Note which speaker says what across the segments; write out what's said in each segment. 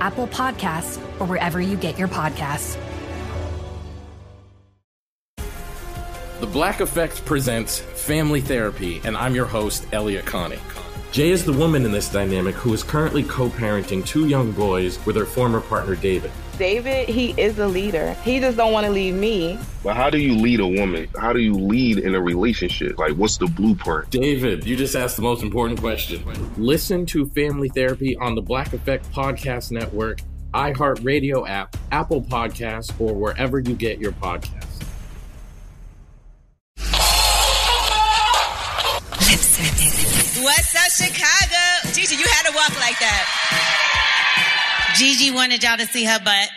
Speaker 1: Apple Podcasts, or wherever you get your podcasts.
Speaker 2: The Black Effect presents Family Therapy, and I'm your host, Elliot Connie. Jay is the woman in this dynamic who is currently co parenting two young boys with her former partner, David.
Speaker 3: David, he is a leader. He just don't want to leave me.
Speaker 4: But how do you lead a woman? How do you lead in a relationship? Like, what's the blueprint?
Speaker 2: David, you just asked the most important question. Listen to Family Therapy on the Black Effect Podcast Network, iHeartRadio app, Apple Podcasts, or wherever you get your podcasts.
Speaker 5: What's up, Chicago? Gigi, you had to walk like that. Gigi wanted y'all to see her butt.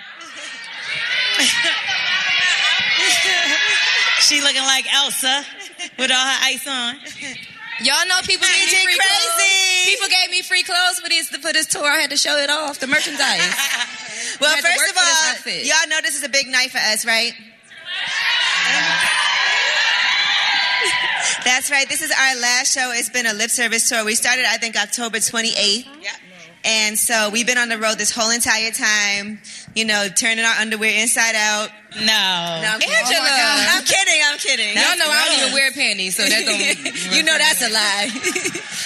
Speaker 5: she looking like Elsa with all her ice on.
Speaker 6: Y'all know people gave
Speaker 5: Gigi
Speaker 6: me free
Speaker 5: crazy.
Speaker 6: clothes. People gave me free clothes for this for this tour. I had to show it off. The merchandise.
Speaker 5: Well,
Speaker 6: I had to
Speaker 5: first
Speaker 6: work
Speaker 5: of
Speaker 6: for this
Speaker 5: all,
Speaker 6: outfit.
Speaker 5: y'all know this is a big night for us, right? That's right. This is our last show. It's been a lip service tour. We started, I think, October 28th. And so we've been on the road this whole entire time, you know, turning our underwear inside out.
Speaker 6: No,
Speaker 5: No.
Speaker 6: I'm-
Speaker 5: Angela.
Speaker 6: oh my God.
Speaker 5: I'm kidding. I'm kidding.
Speaker 6: Y'all know I don't even wear panties, so that don't.
Speaker 5: you know that's a lie.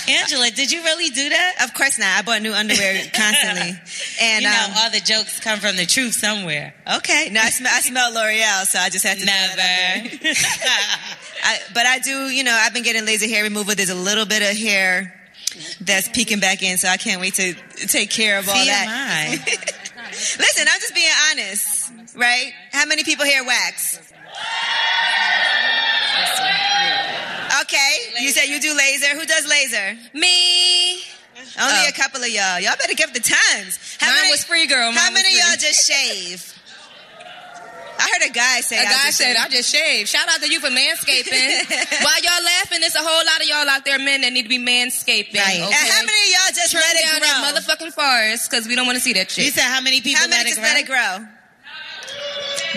Speaker 5: Angela, did you really do that? Of course not. I bought new underwear constantly. And
Speaker 7: you know,
Speaker 5: um,
Speaker 7: all the jokes come from the truth somewhere.
Speaker 5: Okay. No, I, sm- I smell L'Oreal, so I just had to. Never. I, but I do, you know, I've been getting laser hair removal. There's a little bit of hair that's peeking back in, so I can't wait to take care of all that. Listen, I'm just being honest, right? How many people here wax? Okay. You said you do laser. Who does laser?
Speaker 6: Me.
Speaker 5: Only
Speaker 6: Oh.
Speaker 5: a couple of y'all. Y'all better give the times.
Speaker 6: Mine was free, girl.
Speaker 5: How
Speaker 6: Mine was
Speaker 5: many of
Speaker 6: free.
Speaker 5: y'all just shave? I heard a guy say.
Speaker 6: A
Speaker 5: I
Speaker 6: guy
Speaker 5: just
Speaker 6: said,
Speaker 5: shaved.
Speaker 6: "I just shaved." Shout out to you for manscaping. While y'all laughing, there's a whole lot of y'all out there, men that need to be manscaping.
Speaker 5: Right. And how many of y'all just
Speaker 6: Trim
Speaker 5: let it
Speaker 6: down that
Speaker 5: grow?
Speaker 6: motherfucking forest because we don't want to see that shit.
Speaker 7: You said how many people
Speaker 5: How many
Speaker 7: let it
Speaker 5: just
Speaker 7: grow?
Speaker 5: let it grow?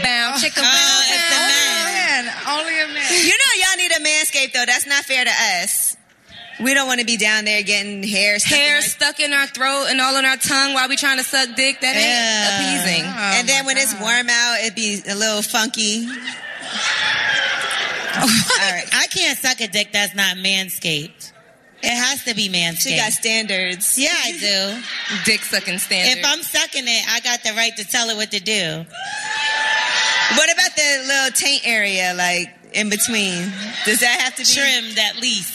Speaker 6: bound chicka
Speaker 7: Oh,
Speaker 6: bound,
Speaker 7: it's the
Speaker 6: bound.
Speaker 7: man.
Speaker 6: Only a man.
Speaker 5: You know y'all need a manscape though. That's not fair to us. We don't want to be down there getting hair stuck in
Speaker 6: Hair
Speaker 5: our-
Speaker 6: stuck in our throat and all in our tongue while we trying to suck dick. That ain't appeasing. Oh
Speaker 5: and then when it's warm out, it'd be a little funky. All right.
Speaker 7: I can't suck a dick that's not manscaped. It has to be manscaped.
Speaker 5: She got standards.
Speaker 7: yeah, I do.
Speaker 6: dick sucking standard.
Speaker 7: If I'm sucking it, I got the right to tell it what to do.
Speaker 5: What about the little taint area, like in between? Does that have to be
Speaker 7: Trimmed at least.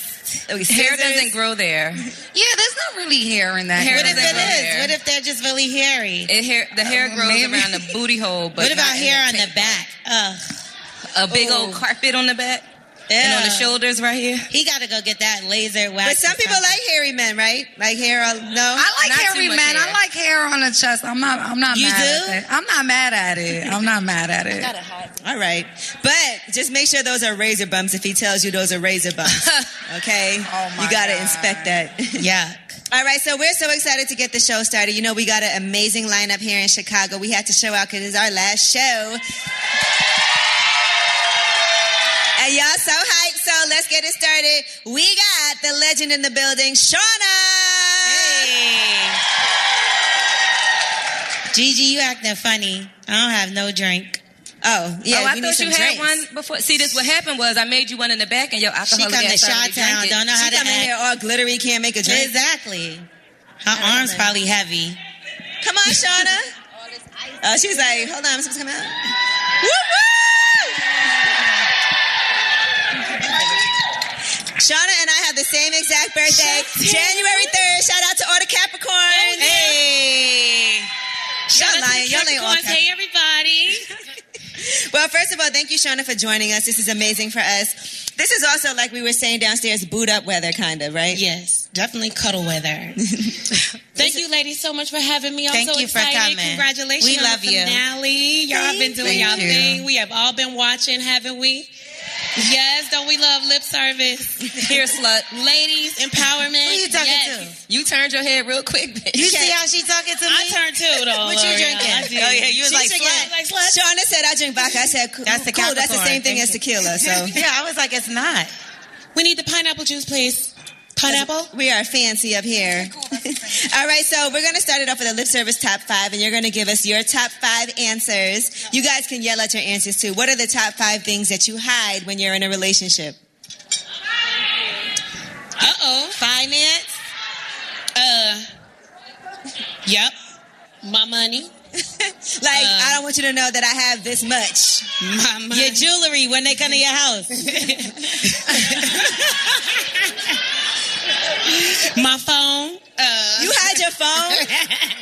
Speaker 6: hair
Speaker 5: Okay, scissors?
Speaker 6: doesn't grow there. Yeah, there's not really hair in that. Hair
Speaker 7: What if it
Speaker 6: doesn't grow
Speaker 7: is?
Speaker 6: there.
Speaker 7: What if they're just really hairy?
Speaker 6: It hair, the hair
Speaker 5: Oh,
Speaker 6: grows around the booty hole, but
Speaker 7: what about
Speaker 6: not in
Speaker 7: hair on
Speaker 6: the
Speaker 7: the Oh, back? Ugh.
Speaker 6: a big old
Speaker 5: Oh.
Speaker 7: Ooh.
Speaker 6: carpet on the back and on
Speaker 7: Ew.
Speaker 6: the shoulders right here.
Speaker 7: He got to go get that laser wax.
Speaker 5: But some
Speaker 7: or
Speaker 5: people
Speaker 7: something.
Speaker 5: like hairy men, right? Like hair all no.
Speaker 8: I like
Speaker 6: Not too
Speaker 8: hairy
Speaker 6: much
Speaker 8: men.
Speaker 6: hair.
Speaker 8: I like hair on the chest. I'm not. I'm not
Speaker 7: You
Speaker 8: mad
Speaker 7: do?
Speaker 8: at it. I'm not mad at it. I'm not mad at it.
Speaker 5: all right. But just make sure those are razor bumps if he tells you those are razor bumps. Okay?
Speaker 8: Oh, my
Speaker 5: you gotta
Speaker 8: God.
Speaker 5: inspect that.
Speaker 7: Yuck.
Speaker 5: All right, so we're so excited to get the show started. You know, we got an amazing lineup here in Chicago. We had to show out because it's our last show. And y'all so hyped, so let's get it started. We got the legend in the building, Shauna!
Speaker 7: Gigi, you acting funny. I don't have no drink.
Speaker 5: Oh, yeah.
Speaker 6: oh, I
Speaker 5: we need
Speaker 6: thought
Speaker 5: some
Speaker 6: you had
Speaker 5: drinks.
Speaker 6: one before. See, this what happened was I made you one in the back, and your
Speaker 7: She
Speaker 5: Oh,
Speaker 6: alcoholic
Speaker 7: come to
Speaker 6: ass
Speaker 7: Chi
Speaker 6: started to drink
Speaker 7: Town,
Speaker 6: it.
Speaker 7: don't know how
Speaker 5: She
Speaker 7: to
Speaker 5: come in here
Speaker 7: act.
Speaker 5: all glittery, can't make a drink.
Speaker 7: Exactly. Her arms probably heavy.
Speaker 5: Come on, Shauna.
Speaker 6: All this ice
Speaker 5: Uh, she was like, hold on, I'm supposed to come out. Woo-hoo! Shauna and I have the same exact birthday, January 3rd. Shout out to all the
Speaker 3: Oh,
Speaker 5: Capricorns. Hey. Y'all lying. Y'all ain't all
Speaker 3: Capricorns. Hey, everybody.
Speaker 5: well, first of all, thank you, Shauna, for joining us. This is amazing for us. This is also, like we were saying downstairs, boot up weather, kind of, right?
Speaker 3: Yes, definitely cuddle weather. Thank you, ladies, so much for having me. I'm
Speaker 5: Thank
Speaker 3: so
Speaker 5: you for
Speaker 3: excited.
Speaker 5: coming.
Speaker 3: Congratulations
Speaker 5: We
Speaker 3: on
Speaker 5: love
Speaker 3: the
Speaker 5: you.
Speaker 3: finale. Y'all have been doing
Speaker 5: Thank
Speaker 3: y'all
Speaker 5: you.
Speaker 3: thing. We have all been watching, haven't we? Yes, don't we love lip service? Here, slut. Ladies, empowerment.
Speaker 7: Who you talking
Speaker 3: Yes.
Speaker 7: to?
Speaker 6: You turned your head real quick, bitch.
Speaker 7: You see how she talking to me?
Speaker 3: I turned too, though.
Speaker 7: What you
Speaker 3: L'Oreal.
Speaker 7: drinking?
Speaker 3: I did.
Speaker 5: Oh, yeah, you was
Speaker 3: She
Speaker 5: like,
Speaker 3: should
Speaker 5: slut.
Speaker 3: get- like, slut.
Speaker 5: Shauna said, I drink vodka. I said, cool,
Speaker 7: That's the
Speaker 5: cool, that's the
Speaker 7: Capricorn.
Speaker 5: same thing
Speaker 7: Thank
Speaker 5: as
Speaker 7: you.
Speaker 5: tequila. So
Speaker 7: yeah, I was like, it's not.
Speaker 3: We need the pineapple juice, please. Pineapple?
Speaker 5: We are fancy up here. All right, so we're going to start it off with a lip service top five, and you're going to give us your top five answers. You guys can yell out your answers too. What are the top five things that you hide when you're in a relationship?
Speaker 3: Uh oh. Finance. Uh. Yep. My money. Uh,
Speaker 5: Like, I don't want you to know that I have this much.
Speaker 3: My money.
Speaker 7: Your jewelry when they come to your house.
Speaker 3: my phone. Uh.
Speaker 5: You hide your phone?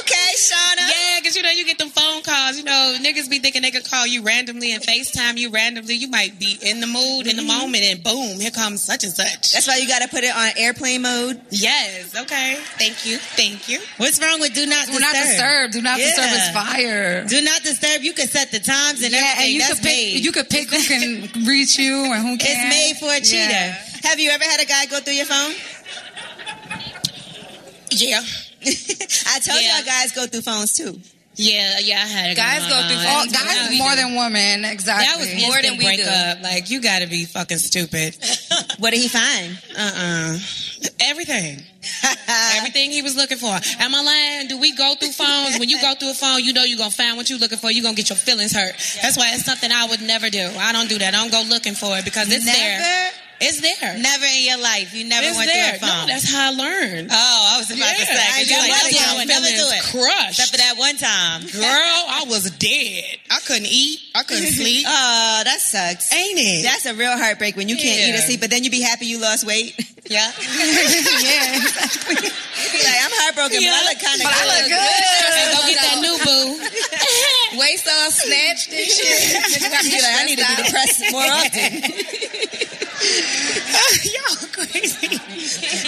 Speaker 5: Okay, Shauna.
Speaker 3: Yeah, because you know you get them phone calls. You know niggas be thinking they could call you randomly and Facetime you randomly. You might be in the mood in the moment, and boom, here comes such and such.
Speaker 5: Mm-hmm. That's why you got to put it on airplane mode.
Speaker 3: Yes. Okay. Thank you. Thank you.
Speaker 7: What's wrong with do not
Speaker 8: Do not disturb. Do not disturb
Speaker 7: Yeah.
Speaker 8: is fire.
Speaker 7: Do not disturb. You can set the times and
Speaker 8: Yeah,
Speaker 7: everything.
Speaker 8: and you
Speaker 7: That's
Speaker 8: could pick.
Speaker 7: made.
Speaker 8: You could pick who can reach you and who
Speaker 7: it's
Speaker 8: can.
Speaker 7: made for a cheater.
Speaker 5: Have you ever had a guy go through your phone?
Speaker 3: Yeah.
Speaker 5: I told
Speaker 3: Yeah.
Speaker 5: y'all guys go through phones too.
Speaker 3: Yeah. Yeah. I had a
Speaker 6: Guys
Speaker 3: guy
Speaker 6: go
Speaker 3: on.
Speaker 6: through
Speaker 3: That
Speaker 8: Oh,
Speaker 6: phones.
Speaker 3: was-
Speaker 8: guys
Speaker 3: we
Speaker 8: more
Speaker 3: do.
Speaker 8: than women. Exactly.
Speaker 3: That was more than we do.
Speaker 6: do.
Speaker 3: Like you got to be fucking stupid.
Speaker 5: What did he find?
Speaker 3: Uh-uh. Everything. Everything he was looking for. Am I lying? Do we go through phones? When you go through a phone, you know you're going to find what you're looking for. You're going to get your feelings hurt. That's why it's something I would never do. I don't do that. I don't go looking for it because it's there.
Speaker 7: Never?
Speaker 3: It's there.
Speaker 7: Never in your life. You never
Speaker 3: It's
Speaker 7: went
Speaker 3: there.
Speaker 7: through a phone.
Speaker 3: No, that's how I learned.
Speaker 7: oh, I was about to say. 'cause
Speaker 3: Yeah, I
Speaker 7: you like,
Speaker 3: got
Speaker 7: that's
Speaker 3: my
Speaker 7: how I never do
Speaker 3: feelings
Speaker 7: it.
Speaker 3: Crushed.
Speaker 7: Except for that one time.
Speaker 3: Girl, I was dead. I couldn't eat. I couldn't sleep.
Speaker 5: Oh, that sucks.
Speaker 3: Ain't it?
Speaker 5: That's a real heartbreak when you can't
Speaker 3: Yeah.
Speaker 5: eat or sleep, but then you be happy you lost weight. You
Speaker 3: yeah.
Speaker 5: be like, I'm heartbroken, but I
Speaker 3: Yeah.
Speaker 5: look kind of
Speaker 3: But I
Speaker 5: good.
Speaker 3: look And go get that new boo.
Speaker 6: Waist all snatched and shit. You got me
Speaker 5: You be like, I need to be
Speaker 6: stressed out.
Speaker 5: depressed more often.
Speaker 3: Y'all crazy.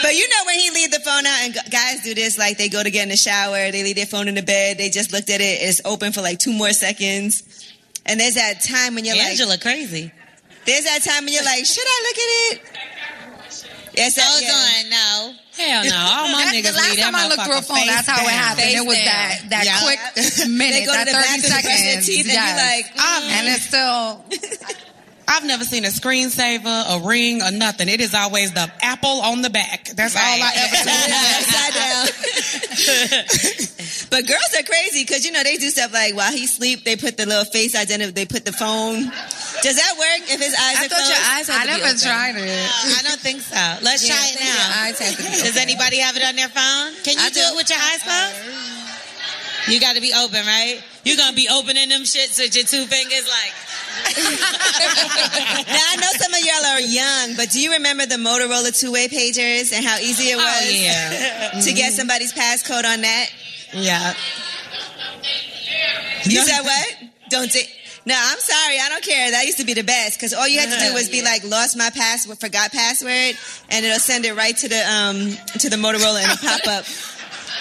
Speaker 5: but you know when he leave the phone out and gu- guys do this, like they go to get in the shower, they leave their phone in the bed, they just looked at it, it's open for like two more seconds. And there's that time when you're like,
Speaker 7: Angela crazy.
Speaker 5: there's that time when you're like, should I look at it? Yes, that,
Speaker 7: Hold
Speaker 5: yeah.
Speaker 7: on, no.
Speaker 3: Hell no. All my
Speaker 8: That's
Speaker 3: niggas
Speaker 8: the last
Speaker 3: leave
Speaker 8: time
Speaker 3: that
Speaker 8: I looked through a
Speaker 3: motherfucker
Speaker 8: phone, that's
Speaker 3: face
Speaker 8: how it
Speaker 3: down.
Speaker 8: happened.
Speaker 6: Face
Speaker 8: It was
Speaker 6: down.
Speaker 8: that that
Speaker 7: Yeah.
Speaker 8: quick minute,
Speaker 5: They go to
Speaker 8: that
Speaker 5: the
Speaker 8: thirty
Speaker 5: bathroom to brush their
Speaker 8: seconds.
Speaker 5: teeth, and you
Speaker 8: Yes. Ah,
Speaker 5: like, mm.
Speaker 8: and it's still
Speaker 3: I've never seen a screensaver, a ring, or nothing. It is always the apple on the back. That's all I ever see.
Speaker 5: upside down. but girls are crazy because you know they do stuff like while he sleep, they put the little face identity, they put the phone. Does that work if his eyes
Speaker 6: I
Speaker 5: are
Speaker 6: thought
Speaker 5: closed?
Speaker 6: your eyes had
Speaker 8: I
Speaker 6: to be
Speaker 8: never
Speaker 6: open.
Speaker 8: tried it.
Speaker 3: Uh,
Speaker 7: I don't think so. Let's try it now.
Speaker 6: Eyes had to be
Speaker 7: Does anybody have it on their phone? Can you
Speaker 6: I
Speaker 7: do,
Speaker 6: do.
Speaker 7: it with your eyes closed? You got to be open, right? You're gonna be opening them shits with your two fingers, like
Speaker 5: now I know some of y'all are young, but do you remember the Motorola two-way pagers and how easy it was
Speaker 3: yeah.
Speaker 5: to get somebody's passcode on that?
Speaker 3: Yeah.
Speaker 5: You said what? Don't di- No, I'm sorry. I don't care. That used to be the best because all you had to do was be like, "Lost my password, forgot password," and it'll send it right to the um to the Motorola and it'll pop up.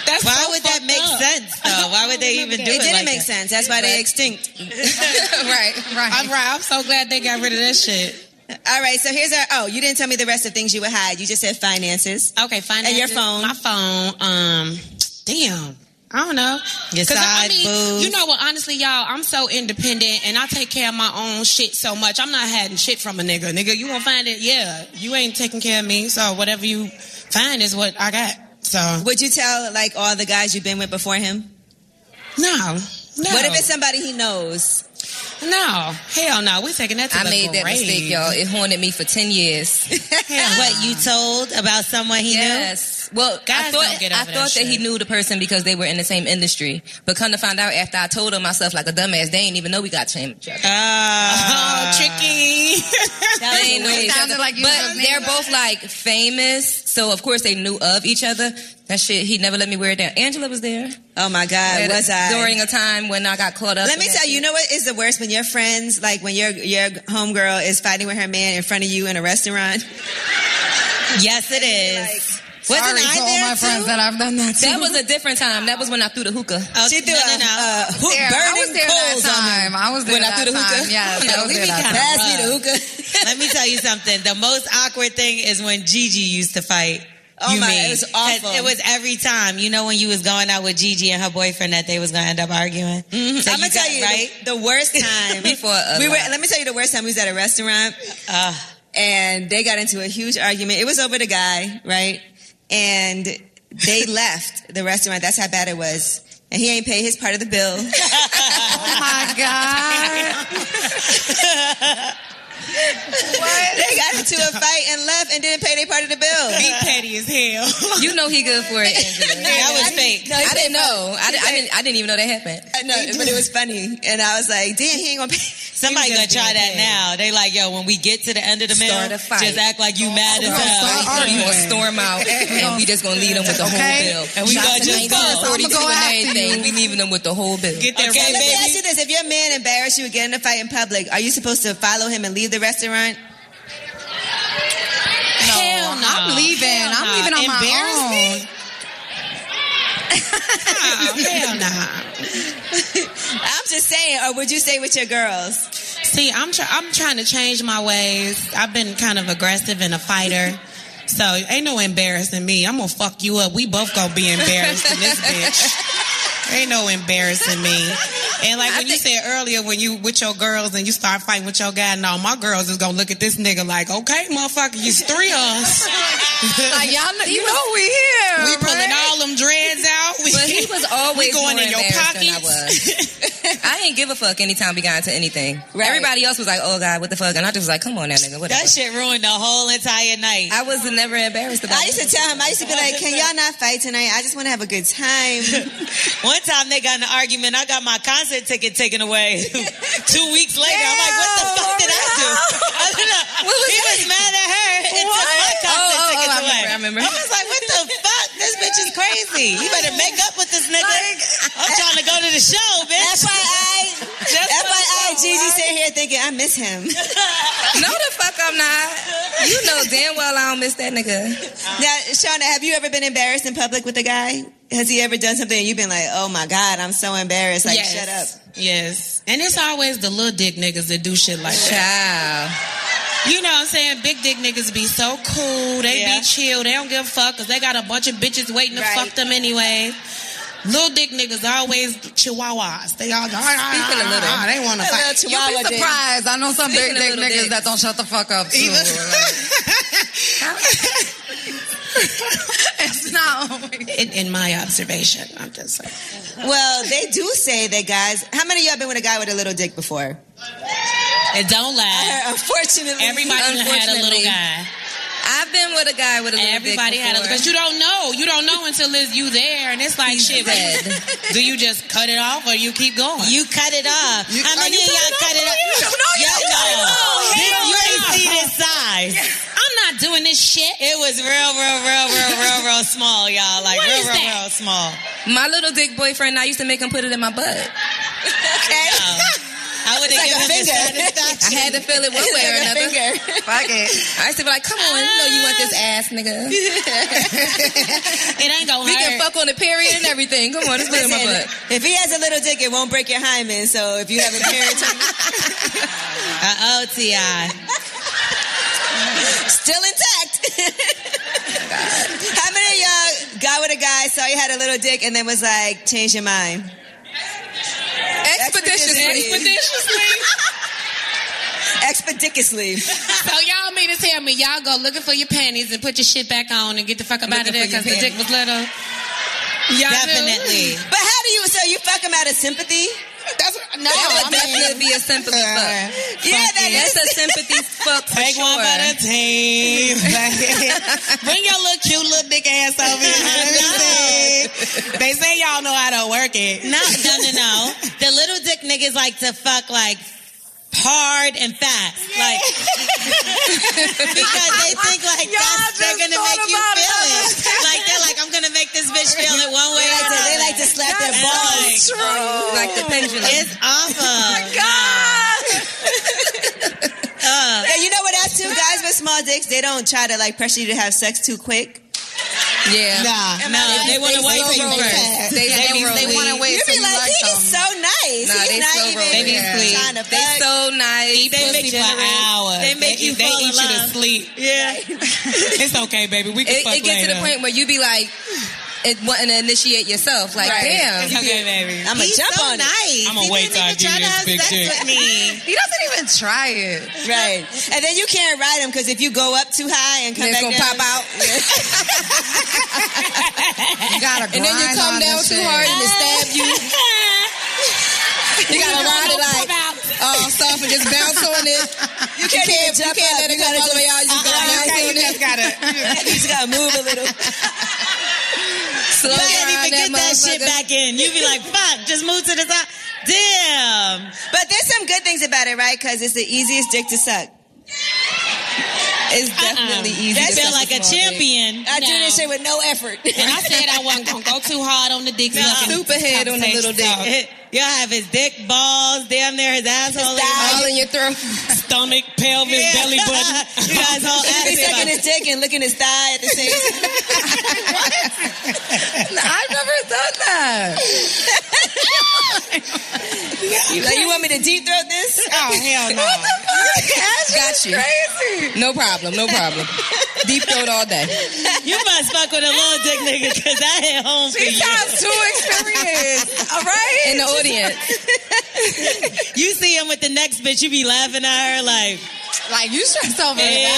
Speaker 3: That's
Speaker 7: why
Speaker 3: so
Speaker 7: would that
Speaker 3: fucked
Speaker 7: make
Speaker 3: up.
Speaker 7: sense though? Why would they even do it?
Speaker 5: It didn't
Speaker 7: like
Speaker 5: make
Speaker 7: that?
Speaker 5: sense. That's why they extinct.
Speaker 8: right, right.
Speaker 3: I'm right. I'm so glad they got rid of that shit.
Speaker 5: All right, so here's our. Oh, you didn't tell me the rest of things you would hide. You just said finances.
Speaker 3: Okay, fine.
Speaker 5: And your phone.
Speaker 3: My phone. Um, damn. I don't know.
Speaker 7: Your
Speaker 3: 'Cause I- I
Speaker 7: side
Speaker 3: mean,
Speaker 7: boobs.
Speaker 3: you know what? Honestly, y'all, I'm so independent and I take care of my own shit so much. I'm not hiding shit from a nigga. Nigga, you won't find it. Yeah, you ain't taking care of me. So whatever you find is what I got. So
Speaker 5: Would you tell like all the guys you've been with before him?
Speaker 3: no, no.
Speaker 5: What if it's somebody he knows?
Speaker 3: no? Hell no. We're taking that to
Speaker 6: I
Speaker 3: the
Speaker 6: made that
Speaker 3: grave.
Speaker 6: mistake, y'all. It haunted me for 10 years.
Speaker 7: What you told about someone he
Speaker 6: yes. Yes. Well, I
Speaker 3: Guys
Speaker 6: thought,
Speaker 3: don't get over
Speaker 6: I
Speaker 3: that
Speaker 6: thought that, he
Speaker 3: shit.
Speaker 6: knew the person because they were in the same industry. But come to find out, after I told him myself like a dumbass, they ain't even know we got changed.
Speaker 3: Ah,
Speaker 6: Oh,
Speaker 3: tricky.
Speaker 6: That
Speaker 3: was weird. Sounded like you
Speaker 6: but
Speaker 3: just made
Speaker 6: they're
Speaker 3: it
Speaker 6: both like famous, so of course they knew of each other. That shit, he never let me wear it down. Angela was there.
Speaker 5: Oh my God,
Speaker 6: At a-
Speaker 5: was I?
Speaker 6: During a time when I got caught up.
Speaker 5: Let
Speaker 6: in
Speaker 5: me
Speaker 6: that
Speaker 5: tell you,
Speaker 6: shit.
Speaker 5: you know what is the worst when your friends, like when your your homegirl is fighting with her man in front of you in a restaurant.
Speaker 3: yes, it is.
Speaker 5: Wasn't
Speaker 8: Sorry
Speaker 5: I
Speaker 8: to all
Speaker 5: there
Speaker 8: my
Speaker 5: too?
Speaker 8: friends that I've done that to.
Speaker 6: That was a different time. That was when I threw the hookah.
Speaker 3: Oh,
Speaker 5: She threw
Speaker 3: no,
Speaker 5: a-
Speaker 3: no, no.
Speaker 6: Uh,
Speaker 5: a hook-
Speaker 8: there. I was
Speaker 5: burning
Speaker 8: there that
Speaker 5: coals on
Speaker 8: time.
Speaker 5: me.
Speaker 8: I was there
Speaker 5: When I
Speaker 8: that
Speaker 5: threw the
Speaker 8: time.
Speaker 5: hookah?
Speaker 8: Yes,
Speaker 3: You know,
Speaker 8: I was
Speaker 3: "Ah, we
Speaker 8: there
Speaker 3: be
Speaker 8: that
Speaker 3: kinda
Speaker 8: time.
Speaker 5: Pass me the hookah.
Speaker 3: Let me tell you something. The most awkward thing is when Gigi used to fight.
Speaker 5: Oh
Speaker 3: you
Speaker 5: my,
Speaker 3: mean.
Speaker 5: it was
Speaker 3: 'Cause
Speaker 5: awful.
Speaker 3: It was every time. You know when you was going out with Gigi and her boyfriend that they was gonna end up arguing. So
Speaker 5: I'm gonna
Speaker 3: got-
Speaker 5: Mm-hmm. tell you
Speaker 3: right?
Speaker 5: the, the worst time.
Speaker 6: Before a
Speaker 5: we were,
Speaker 6: lot.
Speaker 5: let me tell you the worst time we was at a restaurant, and they got into a huge argument. It was over the guy, right? And they left the restaurant. That's how bad it was. And he ain't paid his part of the bill.
Speaker 8: Oh my God.
Speaker 5: they got into a fight and left and didn't pay their part of the bill.
Speaker 3: He petty as hell.
Speaker 6: You know he good for it, Angela.
Speaker 3: that was fake.
Speaker 6: I didn't know. I, di- I didn't. I didn't even know that happened.
Speaker 8: Uh,
Speaker 5: I know, but it was funny, and I was like, "Damn, he ain't gonna pay."
Speaker 3: Somebody
Speaker 5: He
Speaker 3: gonna
Speaker 5: was
Speaker 3: try
Speaker 5: just
Speaker 3: that
Speaker 5: being petty.
Speaker 3: now. They like, yo, when we get to the end of the meal,
Speaker 6: Start a fight.
Speaker 3: just act like you mad as
Speaker 8: We're gonna
Speaker 3: hell.
Speaker 8: start
Speaker 6: We
Speaker 8: arguing.
Speaker 6: gonna storm out, and we just gonna leave them with the
Speaker 8: Okay.
Speaker 6: whole bill.
Speaker 3: And we
Speaker 6: Shots
Speaker 3: gonna just go.
Speaker 8: I'ma
Speaker 6: 1942
Speaker 8: go
Speaker 6: and
Speaker 8: after
Speaker 6: everything.
Speaker 8: you.
Speaker 6: We leaving them with the whole bill.
Speaker 3: Get that
Speaker 5: Okay,
Speaker 3: right,
Speaker 5: let me ask
Speaker 3: baby.
Speaker 5: you this: If your man embarrassed you and get in a fight in public, are you supposed to follow him and leave the restaurant?
Speaker 8: Hell
Speaker 3: no.
Speaker 8: I'm leaving.
Speaker 3: Hell
Speaker 8: I'm
Speaker 3: no.
Speaker 8: leaving on my
Speaker 3: Embarrass me?
Speaker 8: own.
Speaker 3: Oh, hell nah.
Speaker 5: I'm just saying, or would you stay with your girls?
Speaker 3: See, I'm try- I'm trying to change my ways. I've been kind of aggressive and a fighter. So ain't no embarrassing me. I'm gonna fuck you up. We both gonna be embarrassed in this bitch. Ain't no embarrassing me. And like when you said earlier, when you with your girls and you start fighting with your guy, no, my girls is gonna look at this nigga like, okay, motherfucker, you three of us.
Speaker 8: Like y'all, know, you know we here.
Speaker 3: We pulling
Speaker 8: right?
Speaker 3: all them dreads out. We,
Speaker 6: But he was always
Speaker 3: we going
Speaker 6: more
Speaker 3: in your
Speaker 6: embarrassed than I
Speaker 3: pockets.
Speaker 6: was. I didn't give a fuck anytime we got into anything. Everybody else was like, "Oh God, what the fuck?" And I just was like, "Come on, that nigga, whatever."
Speaker 3: That shit ruined the whole entire night.
Speaker 6: I was never embarrassed about.
Speaker 5: I used to tell him, I used to be like, "Can y'all not fight tonight? I just want to have a good time."
Speaker 3: One time they got in an argument. I got my concert ticket taken away. Two weeks later, I'm like, what the fuck did I do? I don't know.
Speaker 6: What was
Speaker 3: he was mad at her and took my
Speaker 6: Oh,
Speaker 3: concert
Speaker 6: oh, oh,
Speaker 3: tickets
Speaker 6: I
Speaker 3: away.
Speaker 6: remember, I remember.
Speaker 3: I was like, what the fuck? This bitch is crazy. You better make up with this nigga. I'm trying to go to the show, bitch.
Speaker 5: FYI,
Speaker 3: Just so
Speaker 5: FYI,
Speaker 3: you know,
Speaker 5: Gigi
Speaker 3: right?
Speaker 5: sat here thinking I miss him.
Speaker 6: No, the fuck I'm not. You know damn well I don't miss that nigga.
Speaker 5: now, Shauna, have you ever been embarrassed in public with a guy? Has he ever done something and you've been like, "Oh my God, I'm so embarrassed"? Like,
Speaker 3: yes.
Speaker 5: shut up.
Speaker 3: Yes. And it's always the little dick niggas that do shit like that.
Speaker 6: Child.
Speaker 3: You know what I'm saying? Big dick niggas be so cool. They
Speaker 5: Yeah.
Speaker 3: be chill. They don't give a fuck because they got a bunch of bitches waiting to
Speaker 5: Right.
Speaker 3: fuck them anyway. Little dick niggas always chihuahuas. They all go, ah,
Speaker 6: Speaking of
Speaker 3: ah,
Speaker 6: little.
Speaker 3: ah, ah, they want to
Speaker 5: A
Speaker 3: fight.
Speaker 8: You'll
Speaker 5: little chihuahua
Speaker 8: be
Speaker 5: dick.
Speaker 8: surprised. I know some big
Speaker 6: Speaking of
Speaker 8: dick
Speaker 6: little
Speaker 8: niggas
Speaker 6: dicks.
Speaker 8: that don't shut the fuck up too. Like, it's not always.
Speaker 3: In, in my observation, I'm just like,
Speaker 5: Well, they do say that guys. How many of y'all been with a guy with a little dick before?
Speaker 3: it don't last.
Speaker 5: Unfortunately,
Speaker 3: Everybody had a little
Speaker 6: Unfortunately.
Speaker 3: guy.
Speaker 6: I've been with a guy with a little
Speaker 3: Everybody
Speaker 6: dick
Speaker 3: had a little,
Speaker 6: before.
Speaker 3: but you don't know. Oh, You don't know until it's you there, and it's like shit.
Speaker 6: dead.
Speaker 3: Do you just cut it off or you keep going? You cut it off.
Speaker 8: You- How many of y'all cut it off?
Speaker 3: You
Speaker 8: No, you don't cut it off. Hell
Speaker 3: You ain't
Speaker 8: no.
Speaker 3: see this size. I'm not doing this shit. It was real, real, real, real, real, real small, y'all. Like
Speaker 6: What
Speaker 3: real,
Speaker 6: is
Speaker 3: real,
Speaker 6: that?
Speaker 3: real small.
Speaker 6: My little dick boyfriend, I used to make him put it in my butt.
Speaker 5: okay.
Speaker 3: Um, I would have
Speaker 5: like a
Speaker 3: given this
Speaker 5: finger.
Speaker 6: I
Speaker 3: satisfaction.
Speaker 6: had to feel it one way or another.
Speaker 8: Fuck it.
Speaker 6: I used to be like, come on, you know you want this ass, nigga. We
Speaker 3: It ain't gonna hurt.
Speaker 6: can fuck on the period and everything. Come on, just put it in my
Speaker 5: Listen,
Speaker 6: butt.
Speaker 5: if he has a little dick, it won't break your hymen. So if you have a period,
Speaker 3: Uh oh, Ti.
Speaker 5: still intact. How many of y'all got with a guy, saw you had a little dick, and then was like, change your mind?
Speaker 6: Expeditiously.
Speaker 5: Expeditiously.
Speaker 3: So y'all mean to tell me y'all go looking for your panties and put your shit back on and get the fuck up out of
Speaker 6: Looking
Speaker 3: there
Speaker 6: for your
Speaker 3: because the dick was little? Y'all
Speaker 6: do?
Speaker 3: Definitely.
Speaker 5: But how do you, so you fuck him out of sympathy?
Speaker 3: That's
Speaker 6: No, that would definitely be a sympathy fuck. Yeah, that is a sympathy fuck for
Speaker 3: Take
Speaker 6: sure.
Speaker 3: one for the team. Bring your little cute little dick ass over here. honey. They say y'all know how to work it.
Speaker 7: No, no, no, no. The little dick niggas like to fuck like hard and fast, like because they think like that's they're gonna make you feel it. Like they're like, I'm gonna make this bitch feel it one way.
Speaker 8: They like to- they like to slap their balls.
Speaker 5: Oh,
Speaker 7: true.
Speaker 8: Like the pendulum.
Speaker 7: It's awful.
Speaker 8: God.
Speaker 5: yeah, you know what that's too? Guys with small dicks, they don't try to like pressure you to have sex too quick.
Speaker 6: Yeah.
Speaker 7: Nah,
Speaker 8: no, they wanna wait for you first. They- they be- they wanna wait
Speaker 5: You
Speaker 8: till
Speaker 5: be
Speaker 8: you
Speaker 5: like,
Speaker 8: like
Speaker 5: he is
Speaker 8: something.
Speaker 5: so nice.
Speaker 8: Nah,
Speaker 5: He's
Speaker 8: they
Speaker 5: not
Speaker 8: slow
Speaker 5: even
Speaker 8: roll. They be sweet.
Speaker 5: trying to
Speaker 6: They
Speaker 5: fuck.
Speaker 6: so nice.
Speaker 3: Eat that
Speaker 6: pussy
Speaker 3: bitch for
Speaker 6: generous.
Speaker 3: hours.
Speaker 7: They make you
Speaker 3: They
Speaker 7: fall
Speaker 3: eat you to
Speaker 7: in love.
Speaker 3: sleep.
Speaker 7: Yeah.
Speaker 3: It's okay, baby. We can
Speaker 6: It,
Speaker 3: fuck
Speaker 6: it gets to the
Speaker 3: later.
Speaker 6: point where you be like, it wanting to initiate yourself. Like,
Speaker 7: Right.
Speaker 6: damn.
Speaker 3: It's okay, baby.
Speaker 5: I'ma
Speaker 7: He's
Speaker 5: jump
Speaker 7: so
Speaker 5: on it.
Speaker 7: nice.
Speaker 3: I'ma
Speaker 7: He
Speaker 3: wait
Speaker 7: didn't
Speaker 3: till I
Speaker 7: even
Speaker 3: give
Speaker 7: try
Speaker 3: you
Speaker 7: to
Speaker 3: this
Speaker 7: have
Speaker 3: big
Speaker 7: sex
Speaker 3: dick.
Speaker 7: with me.
Speaker 8: He doesn't even try it.
Speaker 5: Right. And then you can't ride him because if you go up too high and come
Speaker 6: It's
Speaker 5: back
Speaker 6: gonna
Speaker 5: down,
Speaker 6: pop out.
Speaker 8: You gotta grind
Speaker 6: And then you come
Speaker 8: on
Speaker 6: down
Speaker 8: this
Speaker 6: too
Speaker 8: shit.
Speaker 6: hard and it stab you. You gotta ride it like oh, all soft and just bounce on it. You can't, you can't, let it go all the way out. You
Speaker 7: Uh-uh.
Speaker 6: just gotta bounce
Speaker 3: Okay, you
Speaker 6: on
Speaker 3: just
Speaker 6: it.
Speaker 3: gotta.
Speaker 5: you just gotta move a little.
Speaker 6: Slow
Speaker 7: You can't
Speaker 6: grind
Speaker 7: even get that shit
Speaker 6: motherfucker.
Speaker 7: back in. You be like, fuck, just move to the side. Damn.
Speaker 5: But there's some good things about it, right? Because it's the easiest dick to suck.
Speaker 6: It's definitely
Speaker 7: Uh-uh.
Speaker 6: easy.
Speaker 7: That
Speaker 6: to
Speaker 7: feel
Speaker 6: suck
Speaker 7: like a
Speaker 6: small dick.
Speaker 7: champion.
Speaker 5: I do this
Speaker 7: No.
Speaker 5: shit with no effort.
Speaker 7: And I said I wasn't gonna go too hard on the dick. sucking
Speaker 6: super head on the little dick.
Speaker 7: conversation. Y'all have his dick balls damn near his asshole, his
Speaker 6: All in your throat.
Speaker 3: Stomach, pelvis,
Speaker 7: Yeah.
Speaker 3: belly button.
Speaker 7: you guys whole
Speaker 5: He be sucking
Speaker 7: ass.
Speaker 5: his dick and licking his thigh at the same time.
Speaker 8: I've never done that.
Speaker 5: Like, you want me to deep throat this?
Speaker 3: Oh, hell no.
Speaker 6: Got you. No problem. No problem. Deep throat all day. Ah,
Speaker 7: You must fuck with a little dick nigga because I had home for you.
Speaker 8: Times two experience. All right.
Speaker 6: In the audience.
Speaker 7: You see him with the next bitch, you be laughing at her like,
Speaker 8: Like you stress over it.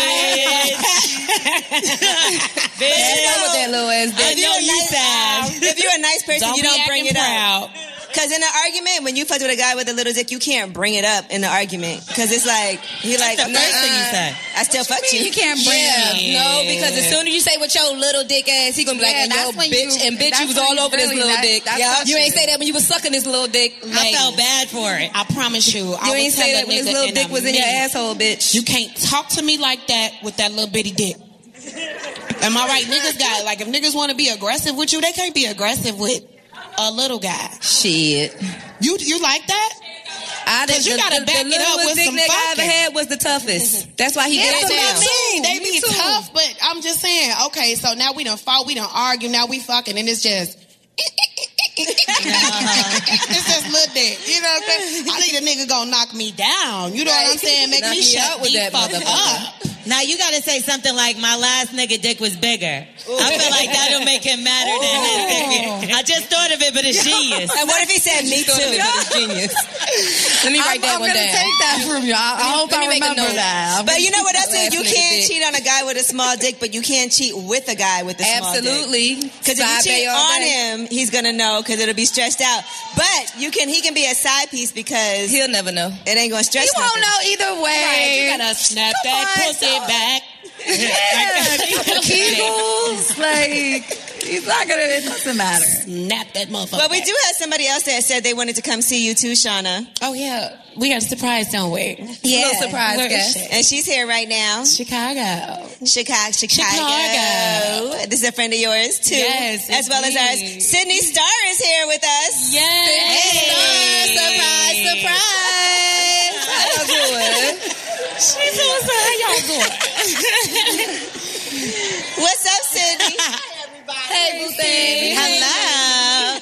Speaker 7: bitch. bitch.
Speaker 6: With that little ass
Speaker 7: I
Speaker 6: dick.
Speaker 7: know you sad.
Speaker 5: um, If you're a nice person, you don't bring it up.
Speaker 7: proud.
Speaker 5: Because in an argument, when you fuck with a guy with a little dick, you can't bring it up in the argument. Because it's like, he like,
Speaker 7: the first thing you
Speaker 5: "Nuh-uh,
Speaker 7: say."
Speaker 5: I still fuck you.
Speaker 8: You can't bring
Speaker 6: Yeah,
Speaker 8: it.
Speaker 6: no, because as soon as you say with your little dick ass, he gonna be like,
Speaker 8: Yeah,
Speaker 6: and yo,
Speaker 8: that's when
Speaker 6: bitch,
Speaker 8: you-
Speaker 6: and bitch, you
Speaker 8: that's
Speaker 6: was
Speaker 8: when
Speaker 6: all
Speaker 8: you
Speaker 6: over this
Speaker 8: really-
Speaker 6: little
Speaker 8: that-
Speaker 6: dick.
Speaker 8: that's
Speaker 6: Yeah,
Speaker 8: what
Speaker 6: you ain't
Speaker 8: you-
Speaker 6: say that when you was sucking this little dick.
Speaker 7: I
Speaker 6: Like,
Speaker 7: felt bad for it. I promise you. I
Speaker 6: you
Speaker 7: would
Speaker 6: ain't
Speaker 7: tell
Speaker 6: say
Speaker 7: a
Speaker 6: that when this
Speaker 7: nigga
Speaker 6: little
Speaker 7: in
Speaker 6: dick
Speaker 7: a
Speaker 6: was in your
Speaker 7: minute,
Speaker 6: asshole, bitch.
Speaker 7: You can't talk to me like that with that little bitty dick. Am I right? Niggas got like if niggas want to be aggressive with you, they can't be aggressive with a little guy.
Speaker 6: Shit.
Speaker 7: You you like that?
Speaker 6: I
Speaker 7: Cause you gotta back it up with
Speaker 6: dick
Speaker 7: some
Speaker 6: nigga I ever
Speaker 7: fucking.
Speaker 6: had was the toughest. That's why he
Speaker 7: Yeah,
Speaker 6: did
Speaker 7: that's what I
Speaker 6: it.
Speaker 7: mean. They
Speaker 8: Me
Speaker 7: be
Speaker 8: too.
Speaker 7: tough, but I'm just saying. Okay, so now we done fought, we done argue, now we fucking, and it's just. it's just little dick. You know what I'm saying? I need a nigga gonna knock me down. You know what I'm saying? Make
Speaker 6: Knock
Speaker 7: me
Speaker 6: me
Speaker 7: shut
Speaker 6: out with
Speaker 7: the
Speaker 6: that
Speaker 7: fuck
Speaker 6: motherfucker.
Speaker 7: up. Now you gotta say something like, "My last nigga dick was bigger." I feel like that'll make him madder than his dick. I just thought of it, but it's genius.
Speaker 5: And what if he said, me
Speaker 6: Thought of it,
Speaker 5: too?
Speaker 6: but it's genius. Let me
Speaker 8: I'm,
Speaker 6: write that
Speaker 8: I'm
Speaker 6: one
Speaker 8: gonna
Speaker 6: down.
Speaker 8: take that from you. I, I hope
Speaker 6: Let me
Speaker 8: I
Speaker 6: make a
Speaker 8: remember
Speaker 6: note.
Speaker 8: that.
Speaker 5: But you know what else
Speaker 6: Last
Speaker 5: is? You
Speaker 6: nigga
Speaker 5: can't
Speaker 6: dick.
Speaker 5: cheat on a guy with a small dick, but you can cheat with a guy with a small dick.
Speaker 6: Absolutely.
Speaker 5: Because if you cheat on him, he's gonna know because it'll be stretched out. But you can he can be a side piece because it
Speaker 6: he'll never know.
Speaker 5: ain't gonna stretch.
Speaker 8: You won't
Speaker 5: nothing.
Speaker 8: know either way.
Speaker 7: you gotta snap that
Speaker 8: on,
Speaker 7: pussy
Speaker 8: son.
Speaker 7: back.
Speaker 8: Kegels, like he's not gonna. It doesn't matter.
Speaker 7: Snap that motherfucker.
Speaker 5: But we do have somebody else that said they wanted to come see you too, Shauna,
Speaker 7: Oh yeah, we got a surprise, don't we?
Speaker 8: Yeah.
Speaker 6: Little surprise
Speaker 7: Where is
Speaker 6: guest.
Speaker 7: she?
Speaker 5: and she's here right now.
Speaker 7: Chicago.
Speaker 5: Chicago, Chicago.
Speaker 7: Chicago.
Speaker 5: This is a friend of yours too,
Speaker 7: Yes,
Speaker 5: as
Speaker 7: it's
Speaker 5: well as
Speaker 7: me.
Speaker 5: ours. Sydney Star is here with us.
Speaker 7: Yes.
Speaker 5: Surprise! Surprise! How y'all doing?
Speaker 7: She's awesome. How y'all doing?
Speaker 5: What's up, Sydney?
Speaker 6: Hey, boo thing.
Speaker 5: Hello.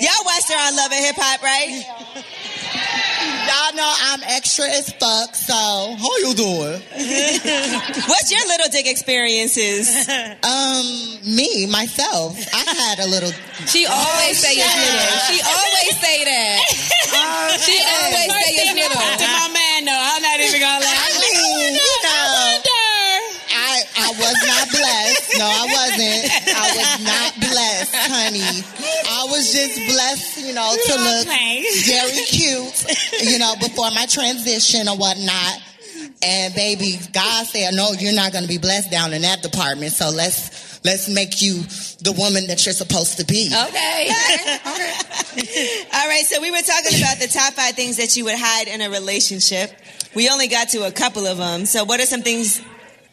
Speaker 5: Y'all watched her on Love and Hip Hop, right?
Speaker 9: Y'all know I'm extra as fuck, so how you doing?
Speaker 5: What's your little dick experiences?
Speaker 9: Um, me myself, I had a little. Oh,
Speaker 6: She always say it's little. She always say that. She always say it's
Speaker 7: To
Speaker 6: little.
Speaker 7: my man, though, I'm not even gonna
Speaker 9: I
Speaker 7: lie.
Speaker 9: mean, you know, I I was not blessed. No, I wasn't. I was not blessed, honey. I was just blessed, you know, to look very cute, you know, before my transition or whatnot. And baby, God said, no, you're not going to be blessed down in that department. So let's let's make you the woman that you're supposed to be.
Speaker 5: Okay. All right. So we were talking about the top five things that you would hide in a relationship. We only got to a couple of them. So what are some things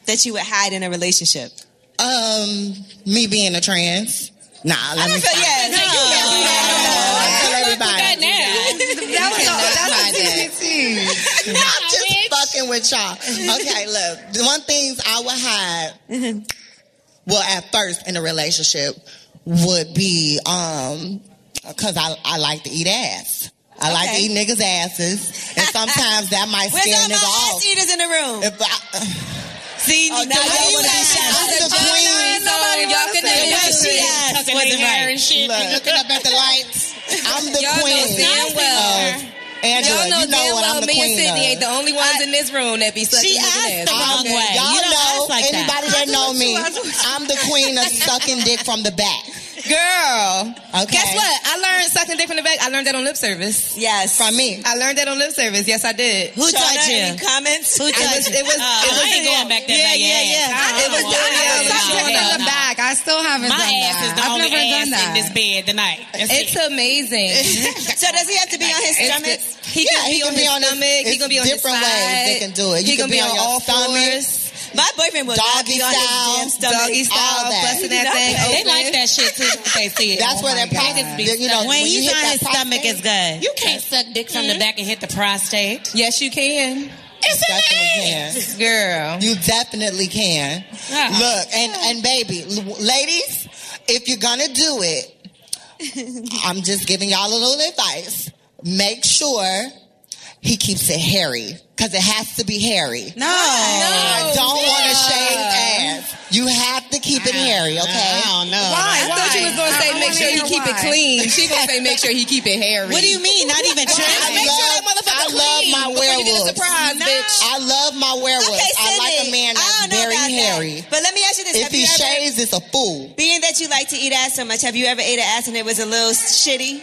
Speaker 5: that you would hide in a relationship?
Speaker 9: Um, me being a trans. Nah, let me.
Speaker 5: feel- yeah, no, you can't do that.
Speaker 9: I tell everybody.
Speaker 8: That was all. That was
Speaker 9: I'm just fucking with y'all. Okay, look. The one things I would hide, well, at first in a relationship would be, um, cause I, I like to eat ass. I like to
Speaker 5: Okay.
Speaker 9: eat niggas' asses, and sometimes that might
Speaker 5: Where's
Speaker 9: scare
Speaker 5: all my
Speaker 9: nigga off.
Speaker 5: ass eaters in the room?
Speaker 9: If I,
Speaker 5: See,
Speaker 9: Oh, now
Speaker 5: the way
Speaker 9: y'all
Speaker 5: you
Speaker 9: wanna be
Speaker 5: act,
Speaker 9: shy.
Speaker 5: I'm
Speaker 9: I'm
Speaker 5: the
Speaker 9: the
Speaker 5: queen,
Speaker 9: queen.
Speaker 5: so y'all could never see us.
Speaker 9: Tucking
Speaker 5: Wasn't
Speaker 9: their hair
Speaker 5: right.
Speaker 9: and shit,
Speaker 5: Look.
Speaker 9: be looking up at the lights. I'm the
Speaker 6: Y'all know
Speaker 9: queen.
Speaker 6: damn well.
Speaker 9: of Angela,
Speaker 6: Y'all know
Speaker 9: you know
Speaker 6: damn
Speaker 9: what
Speaker 6: well
Speaker 9: I'm the
Speaker 6: me
Speaker 9: queen
Speaker 6: and Sydney
Speaker 9: of.
Speaker 6: ain't the only ones in this room that be sucking
Speaker 9: She
Speaker 6: niggas'
Speaker 9: asked
Speaker 6: ass.
Speaker 9: the wrong
Speaker 6: Okay.
Speaker 9: way. Y'all know anybody that know me. I'm the queen of sucking dick from the back.
Speaker 6: Girl.
Speaker 9: Okay.
Speaker 6: Guess what? I learned sucking dick from the back. I learned that on lip service.
Speaker 5: Yes.
Speaker 9: From me.
Speaker 6: I learned that on lip service. Yes, I did.
Speaker 5: Who Shauna, taught you? any comments? Who
Speaker 6: It
Speaker 5: taught
Speaker 6: was. It
Speaker 5: you?
Speaker 6: was. it was
Speaker 5: Oh, I ain't going back that
Speaker 6: yeah,
Speaker 5: bad,
Speaker 6: Yeah,
Speaker 5: yeah.
Speaker 6: yeah,
Speaker 5: I
Speaker 6: It was.
Speaker 5: don't
Speaker 6: I
Speaker 5: want to.
Speaker 6: never sucked
Speaker 5: No,
Speaker 6: one
Speaker 5: no,
Speaker 6: from the
Speaker 5: no.
Speaker 6: back. I still haven't
Speaker 3: My
Speaker 6: done
Speaker 3: ass
Speaker 6: that.
Speaker 3: is the
Speaker 6: I've
Speaker 3: only
Speaker 6: never
Speaker 3: ass
Speaker 6: done that.
Speaker 3: in this bed tonight. That's
Speaker 6: It's
Speaker 3: it.
Speaker 6: amazing.
Speaker 5: so does he have to be on his
Speaker 6: It's
Speaker 5: stomach?
Speaker 6: good. He can be on his stomach. He
Speaker 9: it's
Speaker 6: can be on his
Speaker 9: different ways they
Speaker 6: side.
Speaker 9: can do it. You
Speaker 6: He
Speaker 9: can
Speaker 6: can
Speaker 9: be
Speaker 6: be
Speaker 9: on
Speaker 6: on
Speaker 9: your
Speaker 6: all
Speaker 9: stomach.
Speaker 6: fours.
Speaker 5: My boyfriend will not
Speaker 9: Doggy
Speaker 5: be on his damn
Speaker 9: style.
Speaker 5: stomach.
Speaker 9: all
Speaker 6: Doggy style,
Speaker 9: that.
Speaker 6: busting that
Speaker 5: No,
Speaker 6: thing.
Speaker 3: They
Speaker 6: open.
Speaker 3: like that shit too. when They see it.
Speaker 9: That's
Speaker 3: Oh
Speaker 9: where
Speaker 3: my
Speaker 9: that pop,
Speaker 3: God.
Speaker 9: you know,
Speaker 3: when
Speaker 9: you
Speaker 3: he's
Speaker 9: hit
Speaker 3: on
Speaker 9: that
Speaker 3: his
Speaker 9: prostate-
Speaker 3: stomach is good. You can't suck dick from the back and hit the prostate.
Speaker 6: Yes, you can.
Speaker 9: You definitely can.
Speaker 6: Girl. Uh-uh.
Speaker 9: You definitely can.
Speaker 3: Yeah.
Speaker 9: Look, and, and baby, l- ladies, if you're gonna do it, I'm just giving y'all a little advice. Make sure he keeps it hairy, because it has to be hairy.
Speaker 8: No.
Speaker 9: I don't want to shave ass. You have to keep it hairy, okay?
Speaker 8: I don't know.
Speaker 6: Uh-uh. I thought you was gonna say make sure you keep it clean. She gonna say make sure he keep it hairy.
Speaker 8: What do you mean? Not even
Speaker 9: I
Speaker 8: trying.
Speaker 9: love- I love my
Speaker 6: you get a
Speaker 9: werewolves.
Speaker 6: surprise, bitch.
Speaker 9: I love my werewolves.
Speaker 5: Okay,
Speaker 9: I
Speaker 5: Sydney.
Speaker 9: like a man
Speaker 5: I
Speaker 9: that's
Speaker 5: don't know
Speaker 9: very
Speaker 5: about that.
Speaker 9: hairy.
Speaker 5: But let me ask you this:
Speaker 9: If
Speaker 5: Have
Speaker 9: he
Speaker 5: you ever,
Speaker 9: shaves, it's a fool.
Speaker 5: being that you like to eat ass so much, have you ever ate an ass and it was a little shitty?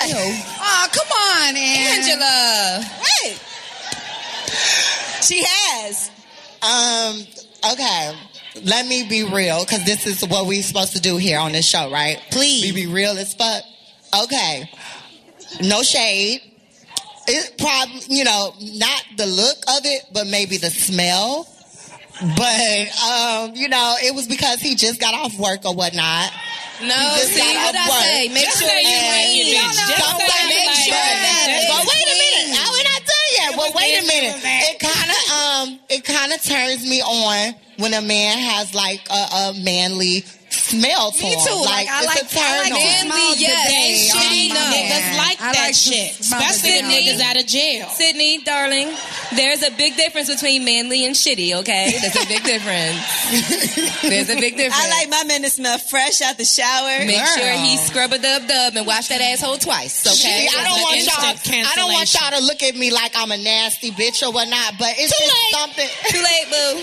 Speaker 8: Oh, come on, Angela.
Speaker 6: Angela.
Speaker 5: Hey, she has.
Speaker 9: Um, okay. Let me be real, because this is what we supposed to do here on this show, right? Please. We be real as fuck. Okay. No shade. It probably, you know, not the look of it, but maybe the smell. But, um, you know, it was because he just got off work or whatnot.
Speaker 6: No,
Speaker 9: just
Speaker 6: see
Speaker 9: got
Speaker 6: what
Speaker 9: off
Speaker 6: I
Speaker 9: work.
Speaker 6: say. Make
Speaker 9: Just
Speaker 6: sure
Speaker 9: say
Speaker 6: you
Speaker 9: you like
Speaker 6: clean.
Speaker 9: it, bitch.
Speaker 6: Don't
Speaker 9: Just say
Speaker 6: make
Speaker 9: like
Speaker 6: sure
Speaker 9: that.
Speaker 6: that.
Speaker 9: But
Speaker 6: it's
Speaker 9: wait a
Speaker 6: clean.
Speaker 9: minute, I we're not done yet. But
Speaker 3: was
Speaker 9: wait a
Speaker 3: this,
Speaker 9: minute,
Speaker 3: it was that.
Speaker 9: it kind of um, it kind of turns me on when a man has like a, a manly smell to
Speaker 8: Me
Speaker 9: him.
Speaker 8: too. Like, I
Speaker 9: it's
Speaker 8: like-
Speaker 9: a
Speaker 8: I
Speaker 9: turn
Speaker 8: like
Speaker 9: on.
Speaker 8: men-
Speaker 6: Manly, yes.
Speaker 8: Small
Speaker 6: Shitty,
Speaker 8: dick.
Speaker 6: no.
Speaker 3: Niggas like
Speaker 8: I
Speaker 3: that
Speaker 8: like to
Speaker 3: shit,
Speaker 8: smell the
Speaker 3: especially the
Speaker 8: dick.
Speaker 3: niggas out of jail.
Speaker 6: Sydney, darling, there's a big difference between manly and shitty, okay? There's a big difference. There's a big difference.
Speaker 5: I like my men to smell fresh out the shower.
Speaker 6: Make
Speaker 5: Girl.
Speaker 6: sure he scrub a dub dub and wash that asshole twice, okay?
Speaker 9: See, I don't
Speaker 3: an
Speaker 9: want
Speaker 3: instant
Speaker 9: y'all. I don't want
Speaker 3: cancellation.
Speaker 9: y'all to look at me like I'm a nasty bitch or whatnot. But it's just
Speaker 6: late.
Speaker 9: something.
Speaker 6: Too late, boo.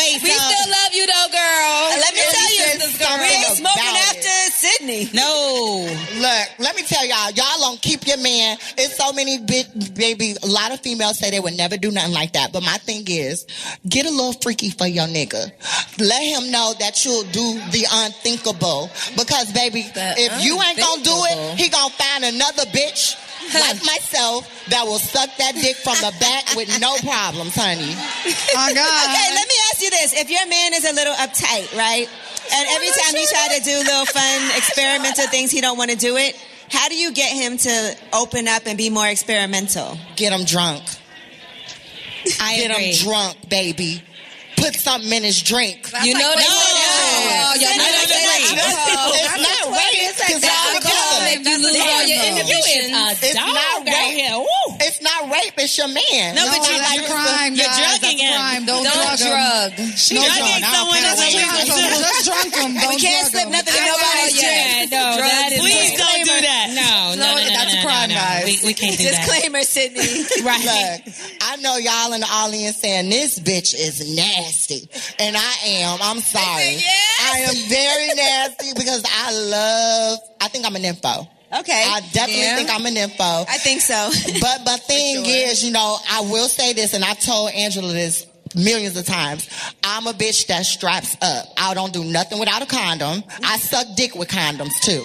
Speaker 8: Wait,
Speaker 6: We
Speaker 8: so-
Speaker 6: still love you though, girl.
Speaker 5: Let me
Speaker 9: It
Speaker 5: tell
Speaker 9: says
Speaker 5: you, we ain't
Speaker 9: something
Speaker 5: smoking
Speaker 9: about
Speaker 5: after Sydney.
Speaker 8: No.
Speaker 9: Look, let me tell y'all. Y'all don't keep your man. It's so many bitch baby. A lot of females say they would never do nothing like that. But my thing is, get a little freaky for your nigga. Let him know that you'll do the unthinkable. Because baby,
Speaker 6: The
Speaker 9: if you ain't gonna do
Speaker 6: unthinkable.
Speaker 9: it, he gonna find another bitch like myself that will suck that dick from the back with no problems, honey.
Speaker 8: Oh, God.
Speaker 5: Okay, let me ask you this: If your man is a little uptight, right, and every time you try to do little fun experimental things, he don't want to do it. How do you get him to open up and be more experimental?
Speaker 9: Get him drunk.
Speaker 3: I
Speaker 9: Get
Speaker 3: agree.
Speaker 9: him drunk, baby. Put something in his drink.
Speaker 6: You know they said alcohol. Y'all know they said alcohol.
Speaker 9: It's not rape. It's
Speaker 6: Alcohol
Speaker 9: alcohol.
Speaker 6: make you lose all your inhibitions.
Speaker 9: It's not
Speaker 3: out
Speaker 9: rape.
Speaker 3: here. Woo.
Speaker 9: It's not rape. It's your man.
Speaker 8: No, but you,
Speaker 9: I
Speaker 8: that's
Speaker 9: like-
Speaker 8: crime,
Speaker 3: you're
Speaker 8: guys.
Speaker 3: drugging
Speaker 8: that's
Speaker 3: him.
Speaker 8: crime. Don't,
Speaker 6: Don't
Speaker 8: drug him. No,
Speaker 6: drug.
Speaker 8: John,
Speaker 3: drugging
Speaker 8: I don't
Speaker 3: someone
Speaker 8: care
Speaker 3: that's
Speaker 8: what
Speaker 3: a
Speaker 8: you
Speaker 3: drug.
Speaker 8: do. Just drunk him. Don't
Speaker 5: We can't
Speaker 8: drug
Speaker 5: slip
Speaker 8: him.
Speaker 5: nothing in
Speaker 6: Alcohol,
Speaker 5: nobody's drink.
Speaker 3: Yeah, no,
Speaker 6: Drugs.
Speaker 3: that is
Speaker 6: Please
Speaker 3: don't do that. No, no,
Speaker 8: No,
Speaker 3: no, no,
Speaker 8: that's
Speaker 3: no, no,
Speaker 8: crime,
Speaker 3: no.
Speaker 8: guys.
Speaker 3: We, we can't do that.
Speaker 5: Disclaimer, Sydney.
Speaker 3: Right.
Speaker 9: Look, I know y'all in the audience saying this bitch is nasty, and I am. I'm sorry.
Speaker 5: yes.
Speaker 9: I am very nasty because I love. I think I'm an info. Okay. I definitely
Speaker 10: Yeah.
Speaker 9: think I'm an info. I
Speaker 5: think so.
Speaker 9: but my thing is, you know, I will say this, and I told Angela this millions of times. I'm a bitch that straps up. I don't do nothing without a condom. I suck dick with condoms too.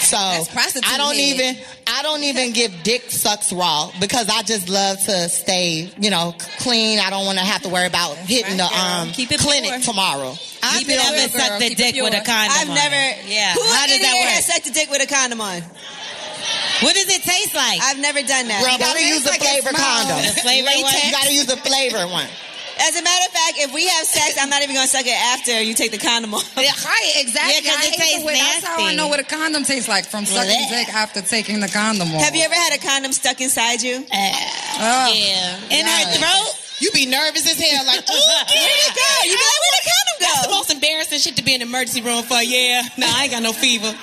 Speaker 9: So
Speaker 10: prostitute
Speaker 9: I don't
Speaker 10: head.
Speaker 9: even I don't even give dick sucks raw because I just love to stay, you know, clean. I don't want to have to worry about hitting the um clinic tomorrow.
Speaker 5: I've
Speaker 9: never sucked a dick with a condom
Speaker 5: I've
Speaker 9: on.
Speaker 5: never.
Speaker 9: Yeah.
Speaker 5: Who
Speaker 9: How
Speaker 5: in
Speaker 9: does that
Speaker 5: here
Speaker 9: work?
Speaker 5: has sucked a dick with a condom on?
Speaker 9: What does it taste like?
Speaker 5: I've never done that.
Speaker 9: Girl, you gotta use a flavor condom.
Speaker 5: The
Speaker 9: You gotta use a flavor one.
Speaker 5: As a matter of fact, if we have sex, I'm not even gonna suck it after you take the condom off.
Speaker 8: Right, exactly.
Speaker 5: Yeah, 'cause
Speaker 8: I
Speaker 5: it
Speaker 8: hate
Speaker 5: tastes
Speaker 8: the way- That's how I
Speaker 5: nasty.
Speaker 8: know what a condom tastes like from sucking
Speaker 5: Blech.
Speaker 8: dick after taking the condom off.
Speaker 5: Have you ever had a condom stuck inside you?
Speaker 8: yeah.
Speaker 9: Oh, In her throat? You be nervous as hell, like, ooh,
Speaker 5: where'd it go? You be like, where'd the condom go?
Speaker 3: That's the most embarrassing shit to be in the emergency room for. Yeah, no, I ain't got no fever.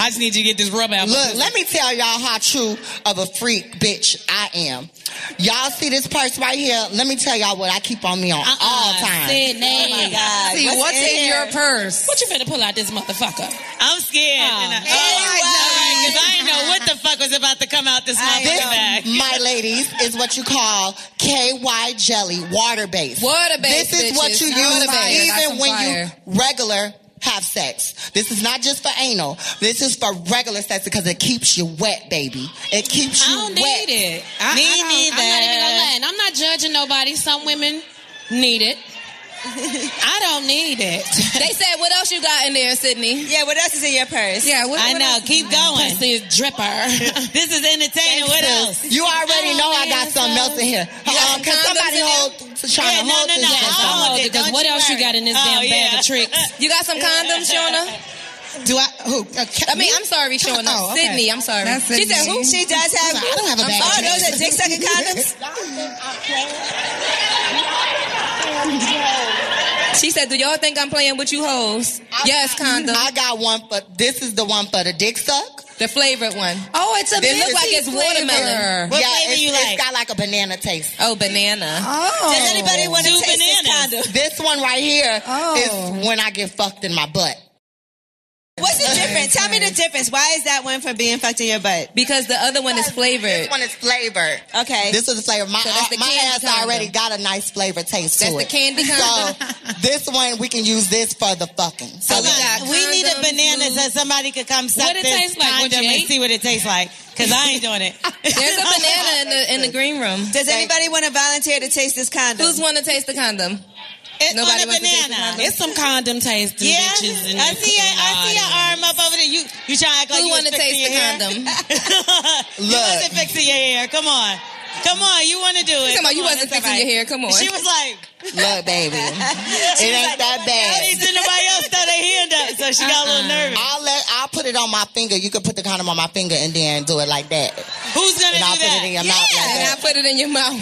Speaker 3: I just need you to get this rub out.
Speaker 9: Look, let me tell y'all how true of a freak bitch I am. Y'all see this purse right here? Let me tell y'all what I keep on me on
Speaker 3: Uh-uh,
Speaker 9: all time.
Speaker 3: Say name.
Speaker 9: Oh my God.
Speaker 3: See, what's, in,
Speaker 9: there?
Speaker 3: your purse? What you finna pull out this motherfucker? I'm scared. Oh,
Speaker 9: And I-
Speaker 3: I, I ain't know what the fuck was about to come out this
Speaker 9: This,
Speaker 3: motherfucker bag.
Speaker 9: my ladies, is what you call KY jelly, water based.
Speaker 3: Water
Speaker 9: This
Speaker 3: based,
Speaker 9: is what
Speaker 3: bitches.
Speaker 9: you
Speaker 3: Water
Speaker 9: use
Speaker 3: based. That's
Speaker 9: even
Speaker 3: some
Speaker 9: when
Speaker 3: fire.
Speaker 9: you regular have sex. This is not just for anal. This is for regular sex because it keeps you wet, baby. It keeps you
Speaker 3: I don't
Speaker 9: wet.
Speaker 3: need it. I,
Speaker 9: Me
Speaker 3: I don't-
Speaker 9: neither.
Speaker 3: I'm not even gonna lie. And I'm not judging nobody. Some women need it. I don't need it.
Speaker 6: They said, what else you got in there, Sydney?
Speaker 5: Yeah, what else is in your purse?
Speaker 6: Yeah, what,
Speaker 3: I
Speaker 6: what
Speaker 3: know.
Speaker 6: else is
Speaker 3: Keep
Speaker 6: in your
Speaker 3: going.
Speaker 6: purse?
Speaker 3: This is dripper. this is entertaining. What else?
Speaker 9: You already know I got something else in here. Um,
Speaker 3: got some
Speaker 9: can
Speaker 3: condoms
Speaker 9: somebody
Speaker 3: in there?
Speaker 9: hold, trying to
Speaker 3: Yeah, no,
Speaker 9: hold
Speaker 3: no,
Speaker 9: this
Speaker 3: no,
Speaker 9: down.
Speaker 3: I'll hold it, 'cause what else you Oh, got in this damn bag of tricks?
Speaker 6: You got some condoms, Shona?
Speaker 9: Do I? Who?
Speaker 3: uh,
Speaker 6: I mean, I'm sorry, Shona.
Speaker 5: Oh, okay.
Speaker 6: Sydney, I'm sorry.
Speaker 5: That's
Speaker 6: she said, who?
Speaker 5: Sydney. She does have- I don't have a bag. Oh, those are dick sucking condoms?
Speaker 6: She said, do y'all think I'm playing with you hoes? yes, condom.
Speaker 9: I got one, but this is the one for the dick suck.
Speaker 6: The flavored one.
Speaker 9: Oh,
Speaker 6: it's a This minty looks like it's flavor. watermelon. What
Speaker 9: yeah,
Speaker 6: flavor
Speaker 9: it's-
Speaker 6: you like?
Speaker 9: It's got like a banana taste.
Speaker 6: Oh, banana.
Speaker 9: Oh.
Speaker 6: Does anybody wanna
Speaker 9: Two
Speaker 6: taste this
Speaker 9: bananas. This one right here
Speaker 5: Oh.
Speaker 9: is when I get fucked in my butt.
Speaker 5: What's the difference? Tell me the difference. Why is that one for being fucked in your butt?
Speaker 6: Because the other one is
Speaker 9: This
Speaker 6: flavored.
Speaker 9: one is flavored.
Speaker 5: Okay.
Speaker 9: This is the flavor. My, uh,
Speaker 5: So that's the
Speaker 9: my
Speaker 5: candy
Speaker 9: ass
Speaker 5: condom.
Speaker 9: already got a nice flavor taste
Speaker 6: That's
Speaker 9: to
Speaker 6: the
Speaker 9: it.
Speaker 6: candy
Speaker 9: So this one we can use this for the fucking.
Speaker 7: So we, we need a
Speaker 6: condoms,
Speaker 7: banana so somebody could come suck
Speaker 3: What it
Speaker 7: this
Speaker 3: taste like, what you
Speaker 7: condom and
Speaker 3: ate?
Speaker 7: see what it tastes like. Because I ain't doing it.
Speaker 6: There's a banana in the in the green room.
Speaker 5: Does anybody want to volunteer to taste this condom?
Speaker 6: Who's want to taste the condom?
Speaker 7: It's
Speaker 6: Nobody
Speaker 7: on a
Speaker 6: wants to taste the
Speaker 7: banana.
Speaker 6: condom.
Speaker 7: It's some condom tasting
Speaker 6: Yeah,
Speaker 7: bitches. And
Speaker 6: I see
Speaker 7: and
Speaker 6: it. I
Speaker 7: all
Speaker 6: see your
Speaker 7: that.
Speaker 6: arm
Speaker 7: up over there. You you trying to act like
Speaker 6: Who
Speaker 7: you
Speaker 6: wanna
Speaker 7: want to
Speaker 6: taste the condom?
Speaker 7: you wasn't fixing your hair. Come on. Come on. You want to do it.
Speaker 6: talking about
Speaker 7: Come
Speaker 6: you
Speaker 7: on,
Speaker 6: wasn't
Speaker 7: it's
Speaker 6: fixing
Speaker 7: all right.
Speaker 6: your hair. Come on.
Speaker 7: She was like,
Speaker 9: Look, baby, it ain't that bad. Uh-uh.
Speaker 7: Nobody nobody else throw their hand up, so she got a little nervous.
Speaker 9: I'll let I'll put it on my finger. You can put the condom on my finger and then do it like that.
Speaker 7: Who's gonna
Speaker 9: and I'll
Speaker 7: do that?
Speaker 9: put it in your
Speaker 7: Yeah.
Speaker 9: mouth like
Speaker 6: And I
Speaker 9: that.
Speaker 6: put it in your mouth.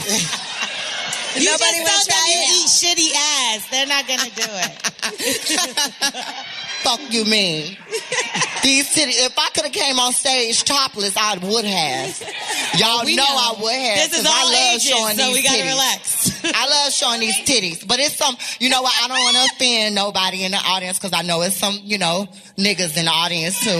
Speaker 7: You
Speaker 6: Nobody wanna
Speaker 7: just told them
Speaker 6: try
Speaker 7: you
Speaker 6: it?
Speaker 7: eat shitty ass. They're not gonna do it.
Speaker 9: Fuck you mean. These titties, if I could have came on stage topless, I would have. Y'all know,
Speaker 7: We
Speaker 9: I
Speaker 7: know.
Speaker 9: would have.
Speaker 7: This is
Speaker 9: 'cause
Speaker 7: all
Speaker 9: I love
Speaker 7: ages,
Speaker 9: showing
Speaker 7: so
Speaker 9: these
Speaker 7: we gotta
Speaker 9: titties.
Speaker 7: relax.
Speaker 9: I love showing these titties, but it's some. You know what? I don't want to offend nobody in the audience because I know it's some. You know, niggas in the audience too.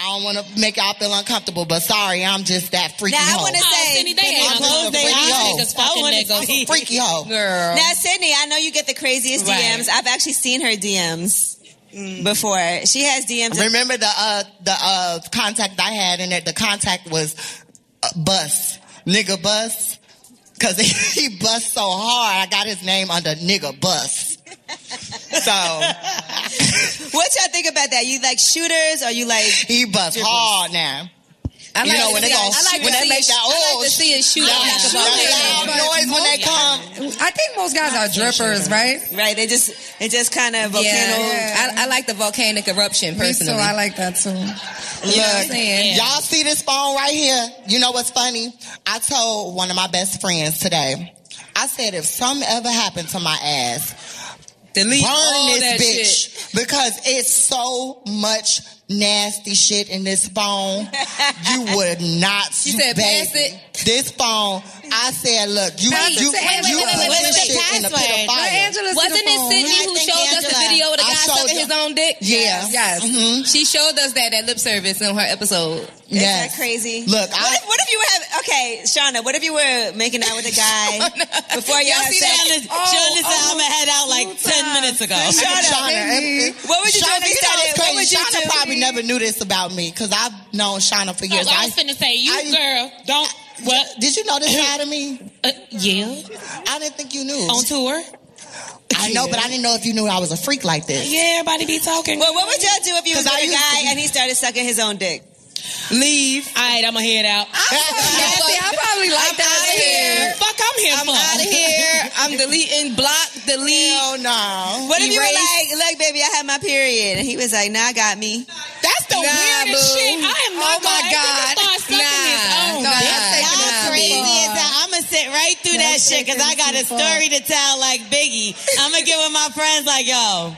Speaker 9: I don't want to make y'all feel uncomfortable, but sorry, I'm just that freaky
Speaker 5: Now, I
Speaker 9: hoe.
Speaker 5: wanna say- Cindy, they ain't
Speaker 9: I'm just a
Speaker 5: closed their
Speaker 9: freaky
Speaker 5: eyes,
Speaker 9: hoe.
Speaker 5: niggas fucking
Speaker 9: I wanna
Speaker 5: niggas.
Speaker 9: see- freaky hoe.
Speaker 6: Girl.
Speaker 5: Now, Sydney, I know you get the craziest
Speaker 9: Right.
Speaker 5: DMs. I've actually seen her DMs before. She has DMs.
Speaker 9: Remember the uh the uh contact I had in it. The contact was uh, bus nigga bus because he bust so hard. I got his name under nigga bus. So
Speaker 5: What y'all think about that? You like shooters or you like?
Speaker 9: he bust hard now.
Speaker 5: I
Speaker 9: you
Speaker 5: like
Speaker 9: know
Speaker 5: to
Speaker 9: when they
Speaker 5: see-
Speaker 9: go,
Speaker 5: I like to
Speaker 9: when they
Speaker 5: see
Speaker 9: make
Speaker 5: a-
Speaker 9: that
Speaker 5: I like
Speaker 9: oh,
Speaker 5: to see a shooter.
Speaker 9: that
Speaker 5: I like to
Speaker 9: loud
Speaker 5: see a
Speaker 9: noise
Speaker 5: shooter.
Speaker 9: when they come.
Speaker 8: I think most guys are drippers, right?
Speaker 5: Right. They just it just kind of volcano.
Speaker 8: Yeah.
Speaker 6: I, I like the volcanic eruption personally.
Speaker 8: Me too. I like that too.
Speaker 9: Look,
Speaker 8: saying?
Speaker 9: y'all see this phone right here? You know what's funny? I told one of my best friends today. I said, if something ever happened to my ass,
Speaker 6: Delete
Speaker 9: burn
Speaker 6: all
Speaker 9: this
Speaker 6: that
Speaker 9: bitch because it's so much nasty shit in this phone. you would not.
Speaker 6: She said,
Speaker 9: baby,
Speaker 6: "Pass it."
Speaker 9: This phone, I said, look, you,
Speaker 3: Wait,
Speaker 9: you,
Speaker 3: wait, wait,
Speaker 9: you
Speaker 3: wait,
Speaker 9: put
Speaker 3: wait, wait,
Speaker 9: this
Speaker 3: wait,
Speaker 9: shit
Speaker 3: wait,
Speaker 9: in a
Speaker 3: password.
Speaker 9: pit of fire.
Speaker 3: Where Angela's Wasn't to the it phone? Sydney
Speaker 6: who showed us the video of the guy sucking his own dick?
Speaker 9: Yeah.
Speaker 6: Yes. She showed us that at lip service in her episode.
Speaker 9: Yes.
Speaker 5: Isn't that crazy?
Speaker 9: Look,
Speaker 5: what, if, what if you have okay, Shauna? What if you were making out with a guy before y'all
Speaker 7: Y'all
Speaker 5: had
Speaker 7: see that?
Speaker 5: sex?
Speaker 7: Shauna said, "I'ma head out like 10 minutes ago."
Speaker 9: Shauna,
Speaker 5: Shauna,
Speaker 9: if- if-
Speaker 5: what would you do
Speaker 9: Shauna,
Speaker 5: if he
Speaker 9: know
Speaker 5: started-
Speaker 9: it's
Speaker 5: what
Speaker 9: crazy?
Speaker 5: would you
Speaker 9: Shauna
Speaker 5: do?
Speaker 9: probably never knew this about me because I've known Shauna for years.
Speaker 3: Oh, I was finna say, you girl, don't. What?
Speaker 9: Did you know this side of me?
Speaker 3: Uh, yeah.
Speaker 9: I didn't think you knew.
Speaker 3: On tour?
Speaker 9: I know, but I didn't know if you knew I was a freak like this.
Speaker 3: Yeah, everybody be talking.
Speaker 5: Well, what would y'all do if you was
Speaker 9: 'Cause I
Speaker 5: with a
Speaker 9: used to
Speaker 5: guy
Speaker 9: be-
Speaker 5: and he started sucking his own dick?
Speaker 7: Leave.
Speaker 3: All right, I'ma head out.
Speaker 8: I probably like that here.
Speaker 3: Fuck, I'm here
Speaker 8: I'm
Speaker 3: for.
Speaker 8: out of here. I'm deleting, block, delete.
Speaker 9: Oh no.
Speaker 5: What if you
Speaker 8: Erase.
Speaker 5: were like, look, baby, I had my period, and he was like, Nah, I got me.
Speaker 3: That's the weirdest
Speaker 8: boo.
Speaker 3: shit. I am
Speaker 8: Oh,
Speaker 3: not
Speaker 8: my
Speaker 3: gonna ever
Speaker 8: God.
Speaker 3: start sucking
Speaker 8: Nah.
Speaker 3: his own.
Speaker 8: Nah.
Speaker 3: dick.
Speaker 8: Nah.
Speaker 3: Y'all
Speaker 8: Nah.
Speaker 3: crazy.
Speaker 7: Is that I'm gonna sit right through that shit because I got a story to tell, like Biggie. I'm gonna get with my friends, like yo.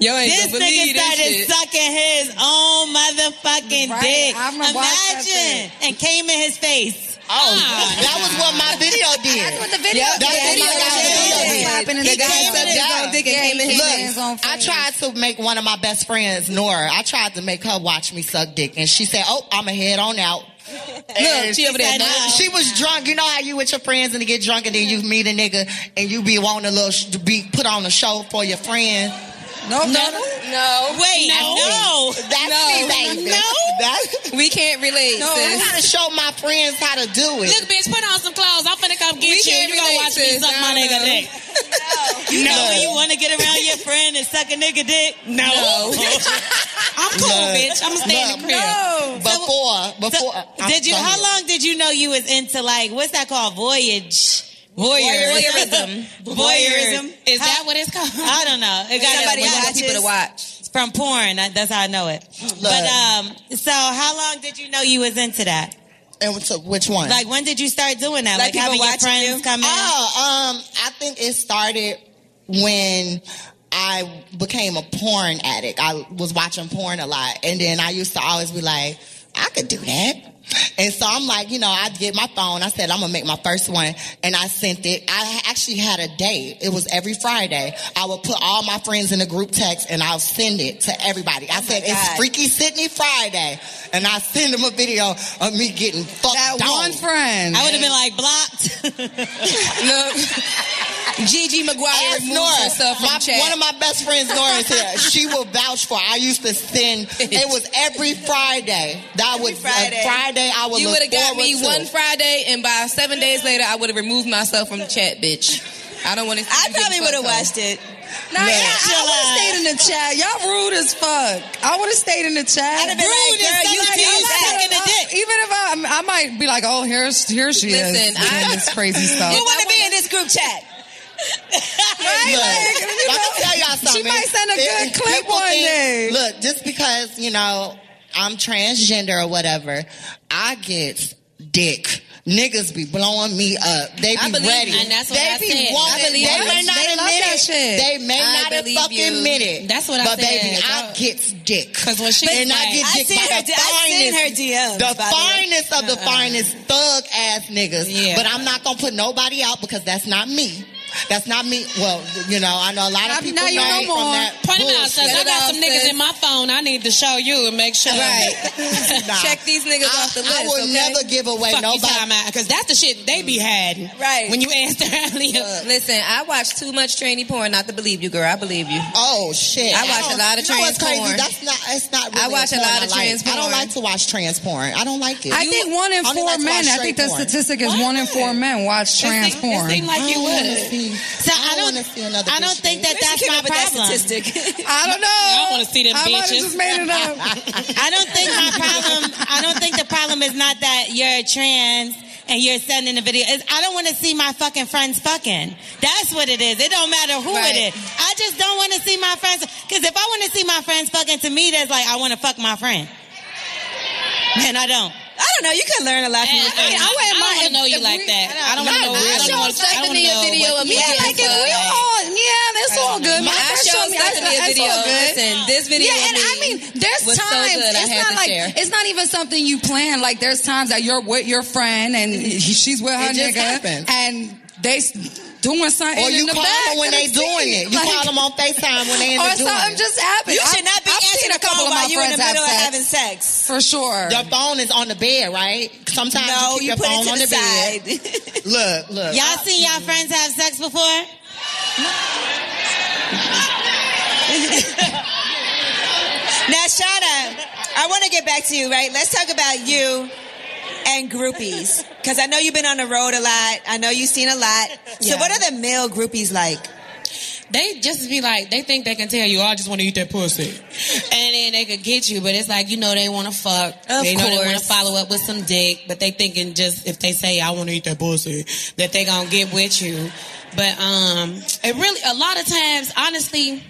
Speaker 8: Yo, ain't
Speaker 7: This
Speaker 8: gonna
Speaker 7: nigga
Speaker 8: believe this
Speaker 7: started
Speaker 8: shit.
Speaker 7: sucking his own motherfucking
Speaker 8: Right,
Speaker 7: dick.
Speaker 8: I'ma watch that
Speaker 7: Imagine, and came in his face.
Speaker 9: Oh, that was what my video did. That's what
Speaker 8: the video
Speaker 9: That's
Speaker 8: did.
Speaker 9: what my
Speaker 8: Yeah,
Speaker 9: video
Speaker 8: yeah,
Speaker 9: did.
Speaker 8: yeah. Slapping and
Speaker 9: He
Speaker 8: the guy
Speaker 9: came
Speaker 8: sucked
Speaker 9: in
Speaker 8: his
Speaker 9: it.
Speaker 8: own dick and came in his
Speaker 9: Look,
Speaker 8: man's own
Speaker 9: I
Speaker 8: face.
Speaker 9: tried to make one of my best friends, Nora. I tried to make her watch me suck dick, and she said, "Oh, I'ma head on out."
Speaker 8: Look, she over there
Speaker 9: said,
Speaker 8: now.
Speaker 9: She was drunk. You know how you with your friends and you get drunk and then you meet a nigga and you be wanting a little sh- to be put on a show for your friend.
Speaker 8: No, no,
Speaker 9: No,
Speaker 8: no.
Speaker 7: Wait,
Speaker 9: That's
Speaker 7: no.
Speaker 9: me. That's
Speaker 8: No.
Speaker 9: me, baby.
Speaker 7: No.
Speaker 9: That's-
Speaker 8: We can't relate,
Speaker 9: no, I
Speaker 8: sis.
Speaker 9: gotta show my friends how to do it.
Speaker 3: Look, bitch, put on some clothes. I'm finna come get
Speaker 8: We
Speaker 3: you.
Speaker 8: can't
Speaker 3: You gonna
Speaker 8: relate,
Speaker 3: watch me
Speaker 8: sis.
Speaker 3: suck my
Speaker 8: No,
Speaker 3: nigga
Speaker 8: no.
Speaker 3: dick.
Speaker 7: You know
Speaker 9: No.
Speaker 7: when you want to get around your friend and suck a nigga dick? No. I'm cool,
Speaker 9: Look.
Speaker 7: bitch. I'm gonna stay in the
Speaker 9: Look.
Speaker 7: crib.
Speaker 9: Before,
Speaker 7: So,
Speaker 9: before. I'm
Speaker 7: did you?
Speaker 9: sorry.
Speaker 7: How long did you know you was into like what's that called? Voyage. Voyeur.
Speaker 8: Voyeurism.
Speaker 7: Voyeurism.
Speaker 3: Is that
Speaker 7: How-
Speaker 3: what it's called?
Speaker 7: I don't know. It got
Speaker 8: Somebody
Speaker 7: a-
Speaker 8: wanted
Speaker 7: watches
Speaker 8: people to watch.
Speaker 7: from porn. I- That's how I know it. But um, so how long did you know you was into that?
Speaker 9: And what's up- which one?
Speaker 7: Like when did you start doing that? Like,
Speaker 5: Like people
Speaker 7: having your
Speaker 5: watching
Speaker 7: friends
Speaker 5: you?
Speaker 7: come in.
Speaker 9: Oh, um, I think it started when I became a porn addict. I was watching porn a lot, and then I used to always be like, I could do that. And so I'm like, you know, I get my phone. I said I'm gonna make my first one, and I sent it. I actually had a date. It was every Friday. I would put all my friends in a group text, and I'll send it to everybody.
Speaker 7: Oh
Speaker 9: I said it's
Speaker 5: God.
Speaker 9: Freaky Sydney Friday, and I send them a video of me getting fucked
Speaker 8: That
Speaker 9: on.
Speaker 8: one friend.
Speaker 7: I would have been like blocked.
Speaker 8: Look. Gigi McGuire
Speaker 9: Ask
Speaker 8: removed
Speaker 9: Nora.
Speaker 8: herself from
Speaker 9: My-
Speaker 8: chat.
Speaker 9: One of my best friends, Nora, is here. She will vouch for. it. I used to send. It was every Friday. That was a
Speaker 5: Friday.
Speaker 9: Friday. I would
Speaker 8: you
Speaker 9: look
Speaker 8: would have got
Speaker 9: forward
Speaker 8: me
Speaker 9: to.
Speaker 8: one Friday, and by seven days later, I would have removed myself from the chat, bitch. I don't want to.
Speaker 5: I probably would have watched it.
Speaker 8: Nah, yeah, I would
Speaker 7: Angela.
Speaker 8: have stayed in the chat. Y'all rude as fuck. I would have stayed in the chat.
Speaker 5: I'd have been like, Rude as girl, you fuck. did
Speaker 8: I might have-
Speaker 5: sucking the dick.
Speaker 8: Even if I, I might be like, oh, here's here she
Speaker 3: Listen,
Speaker 8: is doing
Speaker 3: I-
Speaker 8: this crazy stuff.
Speaker 5: Who want to be in this group chat?
Speaker 8: Right?
Speaker 9: Look,
Speaker 8: Like, you
Speaker 9: let me
Speaker 8: know,
Speaker 9: tell y'all something.
Speaker 8: She might send a
Speaker 9: If
Speaker 8: good clip
Speaker 9: people
Speaker 8: one
Speaker 9: think-
Speaker 8: day.
Speaker 9: Look, just because you know I'm transgender or whatever, I get dick. Niggas be blowing me up. They be
Speaker 3: I believe-
Speaker 9: ready.
Speaker 3: and that's what
Speaker 9: they
Speaker 3: I
Speaker 9: be
Speaker 3: said. I
Speaker 9: wanting.
Speaker 3: believe
Speaker 9: they
Speaker 3: you.
Speaker 9: may not
Speaker 8: They love
Speaker 9: admit
Speaker 8: that
Speaker 9: it.
Speaker 8: shit.
Speaker 9: They may
Speaker 8: I
Speaker 9: not have
Speaker 8: believe
Speaker 9: fucking
Speaker 8: you.
Speaker 9: admit it.
Speaker 3: That's what I
Speaker 9: but
Speaker 3: said.
Speaker 9: baby, I
Speaker 3: Dog.
Speaker 9: get dick.
Speaker 3: 'Cause when she
Speaker 9: and
Speaker 3: was
Speaker 9: I
Speaker 3: like-
Speaker 9: get
Speaker 5: I
Speaker 9: dick
Speaker 5: seen
Speaker 9: by
Speaker 5: her.
Speaker 9: the
Speaker 5: I seen her
Speaker 9: finest.
Speaker 5: DMs.
Speaker 9: The
Speaker 5: by way.
Speaker 9: finest of the finest thug ass niggas.
Speaker 3: Yeah.
Speaker 9: But I'm not gonna put nobody out because that's not me. That's not me. Well, you know, I know a lot
Speaker 8: Now-
Speaker 9: of people
Speaker 8: now you
Speaker 9: know
Speaker 8: know more.
Speaker 9: from that.
Speaker 3: Point them out,
Speaker 9: bullshit.
Speaker 3: sis. I got some
Speaker 8: Sis.
Speaker 3: niggas in my phone. I need to show you and make sure.
Speaker 8: Right.
Speaker 9: Nah.
Speaker 8: Check these niggas
Speaker 9: I,
Speaker 8: off the
Speaker 9: I
Speaker 8: list.
Speaker 9: will
Speaker 8: okay?
Speaker 9: never give away
Speaker 3: Fuck you,
Speaker 9: nobody.
Speaker 3: time out, because that's the shit they be had.
Speaker 5: Right.
Speaker 3: When you asked her earlier.
Speaker 8: Look, Listen, I watch too much trainee porn not to believe you, girl. I believe you.
Speaker 9: Oh shit!
Speaker 8: I watch a
Speaker 9: don't-
Speaker 8: lot of
Speaker 9: you know what's
Speaker 8: trans
Speaker 9: crazy?
Speaker 8: porn.
Speaker 9: That's not. It's not. Really
Speaker 8: I watch a
Speaker 9: porn
Speaker 8: lot of
Speaker 9: I like.
Speaker 8: trans
Speaker 9: I don't
Speaker 8: porn.
Speaker 9: like to watch trans porn. I don't like it.
Speaker 8: I
Speaker 9: You-
Speaker 8: think one in
Speaker 9: I only
Speaker 8: four
Speaker 9: like to watch
Speaker 8: men. I
Speaker 9: straight
Speaker 8: think the
Speaker 9: porn.
Speaker 8: statistic is one in four men watch trans
Speaker 3: It seem-
Speaker 8: porn.
Speaker 3: It seemed
Speaker 9: I
Speaker 3: like you
Speaker 9: don't wanna
Speaker 3: would.
Speaker 9: see.
Speaker 7: So I
Speaker 9: I
Speaker 7: don't.
Speaker 9: want to see another.
Speaker 7: I don't
Speaker 9: bitch
Speaker 7: think
Speaker 9: naked.
Speaker 7: that that's
Speaker 5: Came
Speaker 7: my
Speaker 5: up with that
Speaker 7: problem.
Speaker 5: statistic.
Speaker 8: I don't know.
Speaker 3: I wanna see them
Speaker 8: I might
Speaker 3: bitches.
Speaker 8: have just made it up.
Speaker 7: I don't think my problem. I don't think the problem is not that you're trans and you're sending the video. It's, I don't want to see my fucking friends fucking. That's what it is. It don't matter who
Speaker 8: Right.
Speaker 7: it is. I just don't want to see my friends. Because if I want to see my friends fucking, to me that's like I want to fuck my friend. Man, I don't.
Speaker 5: I don't know. You could learn a lot from your
Speaker 3: I, I,
Speaker 5: friends.
Speaker 8: wouldn't
Speaker 3: don't
Speaker 8: mind
Speaker 3: want
Speaker 8: if-
Speaker 3: to know you
Speaker 8: if
Speaker 3: like
Speaker 8: we-
Speaker 3: that. I don't
Speaker 8: Not
Speaker 3: want to know. I
Speaker 8: I
Speaker 3: don't
Speaker 8: showed
Speaker 3: wanna- I don't
Speaker 8: Stephanie a
Speaker 3: know
Speaker 8: video
Speaker 3: what-
Speaker 8: of me
Speaker 3: Yeah,
Speaker 8: getting
Speaker 3: like if
Speaker 8: fucked.
Speaker 3: we
Speaker 8: all, yeah, that's all good.
Speaker 3: I
Speaker 8: My
Speaker 3: showed
Speaker 8: showed me
Speaker 3: Stephanie a video
Speaker 6: video.
Speaker 8: good.
Speaker 6: Listen, this video.
Speaker 8: Yeah,
Speaker 6: of
Speaker 8: and
Speaker 6: me
Speaker 8: I mean, there's
Speaker 6: was
Speaker 8: times
Speaker 6: So good, I
Speaker 8: it's
Speaker 6: had
Speaker 8: not
Speaker 6: to
Speaker 8: like
Speaker 6: share.
Speaker 8: it's not even something you plan. Like there's times that you're with your friend and he- she's with her
Speaker 9: It just
Speaker 8: nigga,
Speaker 9: happens.
Speaker 8: and they s- doing something.
Speaker 9: Or
Speaker 8: in
Speaker 9: you
Speaker 8: the
Speaker 9: call
Speaker 8: back
Speaker 9: them when they
Speaker 8: that I
Speaker 9: doing
Speaker 8: see.
Speaker 9: it. You call them on FaceTime when they in the
Speaker 8: or
Speaker 9: doing
Speaker 8: something
Speaker 9: it.
Speaker 8: just happened.
Speaker 9: You should
Speaker 8: I've-
Speaker 9: not be
Speaker 8: I've seen
Speaker 9: answering
Speaker 8: a
Speaker 9: the
Speaker 8: couple
Speaker 9: phone
Speaker 8: of my
Speaker 9: while you in the
Speaker 8: friends have
Speaker 9: middle of
Speaker 8: sex.
Speaker 9: having
Speaker 5: sex.
Speaker 8: For sure.
Speaker 9: Your phone is on the bed, right? Sometimes
Speaker 7: No,
Speaker 9: you keep
Speaker 7: you
Speaker 9: your
Speaker 7: put it
Speaker 9: phone
Speaker 7: to
Speaker 9: on
Speaker 7: the
Speaker 9: the, bed. look, look.
Speaker 7: Y'all seen y'all friends have sex before?
Speaker 5: Now, Shauna, I want to get back to you, right? Let's talk about you and groupies. Because I know you've been on the road a lot. I know you've seen a lot. So,
Speaker 8: Yeah.
Speaker 5: what are the male groupies like?
Speaker 8: They just be like,
Speaker 3: they think they can tell you, I just want to eat that pussy. and then they could get you, but it's like, you know, they want to fuck.
Speaker 8: Of
Speaker 3: they know they want
Speaker 8: course.
Speaker 3: to follow up with some dick, but they thinking just if they say, I want to eat that pussy, that they going to get with you. But, um, it really, a lot of times, honestly,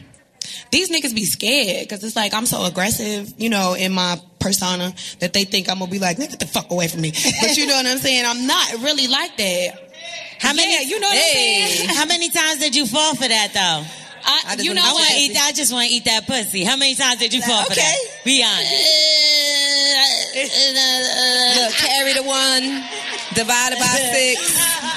Speaker 3: these niggas be scared because it's like I'm so aggressive, you know, in my persona that they think I'm gonna be like, "Nigga, get the fuck away from me. But you know what I'm saying? I'm not really like that. How many? you know what I'm saying?
Speaker 7: How many times did you fall for that though?
Speaker 3: I,
Speaker 7: just
Speaker 3: you
Speaker 7: wanna
Speaker 3: know
Speaker 7: eat
Speaker 3: what?
Speaker 7: that pussy. I just want to eat that pussy. How many times did you fall for that? Be honest.
Speaker 9: Uh,
Speaker 6: Look, carry the one, divided by six.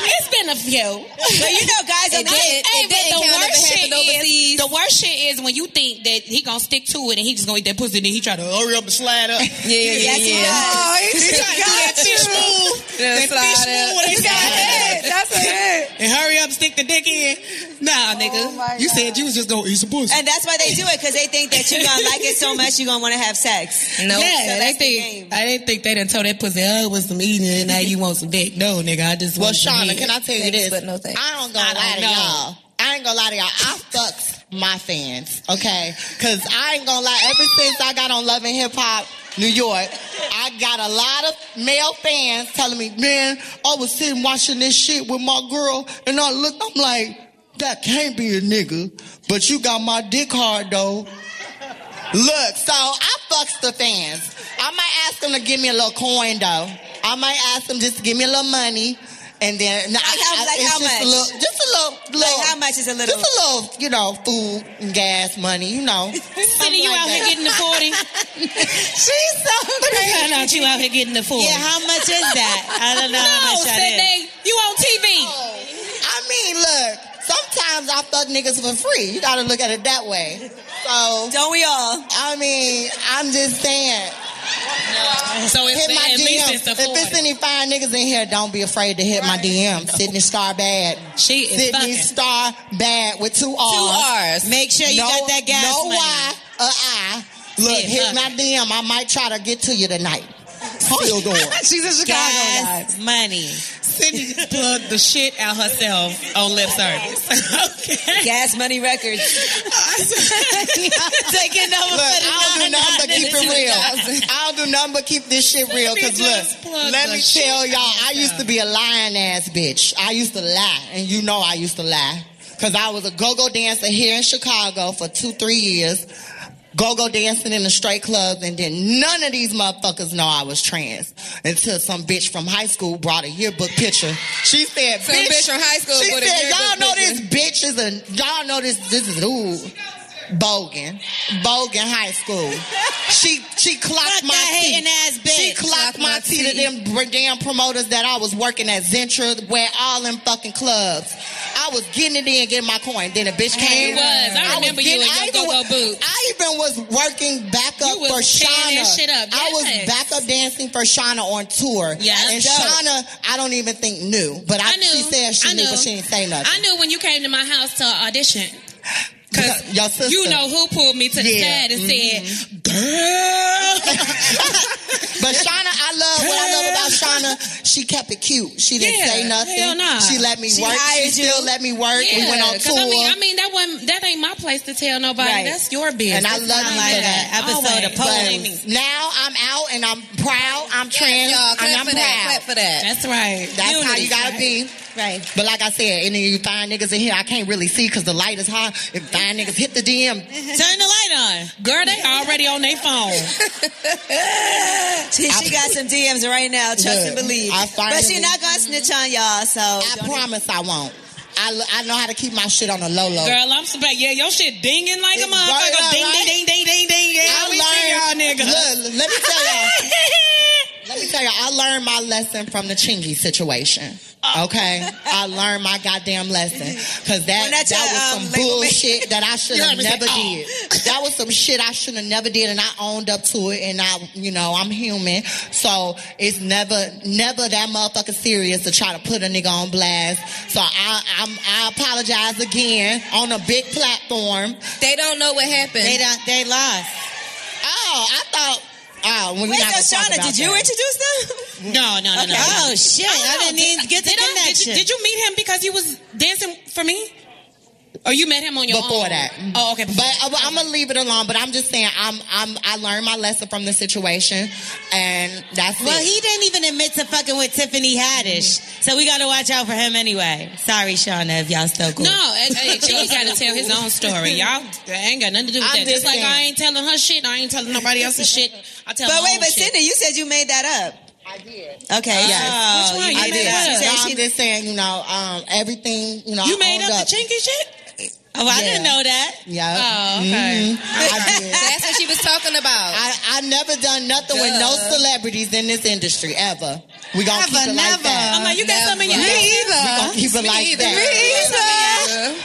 Speaker 3: It's been a few.
Speaker 6: But you know, guys,
Speaker 3: It
Speaker 6: it didn't-
Speaker 3: Hey,
Speaker 6: it
Speaker 3: but
Speaker 6: didn't
Speaker 3: the
Speaker 6: count if
Speaker 3: worst
Speaker 6: it
Speaker 3: shit
Speaker 6: happened
Speaker 3: is-
Speaker 6: overseas.
Speaker 3: The worst shit is when you think that he gonna stick to it and he just gonna eat that pussy, then he try to hurry up and slide up.
Speaker 6: Yeah, yeah, yeah,
Speaker 3: That's
Speaker 6: yeah.
Speaker 3: what it
Speaker 6: Oh,
Speaker 3: is. he try to do that
Speaker 6: got
Speaker 3: fish
Speaker 6: you.
Speaker 3: move.
Speaker 6: Yeah,
Speaker 3: That
Speaker 6: slide
Speaker 3: fish
Speaker 6: up.
Speaker 3: move when he
Speaker 6: That's
Speaker 3: slide
Speaker 6: it.
Speaker 3: up.
Speaker 6: That's it.
Speaker 3: And hurry up, stick the dick in. Nah, nigga, you said you was just gonna eat some pussy.
Speaker 5: Oh And that's why they do it, because they think that you're going to like it so much, you're going to want to have sex.
Speaker 3: No,
Speaker 5: So
Speaker 3: yeah, they
Speaker 5: that's the game.
Speaker 3: think I didn't think they done told that pussy oh, it was some eating and now you want some dick. No, nigga, I just
Speaker 9: Well,
Speaker 3: want some
Speaker 9: Shauna,
Speaker 3: dick.
Speaker 9: can I tell you
Speaker 3: Thanks,
Speaker 9: this?
Speaker 3: but no thanks.
Speaker 9: I don't gonna
Speaker 3: I don't
Speaker 9: lie to
Speaker 3: know.
Speaker 9: y'all. I ain't gonna lie to y'all. I fucks my fans, okay? Cause I ain't gonna lie. Ever since I got on Love and Hip Hop New York, I got a lot of male fans telling me, "Man, I was sitting watching this shit with my girl, and I looked. I'm like, that can't be a nigga, but you got my dick hard though." Look, so I fucks the fans. I might ask them to give me a little coin though. I might ask them just to give me a little money, and then
Speaker 5: Like how- like
Speaker 9: it's
Speaker 5: how
Speaker 9: just
Speaker 5: much?
Speaker 9: A little, just a little, little.
Speaker 5: how much is a little?
Speaker 9: Just a little, you know, food and gas money, you know. Sitting
Speaker 3: you out here getting the forty.
Speaker 9: She's so crazy.
Speaker 3: Find out you out here getting the forty.
Speaker 7: Yeah, how much is that? I don't know how
Speaker 3: No,
Speaker 7: much that is.
Speaker 3: Sydney, you on TV.
Speaker 9: Oh, I mean, look. Sometimes I fuck niggas for free. You gotta look at it that way. So
Speaker 5: don't we all?
Speaker 9: I mean, I'm just saying.
Speaker 3: So it's
Speaker 9: hit my
Speaker 3: at least it's
Speaker 9: DMs.
Speaker 3: the
Speaker 9: If it's
Speaker 3: 40.
Speaker 9: any fine niggas in here, don't be afraid to hit my DMs. Sydney Star Bad.
Speaker 3: She is
Speaker 9: Sydney
Speaker 3: fucking.
Speaker 9: Star Bad with two R's.
Speaker 6: R's.
Speaker 7: Make sure you
Speaker 9: no,
Speaker 7: got that gas
Speaker 9: No
Speaker 7: money.
Speaker 9: Y or I. Look,
Speaker 7: Yeah,
Speaker 9: hit
Speaker 7: fuck
Speaker 9: my DM. I might try to get to you tonight. Still going.
Speaker 3: She's in
Speaker 7: Gas money.
Speaker 3: Sydney plugged the shit out herself on lip service. okay.
Speaker 5: Gas Money Records.
Speaker 7: Taking over
Speaker 9: Look,
Speaker 7: for the
Speaker 9: I don't do nothing but keep it real. I don't do nothing but keep this shit real. Cause
Speaker 3: just
Speaker 9: look,
Speaker 3: plug
Speaker 9: let
Speaker 3: the
Speaker 9: me
Speaker 3: shit
Speaker 9: tell y'all,
Speaker 3: out
Speaker 9: I used to be a lying ass bitch. I used to lie, and you know I used to lie. Cause I was a go-go dancer here in Chicago for two, three years. Go-go dancing in the straight clubs, and then none of these motherfuckers know I was trans until some bitch from high school brought a yearbook picture. She said,
Speaker 6: Some bitch from high school
Speaker 9: She
Speaker 6: brought a
Speaker 9: said, y'all
Speaker 6: yearbook
Speaker 9: know
Speaker 6: picture."
Speaker 9: this bitch is a y'all know this this is ooh Bogan. Bogan High School. She she clocked my
Speaker 7: Fuck that
Speaker 9: tea.
Speaker 7: hating ass bitch.
Speaker 9: She clocked my tea to them br- damn promoters that I was working at Zentra, where all them fucking clubs. I was getting it in, getting my coin. Then a bitch came.
Speaker 3: You was. I remember
Speaker 9: getting-
Speaker 3: you in your
Speaker 9: I even
Speaker 3: go-go
Speaker 9: was-
Speaker 3: boots.
Speaker 9: I even was working backup
Speaker 3: You
Speaker 9: for
Speaker 3: was tearing
Speaker 9: Shauna.
Speaker 3: that shit up.
Speaker 9: I was
Speaker 3: Yes.
Speaker 9: backup dancing for Shauna on tour.
Speaker 3: Yes.
Speaker 9: and
Speaker 3: Dope.
Speaker 9: Shauna, I don't even think knew, but I,
Speaker 3: I knew.
Speaker 9: she said she
Speaker 3: I
Speaker 9: knew,
Speaker 3: knew.
Speaker 9: but she didn't say nothing.
Speaker 3: I knew when you came to my house to audition. Cause
Speaker 9: Your sister.
Speaker 3: you know who pulled me to the
Speaker 9: Yeah. Mm-hmm.
Speaker 3: side and said,
Speaker 9: But Shauna, I love what I love about Shauna. She kept it cute. She didn't
Speaker 3: Yeah,
Speaker 9: say nothing.
Speaker 3: hell nah.
Speaker 9: She let me
Speaker 3: She
Speaker 9: work. She
Speaker 3: hired
Speaker 9: still
Speaker 3: you.
Speaker 9: let me work. we went on
Speaker 3: 'cause
Speaker 9: tour.
Speaker 3: I mean, I mean that wasn't that ain't my place to tell nobody.
Speaker 9: Right.
Speaker 3: That's your business.
Speaker 9: and I love you
Speaker 3: That's mine.
Speaker 9: for that.
Speaker 3: Always.
Speaker 9: But now I'm out and I'm proud. I'm trans
Speaker 6: y'all, clap
Speaker 9: and I'm
Speaker 6: for
Speaker 9: proud.
Speaker 6: that, clap for that.
Speaker 3: That's right.
Speaker 9: That's how
Speaker 3: Unity,
Speaker 9: you gotta
Speaker 3: right.
Speaker 9: be.
Speaker 5: Right.
Speaker 9: But like I said, any of you fine niggas in here, I can't really see because the light is high. If fine niggas hit the DM,
Speaker 7: Turn the light on.
Speaker 3: Girl, they already on their phone.
Speaker 5: She, she got some DMs right now. Trust
Speaker 9: Look,
Speaker 5: and believe.
Speaker 9: I
Speaker 5: but
Speaker 9: finally-
Speaker 5: she not going to snitch on y'all, so.
Speaker 9: I promise I won't. I, I know how to keep my shit on a low low.
Speaker 3: Girl, I'm surprised. Yeah, your shit dinging like a motherfucker. ding, ding, ding, ding, ding, ding, Yeah,
Speaker 9: I
Speaker 3: we see
Speaker 9: learned-
Speaker 3: y'all niggas.
Speaker 9: Look, let me tell y'all. let me tell y'all. I learned my lesson from the Chingy situation. Okay, I learned my goddamn lesson because that
Speaker 5: When I
Speaker 9: that,
Speaker 5: tell,
Speaker 9: was
Speaker 5: um,
Speaker 9: some
Speaker 5: label me-
Speaker 9: bullshit that I should
Speaker 5: You
Speaker 9: have
Speaker 5: heard me say,
Speaker 9: never
Speaker 5: "Oh."
Speaker 9: did. That was some shit I should have never did, and I owned up to it. And I, you know, I'm human, so it's never, never that motherfucker serious to try to put a nigga on blast. So I, I'm, I apologize again on a big platform.
Speaker 11: They don't know what happened.
Speaker 9: They don't, they lost. Oh, I thought.
Speaker 3: uh,
Speaker 9: Oh, when we
Speaker 7: Wait,
Speaker 9: not
Speaker 7: so
Speaker 9: gonna talk
Speaker 7: Shauna,
Speaker 9: about
Speaker 7: did you
Speaker 9: that.
Speaker 7: introduce
Speaker 9: them?
Speaker 3: No, no, no, no.
Speaker 7: Oh shit! I, didn't even get the
Speaker 3: Did I- did
Speaker 7: connection.
Speaker 3: you- Did you meet him because he was dancing for me? Or you met him on your own?
Speaker 9: before that.
Speaker 3: Oh, okay.
Speaker 9: But I'm gonna leave it alone. But I'm just saying, I'm, I'm, I learned my lesson from the situation, and that's
Speaker 7: Well,
Speaker 9: it.
Speaker 7: he didn't even admit to fucking with Tiffany Haddish, so we got to watch out for him anyway. Sorry, Shauna, if y'all still cool.
Speaker 3: No, hey, hey, Chingy gotta tell his own story. Y'all ain't got nothing to do with
Speaker 7: I'm
Speaker 3: that.
Speaker 7: just
Speaker 3: Just like I
Speaker 7: saying.
Speaker 3: ain't telling her shit, I ain't telling nobody else's shit. I tell
Speaker 7: but
Speaker 3: my
Speaker 7: wait,
Speaker 3: own
Speaker 7: but
Speaker 3: shit.
Speaker 7: Cinder, you said you made that up.
Speaker 9: I did.
Speaker 7: Okay,
Speaker 9: Yes.
Speaker 7: yes.
Speaker 3: Oh, Which one? You
Speaker 9: I
Speaker 3: made
Speaker 9: did.
Speaker 3: that up?
Speaker 9: No, I'm just saying, you know, um, everything, you know,
Speaker 3: You
Speaker 9: I
Speaker 3: made
Speaker 9: owned
Speaker 3: up the Chingy shit?
Speaker 7: Oh, I didn't know that.
Speaker 9: Yeah.
Speaker 11: Oh, okay.
Speaker 9: Mhm. I did.
Speaker 11: That's what she was talking about.
Speaker 9: I, I never done nothing with no
Speaker 11: Duh.
Speaker 9: celebrities in this industry ever. We gonna keep it like that.
Speaker 3: I'm like, you got something in your
Speaker 9: We gonna-
Speaker 3: pocket?
Speaker 9: We gonna keep it like that.
Speaker 11: either.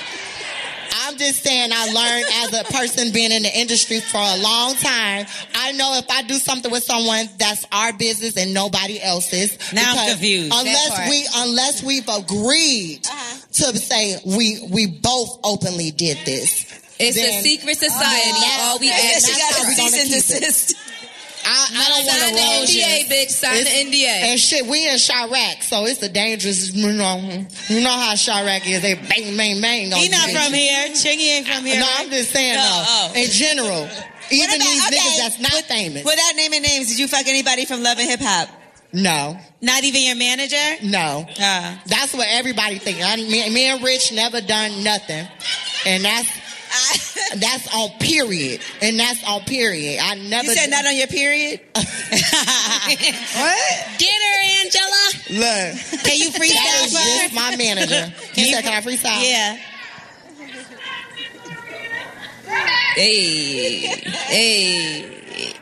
Speaker 9: I'm just saying, I learned as a person being in the industry for a long time. I know if I do something with someone, that's our business and nobody else's.
Speaker 7: Now I'm
Speaker 9: Because
Speaker 7: confused. That
Speaker 9: Unless
Speaker 7: part. Uh-huh.
Speaker 9: we, unless we've agreed to say we we both openly did this.
Speaker 11: It's a
Speaker 9: then- oh,
Speaker 11: secret society.
Speaker 9: Then
Speaker 11: All we ask
Speaker 9: that's- that's how we gonna keep it. I, I don't want
Speaker 11: Sign
Speaker 9: to
Speaker 11: the
Speaker 9: roll
Speaker 11: NDA,
Speaker 9: shit.
Speaker 11: bitch. Sign the NDA.
Speaker 9: And shit, we in Chirac, so it's a dangerous. You know, you know how Chirac is. They bang, bang, bang. on
Speaker 7: He
Speaker 9: you.
Speaker 7: not from here. Chingy ain't from here.
Speaker 9: No,
Speaker 7: right?
Speaker 9: I'm just saying
Speaker 7: No,
Speaker 9: though.
Speaker 7: oh.
Speaker 9: In general, even
Speaker 7: about-
Speaker 9: these
Speaker 7: okay,
Speaker 9: niggas that's not famous.
Speaker 7: Without naming names, did you fuck anybody from Love and Hip Hop?
Speaker 9: no,
Speaker 7: Not even your manager?
Speaker 9: no.
Speaker 7: Uh,
Speaker 9: That's what everybody think. I, me, me and Rich never done nothing, and that's that's on period, and that's on period. I never.
Speaker 7: you said not on your period?
Speaker 9: what?
Speaker 3: Dinner, Angela.
Speaker 9: Look.
Speaker 7: Can you freestyle
Speaker 9: That is
Speaker 7: for us?
Speaker 9: just my manager. You said, can I freestyle?
Speaker 7: Yeah.
Speaker 11: Hey, hey, hey, hey.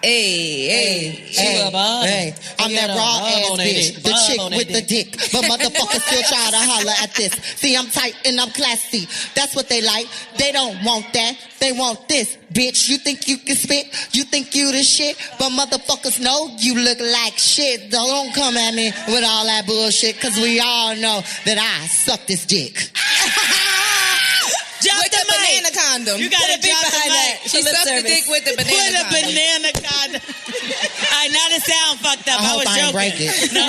Speaker 9: Hey, hey, I'm
Speaker 11: She
Speaker 9: that
Speaker 11: got a
Speaker 9: raw
Speaker 11: bub on
Speaker 9: ass
Speaker 11: that
Speaker 9: bitch,
Speaker 11: dick.
Speaker 9: the
Speaker 11: Bub
Speaker 9: chick
Speaker 11: on that
Speaker 9: with the dick, but motherfuckers still try to holler at this. See, I'm tight and I'm classy. That's what they like. They don't want that. They want this, bitch. You think you can spit? You think you the shit? But motherfuckers know you look like shit. Don't come at me with all that bullshit, cause we all know that I suck this dick.
Speaker 7: Drop
Speaker 11: with the, banana condom.
Speaker 7: You
Speaker 11: Put a
Speaker 7: gotta
Speaker 11: big
Speaker 7: drop the
Speaker 11: behind
Speaker 7: mic
Speaker 11: that.
Speaker 7: for
Speaker 11: She
Speaker 7: lip
Speaker 11: sucked the
Speaker 7: service.
Speaker 11: dick with the banana
Speaker 7: Put a
Speaker 11: condom.
Speaker 7: banana condom. I now the sound fucked up.
Speaker 9: I
Speaker 7: I,
Speaker 9: hope I
Speaker 7: was
Speaker 9: ain't
Speaker 7: joking.
Speaker 9: break it.
Speaker 7: No.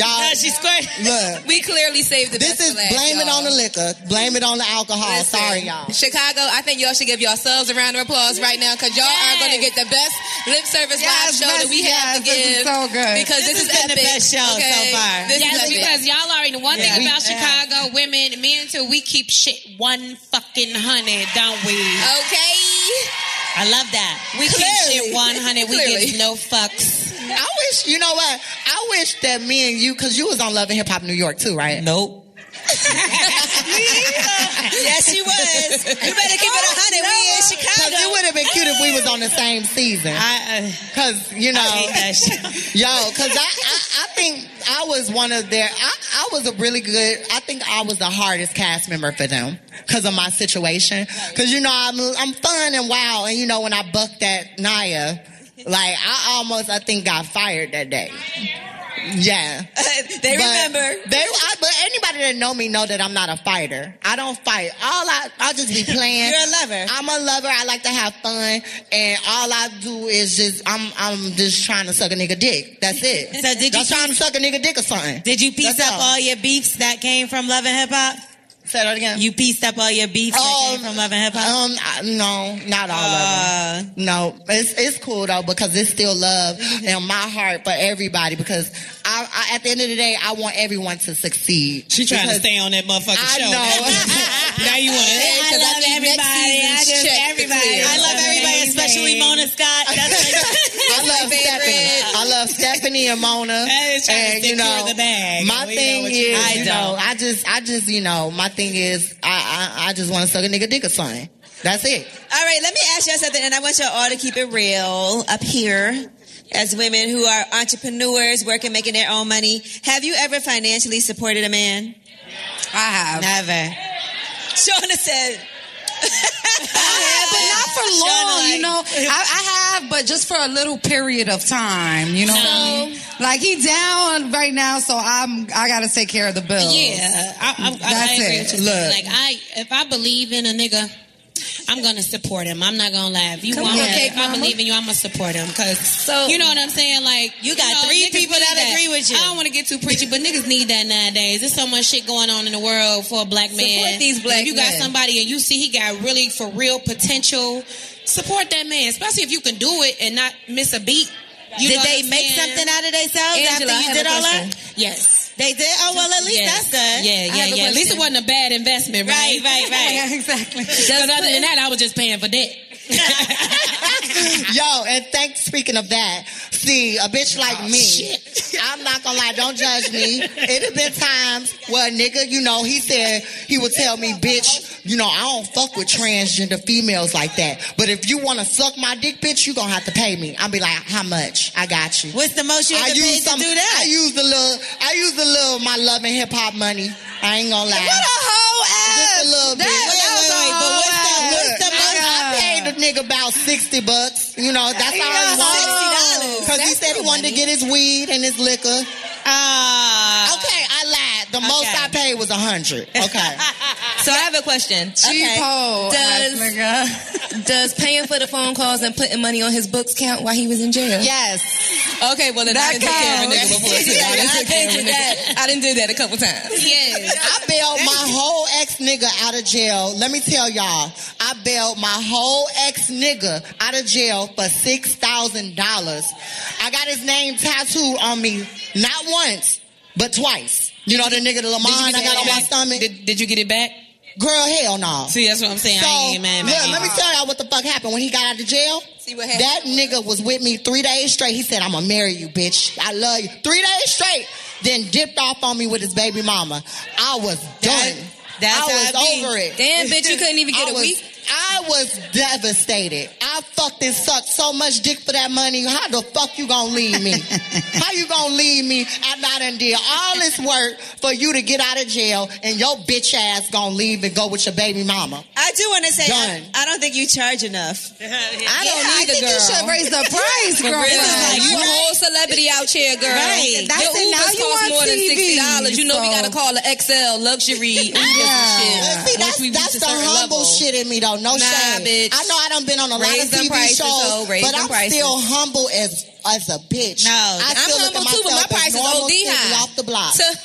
Speaker 9: Y'all,
Speaker 7: no, she squirted.
Speaker 9: look,
Speaker 11: We clearly saved the
Speaker 9: this
Speaker 11: best
Speaker 9: is
Speaker 11: for last,
Speaker 9: blame it
Speaker 11: y'all.
Speaker 9: on the liquor, blame it on the
Speaker 8: Oh,
Speaker 9: alcohol.
Speaker 11: Listen,
Speaker 9: Sorry, y'all.
Speaker 11: Chicago, I think y'all should give yourselves a round of applause right now because y'all are going to get the best lip service live
Speaker 8: Yes,
Speaker 11: show that we
Speaker 8: yes,
Speaker 11: have to
Speaker 8: yes, this is
Speaker 11: give.
Speaker 8: so good.
Speaker 11: Because this, is
Speaker 7: This has been the
Speaker 11: epic,
Speaker 7: best show so
Speaker 11: okay?
Speaker 7: far.
Speaker 11: This
Speaker 3: Yes,
Speaker 11: is epic.
Speaker 3: because y'all already know one
Speaker 7: Yeah.
Speaker 3: thing
Speaker 7: We-
Speaker 3: about Chicago women, men too, we keep shit one fucking hundred, don't we?
Speaker 11: Okay.
Speaker 7: I love that.
Speaker 3: We keep
Speaker 9: Clearly.
Speaker 3: shit one hundred. We
Speaker 9: Clearly.
Speaker 3: give no fucks.
Speaker 9: I wish, you know what? I wish that me and you, because you was on Love and Hip Hop New York too, right?
Speaker 7: Nope. yes, she was. You better keep it a hundred. We in
Speaker 9: Because it
Speaker 7: Chicago.
Speaker 9: would have been cute if we was on the same season.
Speaker 7: I, uh,
Speaker 9: Because, you know.
Speaker 7: I hate that shit.
Speaker 9: Yo, because I, I, I think I was one of their, I, I was a really good, I think I was the hardest cast member for them because of my situation. Because, you know, I'm, I'm fun and wild. And, you know, when I bucked at Naya, like, I almost, I think, got fired that day. Yeah.
Speaker 7: they
Speaker 9: But
Speaker 7: remember.
Speaker 9: They, I, but anybody that know me know that I'm not a fighter. I don't fight. All I, I'll just be playing.
Speaker 7: You're a lover.
Speaker 9: I'm a lover. I like to have fun, and all I do is just, I'm, I'm just trying to suck a nigga dick. That's it.
Speaker 7: So did you
Speaker 9: Just trying to suck a nigga dick or something.
Speaker 7: Did you piece
Speaker 9: That's
Speaker 7: up
Speaker 9: all.
Speaker 7: all your beefs that came from Love and Hip Hop?
Speaker 9: Say that again.
Speaker 7: You pieced up all your beefs that
Speaker 9: Um,
Speaker 7: came from Love and Hip Hop?
Speaker 9: Um, I- no, not all of
Speaker 7: Uh.
Speaker 9: them. No, it's it's cool though because it's still love
Speaker 7: Mm-hmm.
Speaker 9: in my heart for everybody because I, I at the end of the day I want everyone to succeed.
Speaker 3: She trying to
Speaker 9: Because
Speaker 3: stay on that motherfucking
Speaker 9: I
Speaker 3: show.
Speaker 9: know.
Speaker 3: Now you want it.
Speaker 7: I love everybody. I just everybody. I love everybody, especially Mona Scott.
Speaker 9: I
Speaker 7: That's my
Speaker 9: love Stephanie. I love Stephanie and Mona. And you know, my
Speaker 7: We
Speaker 9: thing
Speaker 7: know what you-
Speaker 9: is,
Speaker 7: I
Speaker 9: you
Speaker 7: don't.
Speaker 9: know, I just, I just, you know, my thing is, I, I, I just want to suck a nigga dick or something. That's it.
Speaker 5: All right, let me ask y'all something, and I want y'all all to keep it real up here as women who are entrepreneurs working, making their own money. Have you ever financially supported a man? I have.
Speaker 7: Never.
Speaker 5: Shauna said,
Speaker 8: but not for long, you know. I, I have, but just for a little period of time, you know. what I mean? Like he down right now, so I'm I gotta take care of the bills.
Speaker 3: Yeah, I, I, I,
Speaker 8: that's
Speaker 3: I agree
Speaker 8: it.
Speaker 3: with you. Like I, if I believe in a nigga, I'm gonna support him. I'm not gonna lie. If you
Speaker 8: Come
Speaker 3: want,
Speaker 8: on,
Speaker 3: him,
Speaker 8: Cake
Speaker 3: if I
Speaker 8: Mama.
Speaker 3: believe in you, I'm gonna support him because so you know what I'm saying. Like
Speaker 7: You got
Speaker 3: know,
Speaker 7: three
Speaker 3: niggas
Speaker 7: people
Speaker 3: need
Speaker 7: that agree with you.
Speaker 3: I don't want to get too preachy, but niggas need that nowadays. There's so much shit going on in the world for a black man.
Speaker 11: Support these black
Speaker 3: If you got
Speaker 11: men.
Speaker 3: somebody and you see he got really for real potential, support that man, especially if you can do it and not miss a beat. You
Speaker 7: Did
Speaker 3: know
Speaker 7: they
Speaker 3: what I'm
Speaker 7: make
Speaker 3: saying?
Speaker 7: something out of themselves
Speaker 3: Angela, I
Speaker 7: after you
Speaker 3: have
Speaker 7: did
Speaker 3: a
Speaker 7: all that?
Speaker 3: question. Yes.
Speaker 7: They did? Oh, well, at least
Speaker 3: Yes.
Speaker 7: that's good.
Speaker 3: Yeah, yeah, yeah. At least it wasn't a bad investment, right?
Speaker 7: Right, right, right.
Speaker 3: Yeah,
Speaker 8: exactly.
Speaker 3: Because other than that, I was just paying for debt.
Speaker 9: Yo, and thanks. Speaking of that, see, a bitch
Speaker 7: Oh,
Speaker 9: like me, I'm not gonna lie. Don't judge me. It have been times where a nigga, you know, he said he would tell me, bitch, you know, I don't fuck with transgender females like that. But if you wanna suck my dick, bitch, you gonna have to pay me. I'll be like, how much? I got you.
Speaker 7: What's the most you
Speaker 9: I
Speaker 7: ever
Speaker 9: use
Speaker 7: paid to
Speaker 9: some-
Speaker 7: do that?
Speaker 9: I use the little. I use the little my love and hip hop money. I ain't gonna lie.
Speaker 7: What a whole ass.
Speaker 9: Just a little bit.
Speaker 7: That- that was a
Speaker 9: but
Speaker 7: whole
Speaker 9: what's that?
Speaker 7: ass.
Speaker 9: What's the
Speaker 7: My
Speaker 9: most? I
Speaker 7: God.
Speaker 9: paid the nigga about sixty bucks. You know, that's
Speaker 7: You
Speaker 9: all I
Speaker 7: know,
Speaker 9: wanted.
Speaker 7: $60.
Speaker 9: Because he
Speaker 7: That's
Speaker 9: said he
Speaker 7: good
Speaker 9: wanted to
Speaker 7: money.
Speaker 9: get his weed and his liquor.
Speaker 7: Ah.
Speaker 9: okay, I lied. The most
Speaker 5: Okay.
Speaker 9: I paid was a hundred. Okay.
Speaker 11: So I have a question.
Speaker 8: Cheapo, ass
Speaker 11: Does does paying for the phone calls and putting money on his books count while he was in jail?
Speaker 9: Yes.
Speaker 11: Okay, well then I
Speaker 8: That
Speaker 11: didn't take care of a nigga
Speaker 8: counts.
Speaker 11: before. So I done took care of a nigga. I didn't do that a couple times.
Speaker 9: Yes. I bailed my whole ex nigga out of jail. Let me tell y'all, I bailed my whole ex nigga out of jail for six thousand dollars. I got his name tattooed on me, not once, but twice. You know the nigga the Lamont I got on my stomach.
Speaker 3: Did, did you get it back?
Speaker 9: Girl, hell Oh, no.
Speaker 3: See, that's what I'm saying.
Speaker 9: So,
Speaker 3: I ain't mad, mad.
Speaker 9: look, let me tell y'all what the fuck happened when he got out of jail.
Speaker 11: what happened?
Speaker 9: that nigga was with me three days straight. He said, "I'm gonna marry you, bitch. I love you." Three days straight, then dipped off on me with his baby mama. I was done.
Speaker 11: that's
Speaker 9: I
Speaker 11: how
Speaker 9: was
Speaker 11: it be.
Speaker 9: over it.
Speaker 11: Damn, bitch, you couldn't even get
Speaker 9: I
Speaker 11: a
Speaker 9: was-
Speaker 11: week?
Speaker 9: I was devastated. I fucked and sucked so much dick for that money. How the fuck you gonna leave me? How you gonna leave me after I done did all this work for you to get out of jail and your bitch ass gonna leave and go with your baby mama?
Speaker 5: I do want to say, I,
Speaker 9: Done.
Speaker 5: I don't think you charge enough. I don't
Speaker 9: I think you should raise the price, girl.
Speaker 11: This is like you a
Speaker 9: Right.
Speaker 11: whole celebrity out here, girl. Your
Speaker 9: Right. That's it.
Speaker 11: Ubers
Speaker 9: Now you
Speaker 11: cost
Speaker 9: on
Speaker 11: more than
Speaker 9: TV,
Speaker 11: sixty dollars. You know we
Speaker 9: so-
Speaker 11: gotta call an XL luxury Ubers and shit.
Speaker 9: And See, that's, that's the humble shit in me, though. No
Speaker 11: Nah,
Speaker 9: shame.
Speaker 11: bitch.
Speaker 9: I know I done been on a
Speaker 11: Raise
Speaker 9: lot of
Speaker 11: them
Speaker 9: TV
Speaker 11: prices,
Speaker 9: shows,
Speaker 11: ho. Raise
Speaker 9: but
Speaker 11: them
Speaker 9: I'm
Speaker 11: prices.
Speaker 9: still humble as as a bitch.
Speaker 7: No,
Speaker 9: I
Speaker 7: I'm
Speaker 9: still look at
Speaker 7: humble too,
Speaker 9: myself as
Speaker 7: but my price is
Speaker 9: normal
Speaker 7: OD
Speaker 9: city
Speaker 7: high.
Speaker 9: off the block.
Speaker 7: So-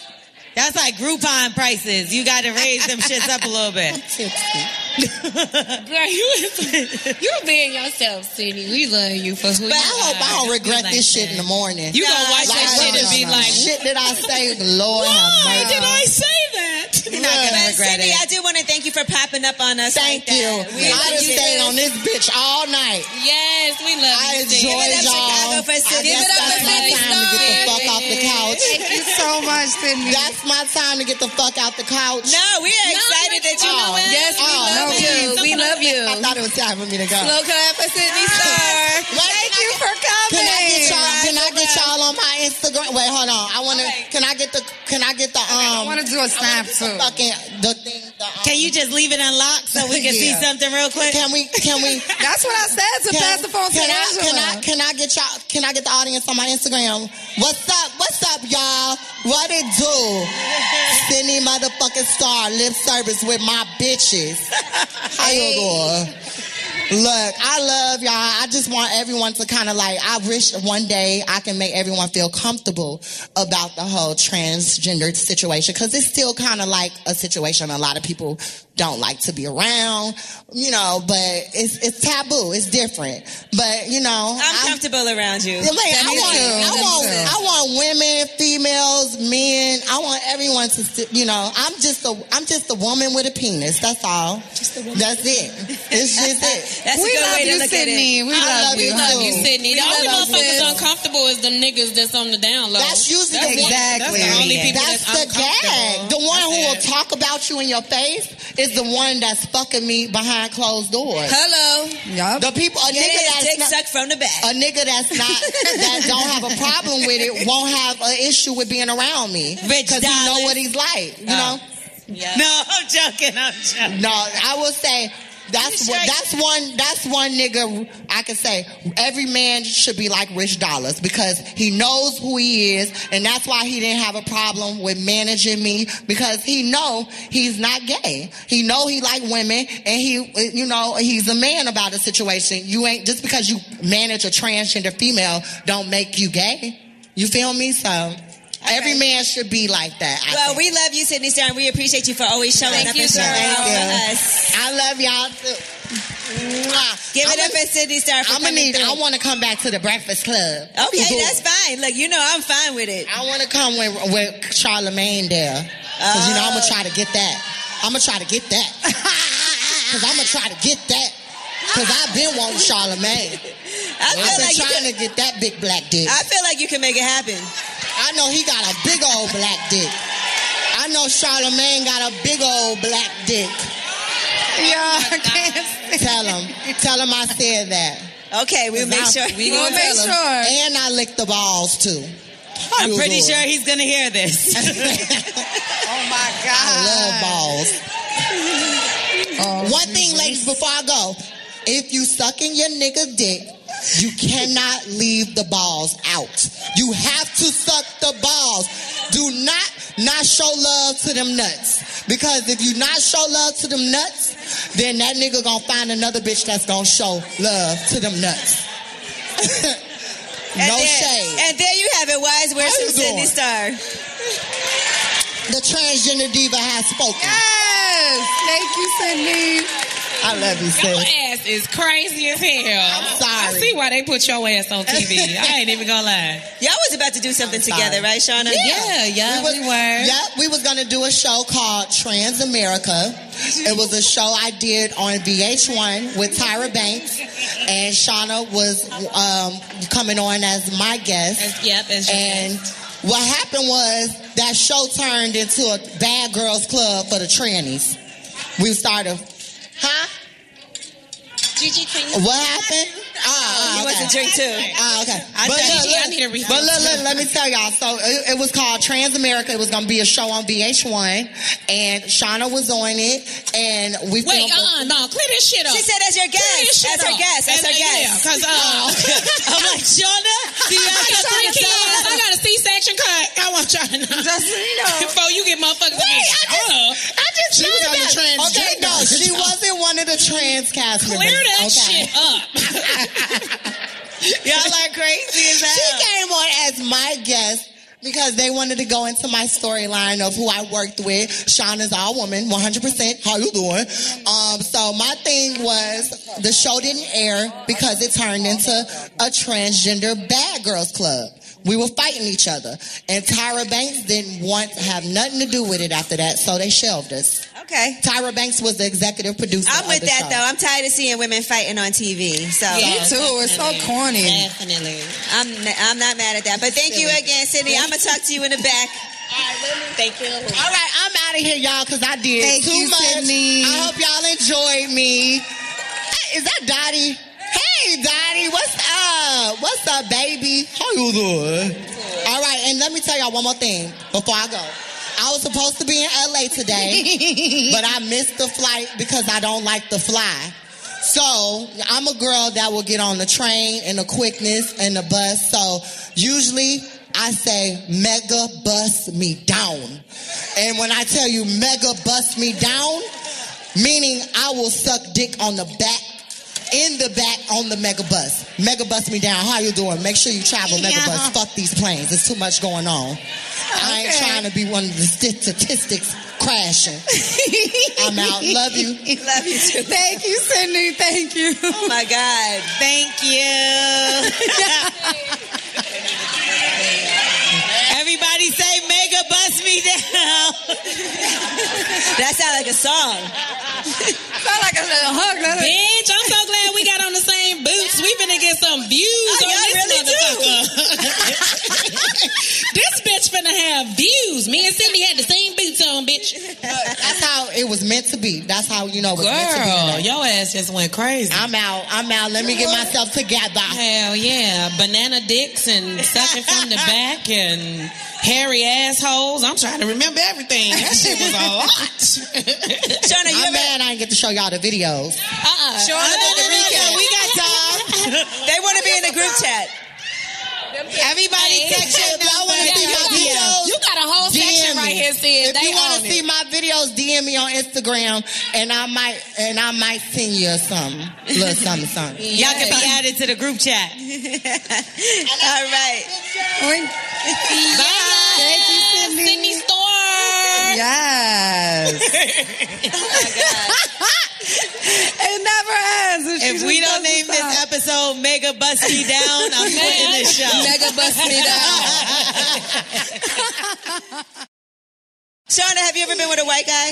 Speaker 7: That's like Groupon prices. You got to raise them shits up a little bit.
Speaker 3: Girl, you you're being yourself, Sydney. We love you for who
Speaker 9: But I hope I don't regret this shit in the morning.
Speaker 3: You gonna watch
Speaker 9: Like,
Speaker 3: that shit and be like,
Speaker 9: shit that I say, Lord have mercy.
Speaker 3: say that?
Speaker 9: You're not gonna
Speaker 5: But
Speaker 9: regret
Speaker 5: Cindy,
Speaker 9: it.
Speaker 5: I do want to thank you for popping up on us.
Speaker 9: Thank
Speaker 5: like
Speaker 9: you.
Speaker 5: That. We
Speaker 9: I
Speaker 5: love
Speaker 9: done
Speaker 5: you.
Speaker 9: stayed on this bitch all night.
Speaker 3: Yes, we love
Speaker 9: I
Speaker 3: you.
Speaker 9: enjoyed y'all.
Speaker 5: Chicago for
Speaker 9: I
Speaker 5: Cindy.
Speaker 9: guess
Speaker 5: Give it up
Speaker 9: that's
Speaker 5: for
Speaker 9: my
Speaker 5: Cindy
Speaker 9: time to get the fuck off the couch.
Speaker 8: Thank you so much, Sydney.
Speaker 9: That's my time to get the fuck out the couch.
Speaker 5: No, we are excited that you know what?
Speaker 11: Yes, we
Speaker 9: Oh,
Speaker 11: love you. We love you.
Speaker 9: I thought it was time for me to go.
Speaker 11: Slow clap for Sydney Star.
Speaker 9: Thank you for coming. Can I get y'all? Can I get y'all on my Instagram? Wait, hold on. I want to. Can I get the? Can I get the? Um, I
Speaker 8: wanna do a snap,
Speaker 9: wanna get the
Speaker 8: too.
Speaker 9: Fucking the thing. The, um,
Speaker 7: Can you just leave it unlocked so we can see
Speaker 9: Yeah.
Speaker 7: something real quick?
Speaker 9: Can we? Can we?
Speaker 8: That's what I said to pass the phone to
Speaker 9: can I, can I?
Speaker 8: Angela.
Speaker 9: Can I get y'all? Can I get the audience on my Instagram? What's up? What's up, y'all? What it do? Sydney motherfucking star lip service with my bitches. How you doing? Look, I love y'all. I just want everyone to kind of like, I wish one day I can make everyone feel comfortable about the whole transgender situation because it's still kind of like a situation a lot of people don't like to be around, you know, but it's, it's taboo. It's different. But, you know,
Speaker 5: I'm comfortable around you.
Speaker 9: yeah, like, I, want, I, want, I want women, females, men. I want everyone to, st- you know, I'm just a, I'm just a woman with a penis. That's all. Just a woman. That's it. It's just it.
Speaker 5: That's a We good love way to you, look at it. Sydney. We
Speaker 9: I
Speaker 5: love
Speaker 9: you.
Speaker 3: We love you,
Speaker 9: too.
Speaker 3: Sydney.
Speaker 9: We
Speaker 3: The only
Speaker 9: love
Speaker 3: motherfuckers
Speaker 9: you.
Speaker 3: uncomfortable is the niggas that's on the down low.
Speaker 9: That's usually
Speaker 3: That's
Speaker 9: the one.
Speaker 3: That's the only people that's,
Speaker 9: That's the
Speaker 3: uncomfortable.
Speaker 9: gag. The one who will talk about you in your face is the one that's fucking me behind closed doors.
Speaker 11: Hello.
Speaker 9: Yup. The people a
Speaker 5: Get
Speaker 9: nigga
Speaker 5: his
Speaker 9: that's
Speaker 5: dick
Speaker 9: not,
Speaker 5: sucked from the back.
Speaker 9: A nigga that's not that don't have a problem with it won't have an issue with being around me because he know what he's like. You know.
Speaker 7: No, I'm joking. I'm joking.
Speaker 9: No, I will say that's what that's one that's one nigga I can say every man should be like Rich Dollars because he knows who he is and that's why he didn't have a problem with managing me because he know he's not gay. He know he like women and he you know he's a man about the situation. You ain't just because you manage a transgender female don't make you gay. You feel me? So every man should be like that. I
Speaker 5: Well,
Speaker 9: think.
Speaker 5: we love you, Sydney Stern. We appreciate you for always showing
Speaker 9: Thank
Speaker 5: up
Speaker 9: you,
Speaker 5: and showing
Speaker 9: girl.
Speaker 5: out
Speaker 9: Thank
Speaker 5: for
Speaker 9: you.
Speaker 5: us.
Speaker 9: I love y'all too. Mwah.
Speaker 5: Give it
Speaker 9: I'm
Speaker 5: up for Sydney Star for
Speaker 9: I'm gonna
Speaker 5: coming
Speaker 9: need.
Speaker 5: through.
Speaker 9: I want to come back to the Breakfast Club.
Speaker 5: Okay, that's fine. Look, you know I'm fine with it.
Speaker 9: I want to come with with Charlemagne there, cause you know I'm gonna try to get that. I'm gonna try to get that. cause I'm gonna try to get that. Cause I've been wanting Charlemagne.
Speaker 5: I
Speaker 9: I've
Speaker 5: feel
Speaker 9: been
Speaker 5: like you
Speaker 9: trying to get that big black dick.
Speaker 5: I feel like you can make it happen.
Speaker 9: I know he got a big old black dick. I know Charlemagne got a big old black dick. Yeah, I can't tell him. Tell him I said that.
Speaker 5: Okay, we'll make sure.
Speaker 9: We gonna
Speaker 5: We'll make
Speaker 9: tell him.
Speaker 5: sure.
Speaker 9: And I licked the balls too.
Speaker 7: I'm pretty
Speaker 9: Lord.
Speaker 7: sure he's gonna hear this.
Speaker 9: Oh my god. I love balls. One thing, ladies, before I go, if you sucking your nigga dick, you cannot leave the balls out. You have to suck the balls. Do not not show love to them nuts. Because if you not show love to them nuts, then that nigga gonna find another bitch that's gonna show love to them nuts.
Speaker 5: And
Speaker 9: no
Speaker 5: there,
Speaker 9: shade.
Speaker 5: And there you have it, wise words
Speaker 9: How you
Speaker 5: from
Speaker 9: doing?
Speaker 5: Sydney Star.
Speaker 9: The transgender diva has spoken.
Speaker 8: Yes. Thank you, Sydney.
Speaker 9: I love you,
Speaker 3: Your
Speaker 9: sis.
Speaker 3: ass is crazy as hell. I'm
Speaker 9: sorry.
Speaker 3: I see why they put your ass on TV. I ain't even gonna lie.
Speaker 5: Y'all was about to do something together, right, Shauna?
Speaker 3: Yeah, yeah,
Speaker 9: was,
Speaker 3: we were.
Speaker 9: Yep, we was gonna do a show called Trans America. It was a show I did on VH1 with Tyra Banks, and Shauna was um, coming on as my guest.
Speaker 3: As- yep, as your
Speaker 9: and what happened was that show turned into a bad girls club for the trannies. We started, huh?
Speaker 3: Gigi, can
Speaker 9: What happened? Oh,
Speaker 5: He wants a drink, too.
Speaker 9: Oh, okay.
Speaker 3: I
Speaker 9: but
Speaker 3: thought-
Speaker 9: look, look,
Speaker 3: I need a refill,
Speaker 9: but look,
Speaker 3: too.
Speaker 9: look, let me tell y'all. So it, it was called Trans America. It was gonna be a show on VH1, and Shauna was on it, and we
Speaker 3: Wait,
Speaker 9: filmed a-
Speaker 3: uh, no, clear this shit up.
Speaker 5: She said as your
Speaker 3: Clear this
Speaker 5: guest.
Speaker 3: shit
Speaker 5: As her
Speaker 3: up.
Speaker 5: guest. As her
Speaker 3: As- yeah,
Speaker 5: guest.
Speaker 3: 'cause, uh, I'm like, Jonah, see, I
Speaker 5: I'm
Speaker 3: got
Speaker 5: trying
Speaker 3: three
Speaker 5: to tell
Speaker 3: kids.
Speaker 5: her.
Speaker 3: I got a C-section cut. I want y'all to know.
Speaker 8: Just so you know.
Speaker 3: Before you get motherfuckers.
Speaker 9: Wait, I just-
Speaker 3: Hold up.
Speaker 9: I just
Speaker 3: She was
Speaker 9: learned
Speaker 3: on the
Speaker 9: that.
Speaker 3: transgender.
Speaker 9: Okay, no, she wasn't one of the trans cast members.
Speaker 3: Clear
Speaker 9: okay.
Speaker 3: that shit up.
Speaker 9: Y'all like crazy as hell. She came on as my guest because they wanted to go into my storyline of who I worked with. Shauna's all woman, 100%. How you doing? Um, so my thing was the show didn't air because it turned into a transgender bad girls club. We were fighting each other, and Tyra Banks didn't want to have nothing to do with it after that, so they shelved us.
Speaker 5: Okay.
Speaker 9: Tyra Banks was the executive producer. of
Speaker 5: I'm with
Speaker 9: the show.
Speaker 5: that though. I'm tired of seeing women fighting on TV. So
Speaker 8: Me too. It's so corny.
Speaker 3: Definitely.
Speaker 5: I'm I'm not mad at that. But thank you again, Sydney. I'm gonna talk to you in the back.
Speaker 3: Thank you.
Speaker 9: All right, I'm out of here, y'all, because I did
Speaker 8: Thank
Speaker 9: too
Speaker 8: you,
Speaker 9: much.
Speaker 8: Sydney.
Speaker 9: I hope y'all enjoyed me. Hey, Is that Dottie? Hey, Dottie, what's up? What's up, baby? How you doing? All right, and let me tell y'all one more thing before I go. I was supposed to be in LA today, but I missed the flight because I don't like to fly. So I'm a girl that will get on the train and the quickness and the bus. So usually I say mega bus me down. And when I tell you mega bus me down, meaning I will suck dick on the back in the back on the megabus. Megabus me down. How you doing? Make sure you travel megabus. Fuck these planes. There's too much going on. I ain't trying to be one of the sti- statistics crashing. I'm out. Love you.
Speaker 5: Love you too.
Speaker 8: Thank you, Sydney. Thank you. Oh
Speaker 5: my God.
Speaker 7: Thank you. Everybody say mega bust me down.
Speaker 5: that sounds like a song.
Speaker 8: sounds like a little hug.
Speaker 3: Bitch, I'm so glad we got on the same boots. We finna get some views
Speaker 5: Oh,
Speaker 3: on
Speaker 5: y'all
Speaker 3: this
Speaker 5: really do.
Speaker 3: motherfucker. this bitch finna have views. Me and Cindy had the same boots on, bitch.
Speaker 9: That's how it was meant to be. That's how you know it was meant to be.
Speaker 3: Girl,
Speaker 9: today.
Speaker 3: your ass just went crazy.
Speaker 9: I'm out. I'm out. Let me get myself together.
Speaker 3: Hell yeah. Banana dicks and sucking from the back and hairy assholes. I'm trying to remember everything. That shit was a lot.
Speaker 9: Shona, you I'm mad I didn't get to show y'all the videos.
Speaker 3: Uh-uh.
Speaker 9: Showing up at the recap.
Speaker 7: We got time.
Speaker 5: they want to be in the group chat.
Speaker 7: Everybody text your
Speaker 9: I want to see my videos.
Speaker 3: You got a whole
Speaker 9: DM
Speaker 3: section
Speaker 9: me.
Speaker 3: right here, Sid.
Speaker 9: If
Speaker 3: They
Speaker 9: you want
Speaker 3: own
Speaker 9: to
Speaker 3: it.
Speaker 9: see my videos, DM me on Instagram, and I might and I might send you something, little something, something.
Speaker 7: Y'all can be added to the group chat.
Speaker 5: All right.
Speaker 8: Thank you, Sydney.
Speaker 3: Sydney Storm.
Speaker 8: Yes. it never ends. And she
Speaker 7: If
Speaker 8: just
Speaker 7: we don't
Speaker 8: doesn't
Speaker 7: name this
Speaker 8: stop.
Speaker 7: episode Mega Bust Me Down, I'm quitting this show.
Speaker 11: Mega bust me down.
Speaker 5: Shauna, have you ever been with a white guy?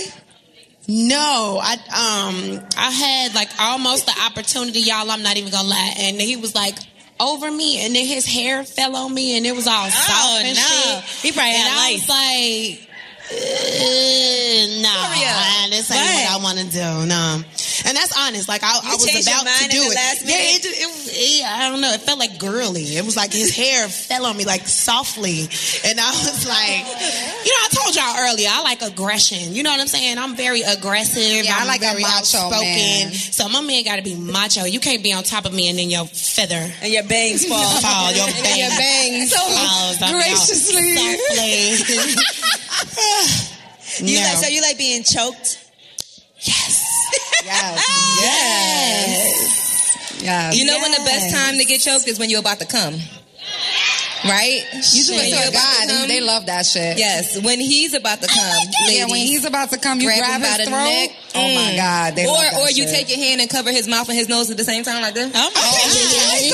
Speaker 3: No, I um I had like almost the opportunity, y'all. I'm not even gonna lie. And he was like over me, and then his hair fell on me, and it was
Speaker 5: Oh,
Speaker 3: all soft and
Speaker 7: no.
Speaker 3: shit.
Speaker 7: He probably
Speaker 3: and
Speaker 7: had
Speaker 3: I was
Speaker 7: lice.
Speaker 3: like, uh, no,
Speaker 5: Gloria,
Speaker 3: this ain't
Speaker 5: what?
Speaker 3: what I want to do. No, and that's honest. Like I, I was
Speaker 5: changed your
Speaker 3: about to
Speaker 5: mind
Speaker 3: do
Speaker 5: at the
Speaker 3: it.
Speaker 5: last
Speaker 3: yeah,
Speaker 5: minute?
Speaker 3: it, it, was- yeah, eh, I don't know. It felt like girly. It was like his hair fell on me like softly, and I was like, you know, I told y'all earlier, I like aggression. You know what I'm saying? I'm very aggressive.
Speaker 8: Yeah,
Speaker 3: I'm
Speaker 8: I'm a
Speaker 3: like
Speaker 8: very
Speaker 3: a
Speaker 8: macho
Speaker 3: outspoken.
Speaker 8: man.
Speaker 3: So my man got to be macho. You can't be on top of me and then your feather
Speaker 5: And your bangs fall.
Speaker 3: fall. Your
Speaker 11: And your
Speaker 3: bang
Speaker 11: bangs.
Speaker 3: falls. I'm out.
Speaker 8: graciously.
Speaker 3: Softly.
Speaker 5: You
Speaker 3: No.
Speaker 5: like so you like being choked?
Speaker 8: Yes.
Speaker 11: You know when the best time to get choked is when you're about to come. Right? You
Speaker 8: do it to a guy. They, they love that shit.
Speaker 11: Yes, when he's about to come, ladies.
Speaker 8: Yeah, when he's about to come, you
Speaker 11: grab,
Speaker 8: grab,
Speaker 11: him by
Speaker 8: his
Speaker 11: the
Speaker 8: throat.
Speaker 11: neck. Mm.
Speaker 8: Oh my god! They
Speaker 11: or
Speaker 8: love that
Speaker 11: or you
Speaker 8: shit. Oh
Speaker 11: take your hand and cover his mouth and his nose at the same time like this.
Speaker 3: I'm out.
Speaker 11: Damn,
Speaker 8: That's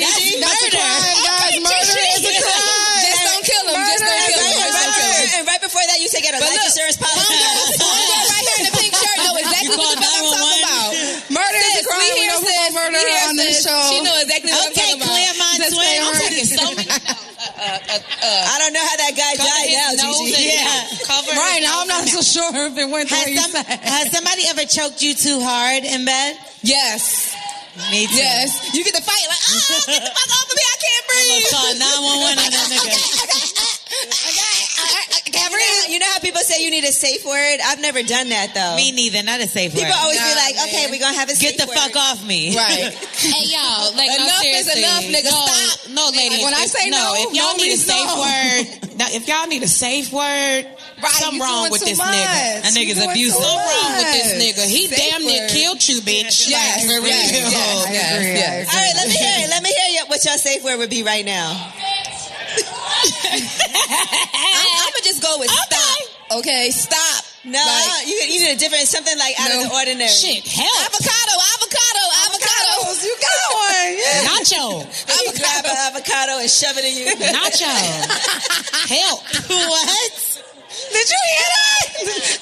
Speaker 8: a crime, guys. Murder is a crime.
Speaker 11: Just don't kill him. Just don't kill him. Just don't kill him.
Speaker 5: And right before that, you take out a
Speaker 11: But
Speaker 5: life
Speaker 11: look,
Speaker 5: insurance policy.
Speaker 11: Homegirl right here in the pink shirt know exactly what the fuck I'm talking about.
Speaker 8: Murder is a
Speaker 11: Sis,
Speaker 8: crime.
Speaker 11: we
Speaker 8: We
Speaker 11: here,
Speaker 8: know who
Speaker 11: sis.
Speaker 8: gonna murder
Speaker 11: We here,
Speaker 8: on this
Speaker 11: sis.
Speaker 8: show.
Speaker 11: She know exactly what I'm
Speaker 7: Okay,
Speaker 11: talking about.
Speaker 7: Claremont
Speaker 8: Just
Speaker 7: Twin.
Speaker 8: stay
Speaker 7: I'm
Speaker 8: on.
Speaker 7: taking
Speaker 11: So many.
Speaker 3: uh,
Speaker 7: Uh,
Speaker 5: I don't know how that guy died now, Gigi.
Speaker 3: Cover
Speaker 8: Right
Speaker 3: his
Speaker 8: now, I'm
Speaker 3: mouth
Speaker 8: not so sure if it went the way you
Speaker 7: Has, some,
Speaker 8: said.
Speaker 7: has somebody ever choked you too hard in bed?
Speaker 11: Yes.
Speaker 7: Me too.
Speaker 11: Yes. You get to fight like, ah, get the fuck off of me. I can't breathe.
Speaker 7: Call 911 on that nigga.
Speaker 5: You know how people say you need a safe word? I've never done that though.
Speaker 7: Me neither. Not a safe
Speaker 5: people
Speaker 7: word.
Speaker 5: always be
Speaker 11: Nah,
Speaker 5: like, okay,
Speaker 11: man.
Speaker 5: we're gonna have a safe
Speaker 7: Get the
Speaker 5: word.
Speaker 7: fuck off me.
Speaker 11: Right.
Speaker 3: Hey y'all, like no,
Speaker 11: Enough is
Speaker 3: seriously.
Speaker 11: enough, nigga.
Speaker 3: No,
Speaker 11: Stop.
Speaker 3: No, ladies.
Speaker 8: when I
Speaker 3: if-
Speaker 8: say no,
Speaker 3: if y'all
Speaker 8: no
Speaker 3: need a
Speaker 8: means
Speaker 3: safe
Speaker 8: no.
Speaker 3: word, now if y'all need a safe word, something
Speaker 8: you
Speaker 3: wrong
Speaker 8: doing
Speaker 3: with
Speaker 8: too
Speaker 3: this
Speaker 8: much.
Speaker 3: nigga.
Speaker 7: That
Speaker 8: You
Speaker 7: nigga's
Speaker 8: doing too
Speaker 7: abusive.
Speaker 3: Something wrong with this
Speaker 8: much.
Speaker 3: nigga. He
Speaker 8: Safe
Speaker 3: damn near
Speaker 8: word.
Speaker 3: killed you, bitch.
Speaker 8: Yes,
Speaker 3: like, for real.
Speaker 8: yes,
Speaker 11: Yeah.
Speaker 8: yes, I agree, I
Speaker 11: Yes.
Speaker 5: All
Speaker 8: agree.
Speaker 5: right, let me hear it. Let me hear you, what your safe word would be right now.
Speaker 11: I'm gonna just go with stop. Okay, stop.
Speaker 5: No,
Speaker 11: Like-
Speaker 5: you, you need a different something like out of
Speaker 11: No.
Speaker 5: the ordinary.
Speaker 3: Shit, help.
Speaker 11: Avocado, avocado, avocado.
Speaker 8: Avocados, you got one. Yeah.
Speaker 3: Nacho,
Speaker 5: Then you grab an avocado and shove it in you.
Speaker 3: nacho, help.
Speaker 7: What?
Speaker 8: Did you hear that?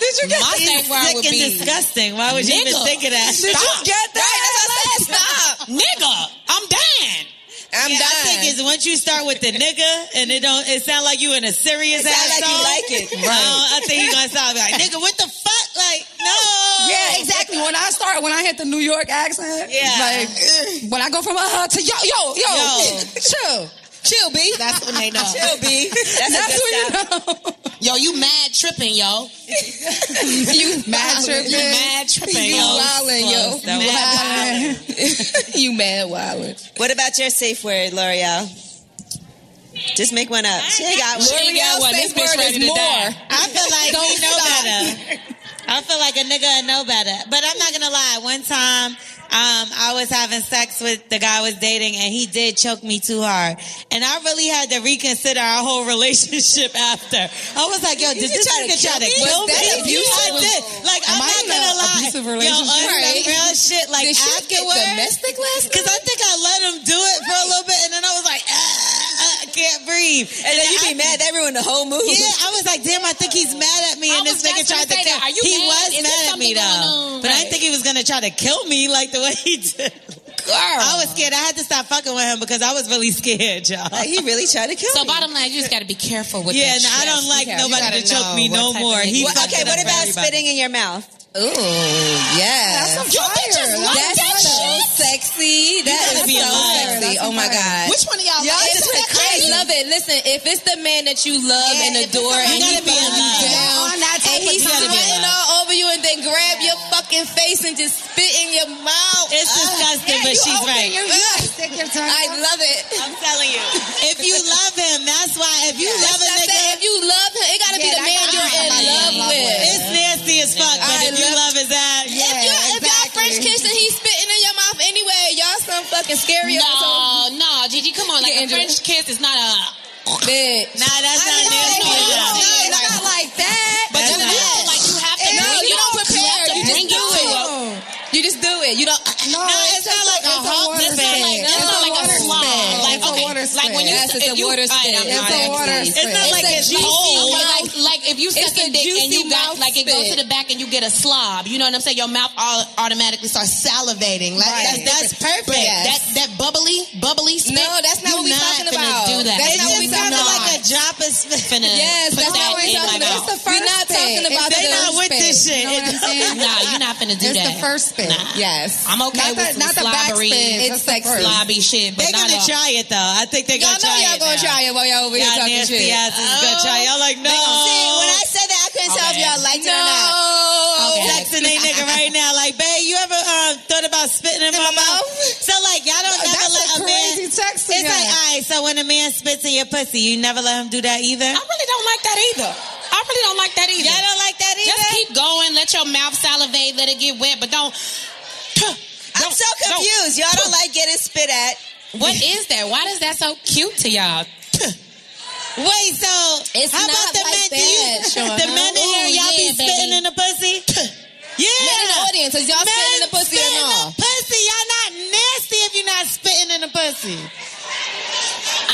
Speaker 8: Did you get
Speaker 3: My safe word
Speaker 7: Sick
Speaker 3: would
Speaker 7: and
Speaker 3: be
Speaker 7: disgusting. Why would you even
Speaker 3: Nigga.
Speaker 7: think of that?
Speaker 8: Did you get that?
Speaker 11: That's what I said, stop.
Speaker 3: nigga. I'm dying.
Speaker 11: I'm
Speaker 7: Yeah, I
Speaker 11: dying.
Speaker 7: think it's once you start with the nigga and it don't it sound like you in a serious
Speaker 5: sound
Speaker 7: ass
Speaker 5: like you
Speaker 7: song,
Speaker 5: like it.
Speaker 7: um, I think you gonna start be like, nigga, what the fuck? Like, no.
Speaker 8: Yeah, exactly. When I start, when I hit the New York accent,
Speaker 7: Yeah.
Speaker 8: like when I go from a uh to yo, yo, yo,
Speaker 7: Yo.
Speaker 8: chill, chill, b.
Speaker 3: That's when they know.
Speaker 5: It'll be. That's,
Speaker 8: That's
Speaker 5: a good
Speaker 8: what you
Speaker 5: stop.
Speaker 8: know.
Speaker 3: Yo, you mad tripping, yo.
Speaker 11: You
Speaker 8: Mad
Speaker 11: wildin'.
Speaker 8: tripping.
Speaker 3: You mad tripping,
Speaker 11: You
Speaker 3: yo.
Speaker 11: wildin', yo.
Speaker 7: That was-
Speaker 11: you mad wildin'.
Speaker 5: What about your safe word, L'Oreal? Just make one up. She ain't got one.
Speaker 3: She ain't
Speaker 11: L'Oreal's
Speaker 3: got one. This
Speaker 11: safe
Speaker 3: bitch
Speaker 11: word
Speaker 3: ready
Speaker 11: is
Speaker 3: to
Speaker 11: more.
Speaker 3: die.
Speaker 7: I feel like
Speaker 11: Don't
Speaker 7: we know
Speaker 11: stop.
Speaker 7: better. I feel like a nigga would know better. But I'm not gonna lie, one time Um, I was having sex with the guy I was dating, and he did choke me too hard. And I really had to reconsider our whole relationship after. I was like, yo,
Speaker 6: You
Speaker 7: did
Speaker 6: just
Speaker 7: this
Speaker 6: try to
Speaker 7: nigga try to
Speaker 6: kill me?
Speaker 7: kill
Speaker 6: Was that
Speaker 7: me?
Speaker 6: abusive?
Speaker 7: I did. Like,
Speaker 6: Am
Speaker 7: I'm
Speaker 6: I
Speaker 7: not
Speaker 6: in a
Speaker 7: gonna lie.
Speaker 6: abusive
Speaker 7: Yo,
Speaker 6: relationship?
Speaker 7: on
Speaker 6: Right.
Speaker 7: some real shit, like,
Speaker 6: Did she get
Speaker 7: afterwards.
Speaker 6: domestic last
Speaker 7: Because I think I let him do it for a little bit, and then I was like, ah, I can't breathe. And, then you be mad. That ruined the whole movie. Yeah, I was like, damn, I think he's mad at me, and this nigga tried to
Speaker 3: say
Speaker 7: kill.
Speaker 3: that. Are you
Speaker 7: he
Speaker 3: mad?
Speaker 7: was
Speaker 3: Is there
Speaker 7: mad at
Speaker 3: something
Speaker 7: me though,
Speaker 3: going on?
Speaker 7: but I
Speaker 3: Right.
Speaker 7: didn't think he was gonna try to kill me like the way he did. Girl, I was scared. I had to stop fucking with him because I was really scared, y'all. he really tried to kill
Speaker 3: So bottom line, you just got to be careful with
Speaker 7: Yeah,
Speaker 3: that.
Speaker 7: no, I
Speaker 3: shit.
Speaker 7: don't like
Speaker 3: You
Speaker 7: nobody
Speaker 3: gotta
Speaker 7: to choke
Speaker 3: know
Speaker 7: me
Speaker 3: what
Speaker 7: no
Speaker 3: type of
Speaker 7: more.
Speaker 3: nigga
Speaker 7: He
Speaker 3: you
Speaker 5: Well,
Speaker 3: are.
Speaker 5: okay, what about spitting in your mouth?
Speaker 6: Ooh, yes.
Speaker 5: That's some
Speaker 6: That's
Speaker 5: fire. That's
Speaker 6: so
Speaker 5: fire.
Speaker 6: sexy. That
Speaker 5: gotta
Speaker 6: is
Speaker 5: be
Speaker 6: so
Speaker 5: a liar.
Speaker 6: sexy.
Speaker 5: That's
Speaker 6: Oh
Speaker 5: some
Speaker 6: my
Speaker 5: fire.
Speaker 6: God.
Speaker 5: Which one of y'all like
Speaker 6: it's
Speaker 5: it?
Speaker 6: with
Speaker 5: Crazy.
Speaker 6: I love it. Listen, if it's the man that you love and adore and he fucks
Speaker 7: be in
Speaker 6: you
Speaker 7: love.
Speaker 6: down
Speaker 7: On that
Speaker 6: and
Speaker 7: type of-
Speaker 6: he's
Speaker 7: you gotta be in
Speaker 6: sweating
Speaker 7: love.
Speaker 6: all over you and then grab your fucking face and just spit in your mouth.
Speaker 7: It's disgusting, but she's right.
Speaker 6: I love it.
Speaker 7: I'm telling you. If you love him, that's why. If you
Speaker 6: That's
Speaker 7: love a
Speaker 6: what I
Speaker 7: nigga,
Speaker 6: said. If you love him, it gotta be the
Speaker 7: that
Speaker 6: man
Speaker 7: gotta
Speaker 6: you're
Speaker 7: be
Speaker 6: in
Speaker 7: somebody
Speaker 6: love with.
Speaker 7: It's nasty as fuck, but
Speaker 6: I
Speaker 7: if you love his ass,
Speaker 6: If you if y'all French kiss and he's spitting in your mouth anyway, y'all some fucking scary.
Speaker 3: No, no, Gigi, come on. Like a French kiss is not a.
Speaker 6: Bitch.
Speaker 7: Nah, that's
Speaker 3: not nasty.
Speaker 6: no, it's not like that.
Speaker 3: But
Speaker 6: That's
Speaker 3: you
Speaker 6: not-
Speaker 3: feel like you have to
Speaker 6: No, you
Speaker 3: bring it
Speaker 6: don't
Speaker 3: up. You
Speaker 6: prepare.
Speaker 3: have to
Speaker 6: You just
Speaker 3: bring it
Speaker 6: do
Speaker 3: to
Speaker 6: it.
Speaker 3: him.
Speaker 6: You just do it. You don't.
Speaker 3: No, it's not like a whole
Speaker 6: water
Speaker 3: different-
Speaker 6: spit.
Speaker 3: it's not like a
Speaker 6: water
Speaker 3: slob.
Speaker 6: spit.
Speaker 3: Like,
Speaker 6: It's a
Speaker 3: okay,
Speaker 6: water
Speaker 3: like when you-
Speaker 6: Yes, it's
Speaker 3: if
Speaker 6: a
Speaker 3: you-
Speaker 6: water
Speaker 3: all right,
Speaker 6: spit.
Speaker 3: I'm
Speaker 6: It's
Speaker 3: not
Speaker 6: a water
Speaker 3: actually-
Speaker 6: spit. Oh,
Speaker 3: It's not like
Speaker 6: a
Speaker 3: it's
Speaker 6: juicy
Speaker 3: cold.
Speaker 6: mouth
Speaker 3: Like- like if you suck
Speaker 6: It's
Speaker 3: a dick and you
Speaker 6: juicy
Speaker 3: got-
Speaker 6: mouth
Speaker 3: like it goes
Speaker 6: spit.
Speaker 3: to the back and you get a slob, you know what I'm saying? Your mouth all automatically starts salivating. Like
Speaker 6: Right.
Speaker 3: that's, that's
Speaker 6: Yes.
Speaker 3: perfect. That that bubbly bubbly spit.
Speaker 6: No, that's not
Speaker 3: you
Speaker 6: what we
Speaker 3: not
Speaker 6: talking
Speaker 3: finna
Speaker 6: about.
Speaker 3: Do that.
Speaker 6: That's
Speaker 3: It
Speaker 6: not what
Speaker 3: just
Speaker 6: we talking
Speaker 3: sounded
Speaker 6: about.
Speaker 3: like
Speaker 7: a drop of spit.
Speaker 3: Finna
Speaker 6: Yes,
Speaker 3: put
Speaker 6: that's
Speaker 3: that
Speaker 6: not what we
Speaker 3: in
Speaker 6: talking
Speaker 3: my
Speaker 6: about.
Speaker 3: mouth.
Speaker 6: It's the first We're not spit. talking about They the not with spit. this shit. You know what I'm saying?
Speaker 3: Nah, Oh, you're not finna do
Speaker 6: It's
Speaker 3: that.
Speaker 6: the first spit. Yes.
Speaker 3: I'm okay
Speaker 6: Not
Speaker 3: with
Speaker 6: the-
Speaker 3: some
Speaker 6: not the back
Speaker 3: slobbery,
Speaker 6: spit. It's That's the first.
Speaker 3: slobby shit, but
Speaker 7: They're
Speaker 3: not
Speaker 7: gonna
Speaker 3: a-
Speaker 7: try it though. I think they're
Speaker 6: Y'all
Speaker 7: gonna
Speaker 6: know
Speaker 7: try
Speaker 6: y'all
Speaker 7: it.
Speaker 6: gonna try it while y'all over here
Speaker 7: Y'all
Speaker 6: talking
Speaker 7: nasty
Speaker 6: shit.
Speaker 7: asses gonna try it. Y'all like, no.
Speaker 6: They gonna see. When I
Speaker 7: said that, I couldn't
Speaker 6: tell if y'all liked it or not.
Speaker 7: I'm
Speaker 6: Okay.
Speaker 7: texting that nigga right now, like, babe, you ever um, thought about spitting in, my, mouth? So like, y'all don't
Speaker 6: Uh, That's
Speaker 7: never
Speaker 6: a
Speaker 7: let a
Speaker 6: crazy
Speaker 7: man.
Speaker 6: text to
Speaker 7: it's
Speaker 6: y'all.
Speaker 7: like, all right. So when a man spits in your pussy, you never let him do that either. I really don't like that either. I really don't like that either. Y'all don't like that either.
Speaker 3: Just keep going. Let your mouth salivate. Let it get wet, but don't.
Speaker 5: I'm so confused. Y'all don't like getting spit at.
Speaker 3: What is that? Why does that so cute to y'all?
Speaker 7: Wait, so
Speaker 3: It's
Speaker 7: how
Speaker 3: not
Speaker 7: about the
Speaker 3: like
Speaker 7: men? do you,
Speaker 3: that, Shauna.
Speaker 7: the men in here,
Speaker 3: Ooh,
Speaker 7: y'all be
Speaker 3: yeah, baby.
Speaker 7: spitting in the pussy. Yeah,
Speaker 6: Men in the audience, is y'all
Speaker 7: Men
Speaker 6: spitting in the pussy or
Speaker 7: spitting in
Speaker 6: no?
Speaker 7: the pussy, y'all not nasty if you're not spitting in the pussy.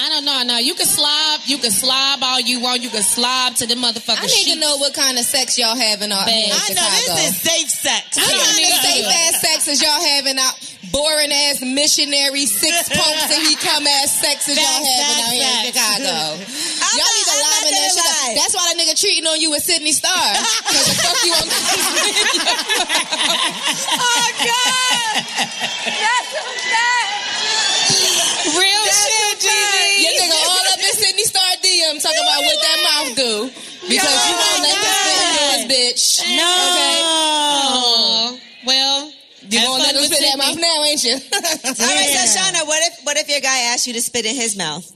Speaker 3: I don't know. No, you can slob. You can slob all you want. You can slob to the motherfucker.
Speaker 6: I need to know what kind of sex y'all having out here in
Speaker 3: I know, this
Speaker 6: Chicago.
Speaker 3: is
Speaker 7: safe sex.
Speaker 6: What
Speaker 3: Yeah,
Speaker 6: kind of
Speaker 3: nigga.
Speaker 6: safe ass sex is y'all having out? Boring ass missionary six pumps and he come ass sex is y'all
Speaker 7: Facts,
Speaker 6: having out here in
Speaker 7: facts, facts.
Speaker 6: Chicago.
Speaker 7: I'm
Speaker 6: y'all
Speaker 7: not-
Speaker 6: need to
Speaker 7: I'm
Speaker 6: lie
Speaker 7: not
Speaker 6: in that
Speaker 7: gonna
Speaker 6: shit. up.
Speaker 7: lie.
Speaker 6: That's why that nigga cheating on you with Sydney Star. Cause the fuck you on
Speaker 7: Oh God,
Speaker 6: that's a fact.
Speaker 7: Real shit, Gigi.
Speaker 6: Your nigga all up in Sydney Star DM talking about what that mouth do because you won't let that spit in yours, bitch.
Speaker 7: No.
Speaker 6: Okay.
Speaker 3: Oh, well,
Speaker 6: You
Speaker 3: have
Speaker 6: gonna let
Speaker 3: fun
Speaker 6: him
Speaker 3: with
Speaker 6: spit in that
Speaker 3: Sydney.
Speaker 6: mouth now, ain't you?
Speaker 5: All right, so Shauna, what if what if your guy asked you to spit in his mouth?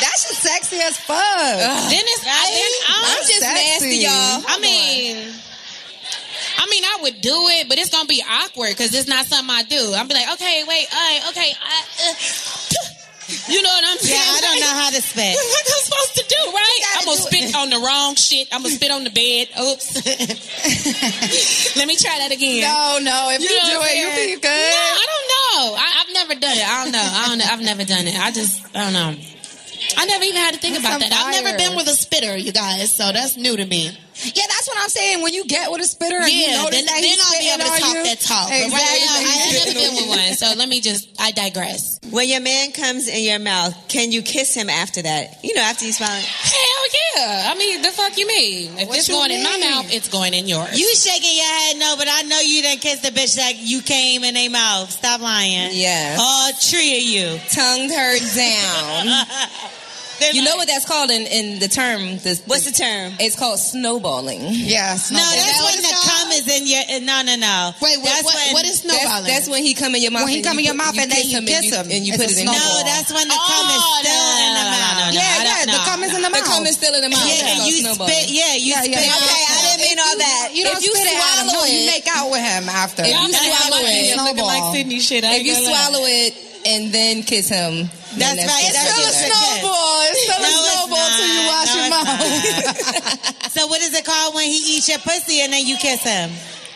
Speaker 8: That's just sexy as fuck.
Speaker 3: Then it's I,
Speaker 6: I'm just nasty, y'all.
Speaker 3: I mean, I mean, I would do it, but it's gonna be awkward because it's not something I do. I'm be like, okay, wait, all right, okay, I, uh, you know what I'm
Speaker 7: Yeah,
Speaker 3: saying?
Speaker 7: I don't know how to spit.
Speaker 3: What am I supposed to do, right? I'm gonna spit on the wrong shit. I'm gonna spit on the bed. Oops. Let me try that again.
Speaker 8: No, no. If you
Speaker 3: know
Speaker 8: do
Speaker 3: what I'm
Speaker 8: it, you
Speaker 3: saying?
Speaker 8: be good.
Speaker 3: No, I don't know. I, I've never done it. I don't know. I don't know. I've never done it. I just, I don't know. I never even had to think
Speaker 8: That's
Speaker 3: about
Speaker 8: some
Speaker 3: that. I've never
Speaker 8: fire.
Speaker 3: been with a spitter, you guys, so that's new to me.
Speaker 8: Yeah, that's what I'm saying. When you get with a spitter and you
Speaker 3: yeah,
Speaker 8: notice
Speaker 3: then,
Speaker 8: that
Speaker 3: then
Speaker 8: he's
Speaker 3: I'll
Speaker 8: spitting
Speaker 3: be able to
Speaker 8: on
Speaker 3: talk
Speaker 8: you.
Speaker 3: that talk. But
Speaker 8: Exactly.
Speaker 3: right now, I have never been with one, so let me just, I digress.
Speaker 5: When your man comes in your mouth, can you kiss him after that? You know, after he's swallowed.
Speaker 3: Hell yeah. Uh, I mean, the fuck you mean? If
Speaker 5: What
Speaker 3: it's
Speaker 5: you
Speaker 3: going in my
Speaker 5: mean?
Speaker 3: mouth, it's going in yours.
Speaker 7: You shaking your head no, but I know you didn't kiss the bitch that you came in their mouth. Stop lying.
Speaker 6: Yes.
Speaker 7: All three of you.
Speaker 6: Tongued her down. you know what that's called in, in the term? This, What's the term? It's called snowballing.
Speaker 8: Yeah,
Speaker 7: No, that's when the cum is in your. uh, No, no, no.
Speaker 8: Wait,
Speaker 6: what- what- what is snowballing? That's- that's when he come in your mouth
Speaker 7: When he
Speaker 6: and
Speaker 7: come
Speaker 6: you
Speaker 7: in your
Speaker 6: put-
Speaker 7: mouth
Speaker 6: you
Speaker 7: and then
Speaker 6: kiss
Speaker 7: you
Speaker 6: him and
Speaker 7: kiss
Speaker 6: you-
Speaker 7: him
Speaker 6: and you
Speaker 7: It's
Speaker 6: put
Speaker 7: a
Speaker 6: it in his
Speaker 7: snowball. No,
Speaker 6: mouth.
Speaker 7: that's when the cum is
Speaker 6: Oh,
Speaker 7: still
Speaker 6: no,
Speaker 7: in the
Speaker 6: no, no, no, no,
Speaker 7: mouth. yeah,
Speaker 6: I don't-
Speaker 7: yeah, the
Speaker 6: no.
Speaker 7: cum is in the
Speaker 6: The
Speaker 7: mouth.
Speaker 6: cum is still in the mouth. It's
Speaker 7: Yeah,
Speaker 6: called
Speaker 7: you
Speaker 6: snowballing.
Speaker 7: spit. Yeah, you
Speaker 6: Yeah,
Speaker 7: spit.
Speaker 6: yeah, yeah.
Speaker 7: out
Speaker 6: Okay, I
Speaker 7: the-
Speaker 6: didn't mean all that.
Speaker 8: You don't
Speaker 6: If you
Speaker 8: spit it at him.
Speaker 6: swallow
Speaker 8: No, you
Speaker 6: it-
Speaker 8: make out with him after.
Speaker 6: If you swallow it,
Speaker 8: Snowball.
Speaker 6: If you swallow it and then kiss him, then
Speaker 8: That's right. It's still a snowball. It's still a
Speaker 7: No, it's
Speaker 8: snowball till you
Speaker 7: not.
Speaker 8: wash
Speaker 7: No,
Speaker 8: your
Speaker 7: it's
Speaker 8: mouth.
Speaker 7: not. so what is it called when he eats your pussy and then you kiss him?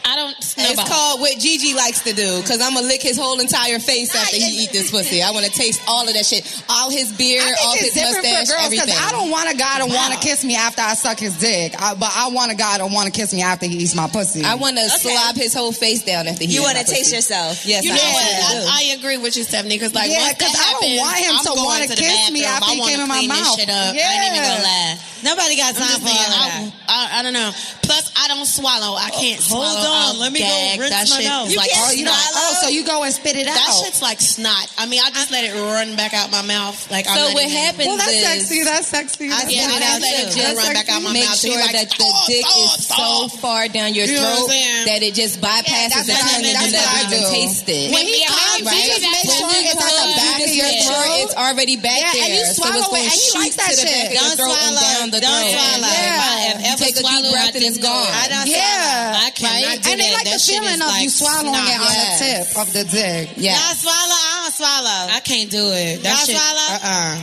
Speaker 3: I don't
Speaker 6: It's called what Gigi likes to do because I'm gonna lick his whole entire face after he eat this pussy. I want to taste all of that shit, all his beard,
Speaker 8: I
Speaker 6: all
Speaker 8: think it's
Speaker 6: his
Speaker 8: different
Speaker 6: mustache,
Speaker 8: for girls
Speaker 6: everything.
Speaker 8: I don't want a guy to want
Speaker 6: Wow.
Speaker 8: to kiss me after I suck his dick, I, but I want a guy to want to kiss me after he eats my pussy.
Speaker 6: I want to slob his whole face down after he.
Speaker 8: You
Speaker 6: want
Speaker 8: wanna
Speaker 6: to
Speaker 8: taste
Speaker 6: yourself? Yes,
Speaker 3: You
Speaker 6: I
Speaker 3: know
Speaker 6: want
Speaker 3: what?
Speaker 6: to do.
Speaker 3: I, I agree with you, Stephanie. Because like,
Speaker 8: Yeah,
Speaker 3: once that
Speaker 8: 'cause I don't
Speaker 3: happens,
Speaker 8: want him
Speaker 3: I'm
Speaker 8: to
Speaker 3: going
Speaker 8: wanna
Speaker 3: to the
Speaker 8: kiss
Speaker 3: bathroom.
Speaker 8: me after
Speaker 3: I
Speaker 8: he
Speaker 3: wanna
Speaker 8: came in my
Speaker 3: clean this
Speaker 8: mouth.
Speaker 3: Shit up. I ain't even gonna
Speaker 8: Yeah.
Speaker 3: lie.
Speaker 7: Nobody got time for all
Speaker 3: I, I, I don't know. Plus, I don't swallow. I can't
Speaker 7: Hold
Speaker 3: swallow.
Speaker 7: on.
Speaker 3: I'll
Speaker 7: Let me go
Speaker 3: gag.
Speaker 7: rinse
Speaker 3: that
Speaker 7: my
Speaker 3: shit
Speaker 7: nose.
Speaker 3: Is
Speaker 7: You
Speaker 3: like, oh,
Speaker 7: can't
Speaker 3: you know,
Speaker 7: swallow?
Speaker 3: oh, so
Speaker 8: you go and spit it
Speaker 3: that
Speaker 8: out.
Speaker 3: That shit's like snot. I mean, I just let it run back out my mouth. Like, I'm
Speaker 6: So
Speaker 3: not
Speaker 6: what
Speaker 3: even-
Speaker 6: happens
Speaker 8: Well, that's sexy. That's sexy. That's
Speaker 3: I spit it out
Speaker 8: sexy.
Speaker 3: too. Just
Speaker 8: That's
Speaker 3: run back
Speaker 8: sexy.
Speaker 3: out my
Speaker 6: Make
Speaker 3: mouth.
Speaker 6: sure
Speaker 3: He's like,
Speaker 6: that the
Speaker 3: "Oh,
Speaker 6: dick
Speaker 3: oh,
Speaker 6: is so far down your
Speaker 3: You know what
Speaker 6: throat
Speaker 3: I'm saying?
Speaker 6: that it just bypasses
Speaker 3: that's
Speaker 6: the
Speaker 3: what I-
Speaker 6: tongue and you
Speaker 3: that's what I
Speaker 6: never even
Speaker 3: do.
Speaker 6: taste it.
Speaker 3: When he comes,
Speaker 6: Right?
Speaker 3: you just make
Speaker 6: When
Speaker 3: sure
Speaker 6: you
Speaker 3: it's at the
Speaker 6: come,
Speaker 3: back
Speaker 6: you
Speaker 3: of
Speaker 6: just
Speaker 3: your
Speaker 6: make sure
Speaker 3: throat.
Speaker 6: It's already back
Speaker 3: Yeah, and
Speaker 6: there.
Speaker 3: you swallow
Speaker 6: so it's
Speaker 3: it, and he
Speaker 6: shoot
Speaker 3: likes that
Speaker 6: to the
Speaker 3: shit.
Speaker 6: Back of
Speaker 3: Don't
Speaker 6: your throat and
Speaker 3: swallow.
Speaker 6: down the
Speaker 3: Don't
Speaker 6: throat.
Speaker 3: swallow. If I have
Speaker 6: You
Speaker 3: ever
Speaker 6: take a
Speaker 3: swallowed,
Speaker 6: deep
Speaker 3: I
Speaker 6: breath and it's
Speaker 3: didn't know.
Speaker 6: gone.
Speaker 3: I don't
Speaker 8: Yeah.
Speaker 3: swallow. I cannot do
Speaker 8: And they
Speaker 3: that.
Speaker 8: like
Speaker 3: That
Speaker 8: the
Speaker 3: shit is
Speaker 8: feeling of
Speaker 3: like
Speaker 8: you swallowing
Speaker 3: snot.
Speaker 8: it on
Speaker 3: Yes.
Speaker 8: the tip of the dick.
Speaker 7: Y'all swallow? I don't swallow.
Speaker 3: I can't do it. That
Speaker 7: Y'all
Speaker 3: shit,
Speaker 7: swallow?
Speaker 3: Uh-uh.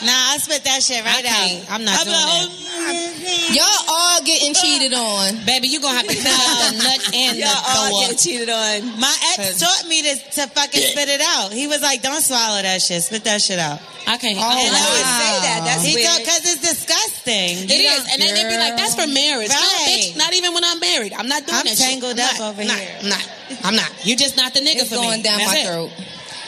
Speaker 7: Nah, I spit that shit right
Speaker 3: I can't.
Speaker 7: out.
Speaker 3: I'm not doing
Speaker 7: "Oh,
Speaker 3: that.
Speaker 6: Y'all all getting cheated on.
Speaker 3: Baby, you gonna have to cut out the nut and the
Speaker 7: Y'all all
Speaker 3: throat.
Speaker 7: get cheated on. My ex taught me to, to fucking spit it out. He was like, "Don't swallow that shit. Spit that shit out."
Speaker 3: I can't.
Speaker 7: Oh, I
Speaker 3: can't
Speaker 7: would
Speaker 3: wow.
Speaker 7: say that. That's
Speaker 3: He thought-
Speaker 7: because it's disgusting.
Speaker 3: It is, and then they be like, "That's for marriage." No, bitch, not even when I'm married. I'm not doing
Speaker 7: I'm
Speaker 3: that.
Speaker 7: tangled
Speaker 3: shit.
Speaker 7: up
Speaker 3: I'm not,
Speaker 7: over
Speaker 3: not,
Speaker 7: here.
Speaker 3: I'm not. I'm not. You're just not the nigga
Speaker 6: It's
Speaker 3: for
Speaker 6: going
Speaker 3: me.
Speaker 6: down
Speaker 3: That's
Speaker 6: my
Speaker 3: it.
Speaker 6: throat.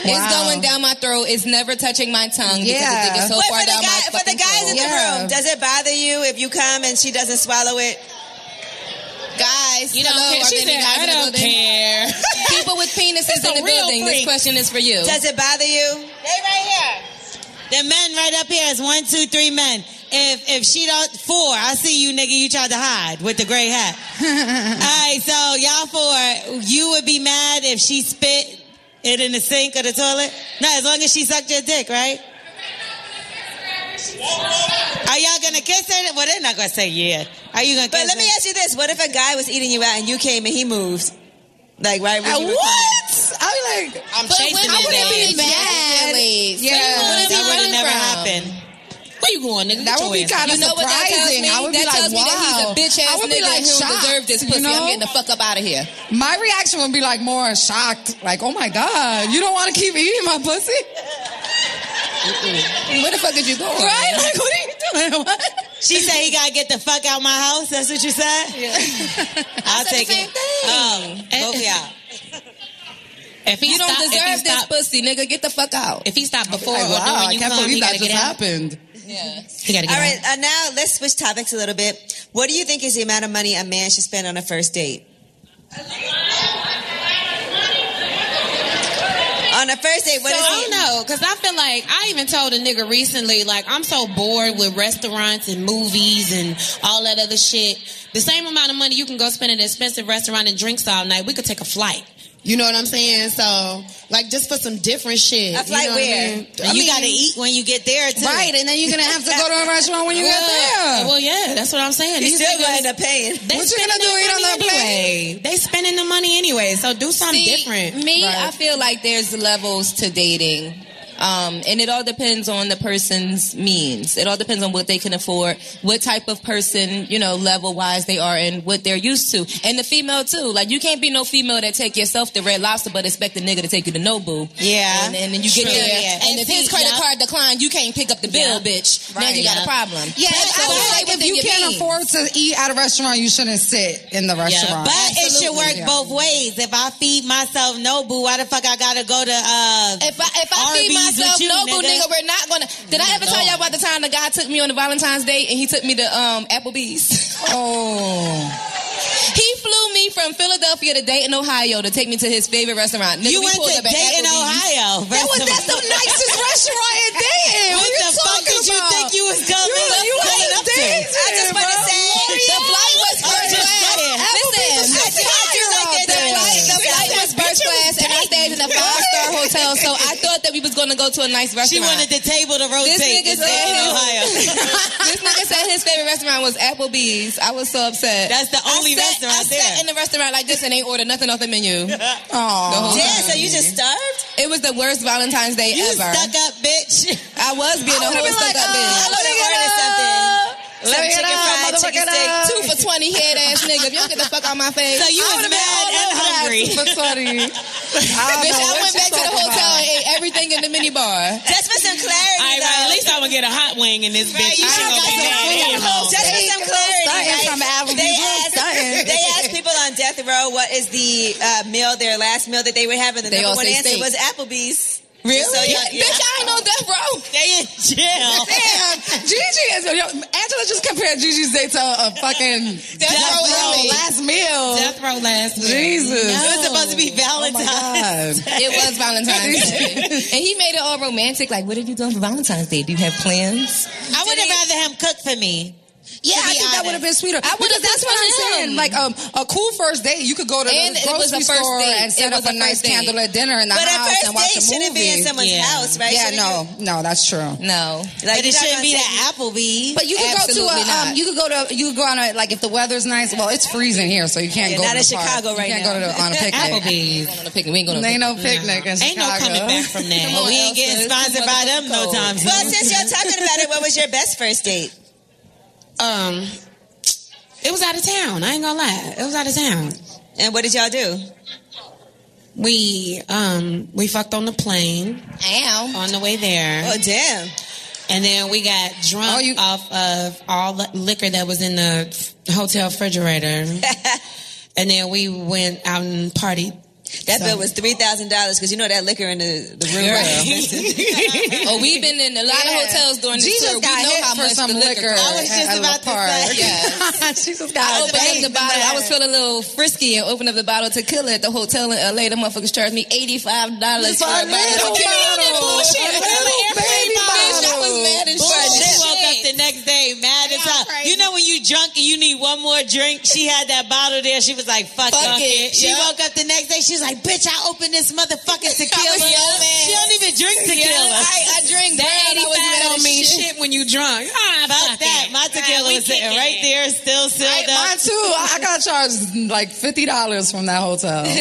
Speaker 3: Wow.
Speaker 6: It's going down my throat. It's never touching my tongue because it
Speaker 3: Yeah.
Speaker 6: gets so
Speaker 3: But
Speaker 6: far
Speaker 3: for the
Speaker 6: down my
Speaker 3: guy-
Speaker 6: fucking
Speaker 3: for the guys
Speaker 6: throat.
Speaker 3: in the Yeah. room,
Speaker 7: Does it bother you if you come and she doesn't swallow it?
Speaker 6: Guys,
Speaker 7: You don't
Speaker 6: hello,
Speaker 7: care.
Speaker 6: are
Speaker 7: She
Speaker 6: there any
Speaker 7: said,
Speaker 6: guys
Speaker 7: "I
Speaker 6: in the
Speaker 7: don't
Speaker 6: building?"
Speaker 7: care.
Speaker 6: People with penises in the building, this question is for you.
Speaker 7: Does it bother you? They right here. The men right up here is one, two, three men. If if she don't four, I see you, nigga. You tried to hide with the gray hat. All right, so y'all four, you would be mad if she spit it in the sink or the toilet. No, as long as she sucked your dick, right? Are y'all gonna kiss her? Well, they're not gonna say yeah. Are you gonna?
Speaker 5: But
Speaker 7: kiss
Speaker 5: let me
Speaker 7: her?
Speaker 5: ask you this: What if a guy was eating you out and you came and he moved? Like right? when you were
Speaker 8: what? I like.
Speaker 3: I'm
Speaker 5: But
Speaker 3: chasing
Speaker 5: women
Speaker 3: it.
Speaker 5: don't
Speaker 3: down.
Speaker 5: be mad. Yeah.
Speaker 3: Yeah,
Speaker 5: That would've
Speaker 3: running
Speaker 5: never
Speaker 3: from?
Speaker 5: happened.
Speaker 3: Where you going, nigga?
Speaker 8: That
Speaker 3: Get
Speaker 8: would be
Speaker 3: your ass
Speaker 8: kind
Speaker 3: out.
Speaker 8: of surprising. I would
Speaker 6: that
Speaker 8: be like,
Speaker 6: tells me
Speaker 8: wow.
Speaker 6: that he's a bitch ass
Speaker 8: I would be
Speaker 6: nigga
Speaker 8: like,
Speaker 6: who don't
Speaker 8: shocked,
Speaker 6: deserve this pussy.
Speaker 8: You know?
Speaker 6: I'm getting the fuck up out of here.
Speaker 8: My reaction would be like more shocked, like, oh my God, you don't want to keep eating my pussy?
Speaker 6: Where the fuck did you go?
Speaker 8: Right? Like, what are you doing? What?
Speaker 7: She said he gotta get the fuck out my house. That's what you said. I'll take it. Oh, both of y'all.
Speaker 3: If he
Speaker 6: you don't
Speaker 3: stop- if he
Speaker 6: deserve this
Speaker 3: stop-
Speaker 6: pussy, nigga. Get the fuck out.
Speaker 3: If he stopped before
Speaker 8: Like,
Speaker 3: or
Speaker 8: wow,
Speaker 3: during
Speaker 8: I
Speaker 3: you
Speaker 8: can't
Speaker 3: come,
Speaker 8: believe
Speaker 3: he
Speaker 8: that
Speaker 3: gotta
Speaker 8: just
Speaker 3: get out.
Speaker 8: happened.
Speaker 3: He gotta get
Speaker 5: All
Speaker 3: out.
Speaker 5: right, uh, now let's switch topics a little bit. What do you think is the amount of money a man should spend on a first date? on a first date, what
Speaker 3: so
Speaker 5: is
Speaker 3: I don't know, cause I feel like I even told a nigga recently, like I'm so bored with restaurants and movies and all that other shit. The same amount of money you can go spend at an expensive restaurant and drinks all night, we could take a flight. You know what I'm saying? So, like, just for some different shit.
Speaker 7: A flight
Speaker 3: you know what I
Speaker 7: where?
Speaker 3: mean?
Speaker 7: And
Speaker 3: I
Speaker 7: you
Speaker 3: mean-
Speaker 7: gotta eat when you get there too.
Speaker 8: Right, and then you're gonna have to go to a restaurant when you get
Speaker 3: Well,
Speaker 8: there.
Speaker 3: Well, yeah, that's what I'm saying.
Speaker 8: You
Speaker 3: These
Speaker 8: still gonna
Speaker 3: niggas-
Speaker 8: end up paying.
Speaker 3: They
Speaker 8: What you gonna
Speaker 3: spending
Speaker 8: do, eat
Speaker 3: their
Speaker 8: on
Speaker 3: money
Speaker 8: that plane?
Speaker 3: anyway. They spending the money anyway, so do something
Speaker 6: See,
Speaker 3: different.
Speaker 6: Me, I feel like there's levels to dating. Um, and it all depends on the person's means. It all depends on what they can afford, what type of person, you know, level wise they are and what they're used to. And the female too. Like you can't be no female that take yourself to Red Lobster but expect a nigga to take you to Nobu.
Speaker 7: Yeah.
Speaker 6: And, and then you get
Speaker 7: True.
Speaker 6: there.
Speaker 7: Yeah.
Speaker 6: And,
Speaker 7: And
Speaker 6: if
Speaker 7: see,
Speaker 6: his credit
Speaker 7: yeah.
Speaker 6: card declined, you can't pick up the bill, bitch. Now
Speaker 8: Right.
Speaker 6: you got a
Speaker 8: Yeah.
Speaker 6: problem.
Speaker 8: Yeah, I
Speaker 6: That's all
Speaker 8: feel
Speaker 6: right
Speaker 8: like if
Speaker 6: within
Speaker 8: you
Speaker 6: your
Speaker 8: can't
Speaker 6: means.
Speaker 8: afford to eat at a restaurant, you shouldn't sit in the restaurant.
Speaker 7: But it should work both ways. If I feed myself Nobu, why the fuck I gotta go to uh
Speaker 6: If I if I feed
Speaker 7: Arby's with
Speaker 6: myself
Speaker 7: you,
Speaker 6: noble
Speaker 7: nigga.
Speaker 6: nigga. we're not gonna. Did I ever tell y'all about the time the guy took me on a Valentine's Day and he took me to um Applebee's?
Speaker 8: Oh.
Speaker 6: he flew me me from Philadelphia to Dayton, Ohio, to take me to his favorite restaurant. Nigga,
Speaker 7: You
Speaker 6: we
Speaker 7: went
Speaker 6: pulled
Speaker 7: to
Speaker 6: up at
Speaker 7: Dayton,
Speaker 6: Applebee's. That
Speaker 7: Ohio.
Speaker 6: was
Speaker 7: Restaurant.
Speaker 6: that's the nicest restaurant in Dayton. What,
Speaker 7: What
Speaker 6: you
Speaker 7: the fuck
Speaker 6: talking
Speaker 7: did you
Speaker 6: about?
Speaker 7: think you was going
Speaker 6: You, you
Speaker 7: up-
Speaker 6: ain't
Speaker 7: going up to?
Speaker 6: dancing,
Speaker 7: I just wanna
Speaker 6: bro.
Speaker 7: say,
Speaker 6: the flight was
Speaker 7: I'm
Speaker 6: first
Speaker 7: just
Speaker 6: class.
Speaker 7: saying.
Speaker 6: Listen,
Speaker 7: Applebee's was
Speaker 6: the
Speaker 7: hot
Speaker 6: flight-
Speaker 7: girl out
Speaker 6: the
Speaker 7: there.
Speaker 6: flight- the flight was first class, and I stayed in a five star hotel. So I thought that we was gonna go to a nice restaurant.
Speaker 7: She wanted the table to rotate.
Speaker 6: This nigga
Speaker 7: to
Speaker 6: said
Speaker 7: Dayton,
Speaker 6: his,
Speaker 7: Ohio.
Speaker 6: this nigga said his favorite restaurant was Applebee's. I was so upset. That's
Speaker 7: the
Speaker 6: only restaurant I sat in the restaurant like this and they ordered nothing off the menu.
Speaker 7: Aw. Damn, so
Speaker 6: you just starved? It was the worst Valentine's Day
Speaker 7: You
Speaker 6: ever.
Speaker 7: stuck up, bitch.
Speaker 6: I was being
Speaker 7: I
Speaker 6: a
Speaker 7: would've
Speaker 6: whole
Speaker 7: been
Speaker 6: stuck
Speaker 7: like,
Speaker 6: up
Speaker 7: uh,
Speaker 6: bitch.
Speaker 7: I would've ordered something. Some
Speaker 6: Let me
Speaker 7: chicken
Speaker 6: get
Speaker 7: fried,
Speaker 6: up,
Speaker 7: chicken
Speaker 6: motherfucker,
Speaker 7: steak.
Speaker 6: Two for twenty head ass nigga. If you don't get the fuck out my face.
Speaker 7: So you
Speaker 6: I
Speaker 7: was
Speaker 6: would've been
Speaker 7: mad
Speaker 6: all
Speaker 7: and
Speaker 6: over that
Speaker 7: hungry.
Speaker 6: Two for twenty.
Speaker 7: don't
Speaker 6: Bitch,
Speaker 7: know
Speaker 6: I
Speaker 7: what
Speaker 6: went
Speaker 7: you
Speaker 6: back to the
Speaker 7: talking
Speaker 6: hotel
Speaker 7: about.
Speaker 6: and ate everything in the minibar.
Speaker 5: Just for some clarity,
Speaker 7: All right, right, at least I'm gonna get a hot wing in this bitch. She
Speaker 5: you should
Speaker 7: gonna be
Speaker 5: got some
Speaker 7: mad
Speaker 5: food.
Speaker 7: and home.
Speaker 5: Just for some clarity, right? they asked they asked people on death row what is the uh, meal, their last meal that they would have, and the
Speaker 6: They all
Speaker 5: number one
Speaker 6: say
Speaker 5: answer
Speaker 6: steak.
Speaker 5: was Applebee's.
Speaker 6: Really?
Speaker 5: So, yeah,
Speaker 6: Bitch, I ain't no death row.
Speaker 7: They in jail.
Speaker 8: Damn, Gigi is. Yo, Angela just compared Gigi's day to a fucking death row
Speaker 7: row.
Speaker 8: last meal.
Speaker 7: Death row last meal.
Speaker 8: Jesus.
Speaker 7: No. It was supposed to be Valentine's.
Speaker 8: Oh my God.
Speaker 6: It was Valentine's Day. and he made it all romantic. Like, what are you doing for Valentine's Day? Do you have plans?
Speaker 7: I would have rather him cook for me.
Speaker 8: Yeah, I think that would have been sweeter. I would have. That's what I'm saying. Like um, a cool first date, you could go to the
Speaker 6: And it was
Speaker 8: grocery
Speaker 6: a first
Speaker 8: store
Speaker 6: date.
Speaker 8: and set
Speaker 6: It was
Speaker 8: up a,
Speaker 6: a
Speaker 8: nice
Speaker 6: first date.
Speaker 8: candlelit dinner in the
Speaker 6: But a
Speaker 8: house
Speaker 6: first
Speaker 8: and watch
Speaker 6: date
Speaker 8: a movie.
Speaker 6: shouldn't be in someone's
Speaker 8: yeah.
Speaker 6: house, right?
Speaker 8: Yeah,
Speaker 6: Shouldn't
Speaker 8: no, no, that's true.
Speaker 6: No,
Speaker 8: Like,
Speaker 7: but it
Speaker 8: you're not
Speaker 7: shouldn't
Speaker 8: gonna
Speaker 7: be
Speaker 8: take
Speaker 7: that Applebee's.
Speaker 8: But you could go to
Speaker 6: Absolutely
Speaker 8: a um,
Speaker 6: not.
Speaker 8: you could go to you could go on a like if the weather's nice. Well, it's freezing here, so you can't
Speaker 6: Yeah,
Speaker 8: go.
Speaker 6: not
Speaker 8: to
Speaker 6: in
Speaker 8: the park.
Speaker 6: Chicago
Speaker 8: You
Speaker 6: right
Speaker 8: can't go
Speaker 6: now.
Speaker 8: to the, on a picnic.
Speaker 7: Applebee's.
Speaker 6: On a picnic. We ain't going to
Speaker 8: Ain't no picnic in
Speaker 7: Ain't no
Speaker 8: Chicago.
Speaker 7: coming back from that.
Speaker 8: Come on,
Speaker 7: we
Speaker 8: Elsa,
Speaker 7: ain't getting
Speaker 8: it's too
Speaker 7: sponsored by them no
Speaker 8: motherfucking
Speaker 7: time soon.
Speaker 5: Well, since y'all talking about it, what was your best first date?
Speaker 3: Um, it was out of town. I ain't gonna lie. It was out of town.
Speaker 5: And what did y'all do?
Speaker 3: We um we fucked on the plane.
Speaker 6: Ow.
Speaker 3: On the way there.
Speaker 5: Oh damn. Oh,
Speaker 3: And then we got drunk off of all the liquor that was in the f- hotel refrigerator. and then we went out and partied.
Speaker 5: That
Speaker 3: So-
Speaker 5: bill was three thousand dollars because you know that liquor in the, the room.
Speaker 3: Right.
Speaker 6: Oh, we've been in a lot of hotels during this
Speaker 8: Jesus
Speaker 6: tour. We
Speaker 8: got hit
Speaker 6: know how
Speaker 8: for
Speaker 6: much
Speaker 8: some
Speaker 6: the
Speaker 8: liquor
Speaker 6: liquor. costs.
Speaker 8: I was just at a about to park. say.
Speaker 6: Yes.
Speaker 8: Jesus
Speaker 6: I
Speaker 8: got
Speaker 6: opened
Speaker 8: banged
Speaker 6: up the bottle.
Speaker 8: about
Speaker 6: I was feeling a little frisky and opened up the bottle to kill it at the hotel in LA. The motherfuckers charged me eighty five dollars for a bottle.
Speaker 7: little
Speaker 6: Give me that
Speaker 7: bottle.
Speaker 6: bullshit.
Speaker 7: A little
Speaker 6: Like,
Speaker 7: baby
Speaker 6: bitch, I was
Speaker 7: bottle.
Speaker 6: mad as
Speaker 7: Bullshit.
Speaker 6: shit.
Speaker 7: She woke up the next day mad as hell. You know when you drunk and you need one more drink? She had that bottle there. She was like, fuck,
Speaker 6: Fuck it.
Speaker 7: it. She
Speaker 6: Yep.
Speaker 7: woke up the next day. She was like, bitch, I opened this motherfucking tequila.
Speaker 6: yelling.
Speaker 7: she don't even drink
Speaker 6: Yeah,
Speaker 7: tequila.
Speaker 6: I- I drink
Speaker 7: That
Speaker 6: brown. I was
Speaker 7: 85
Speaker 6: mad
Speaker 7: don't
Speaker 6: as
Speaker 7: mean
Speaker 6: shit.
Speaker 7: shit when you drunk. Ah, fuck, that. My tequila was sitting right there, still sealed up.
Speaker 8: Mine too. I I got charged like fifty dollars from that hotel.
Speaker 5: so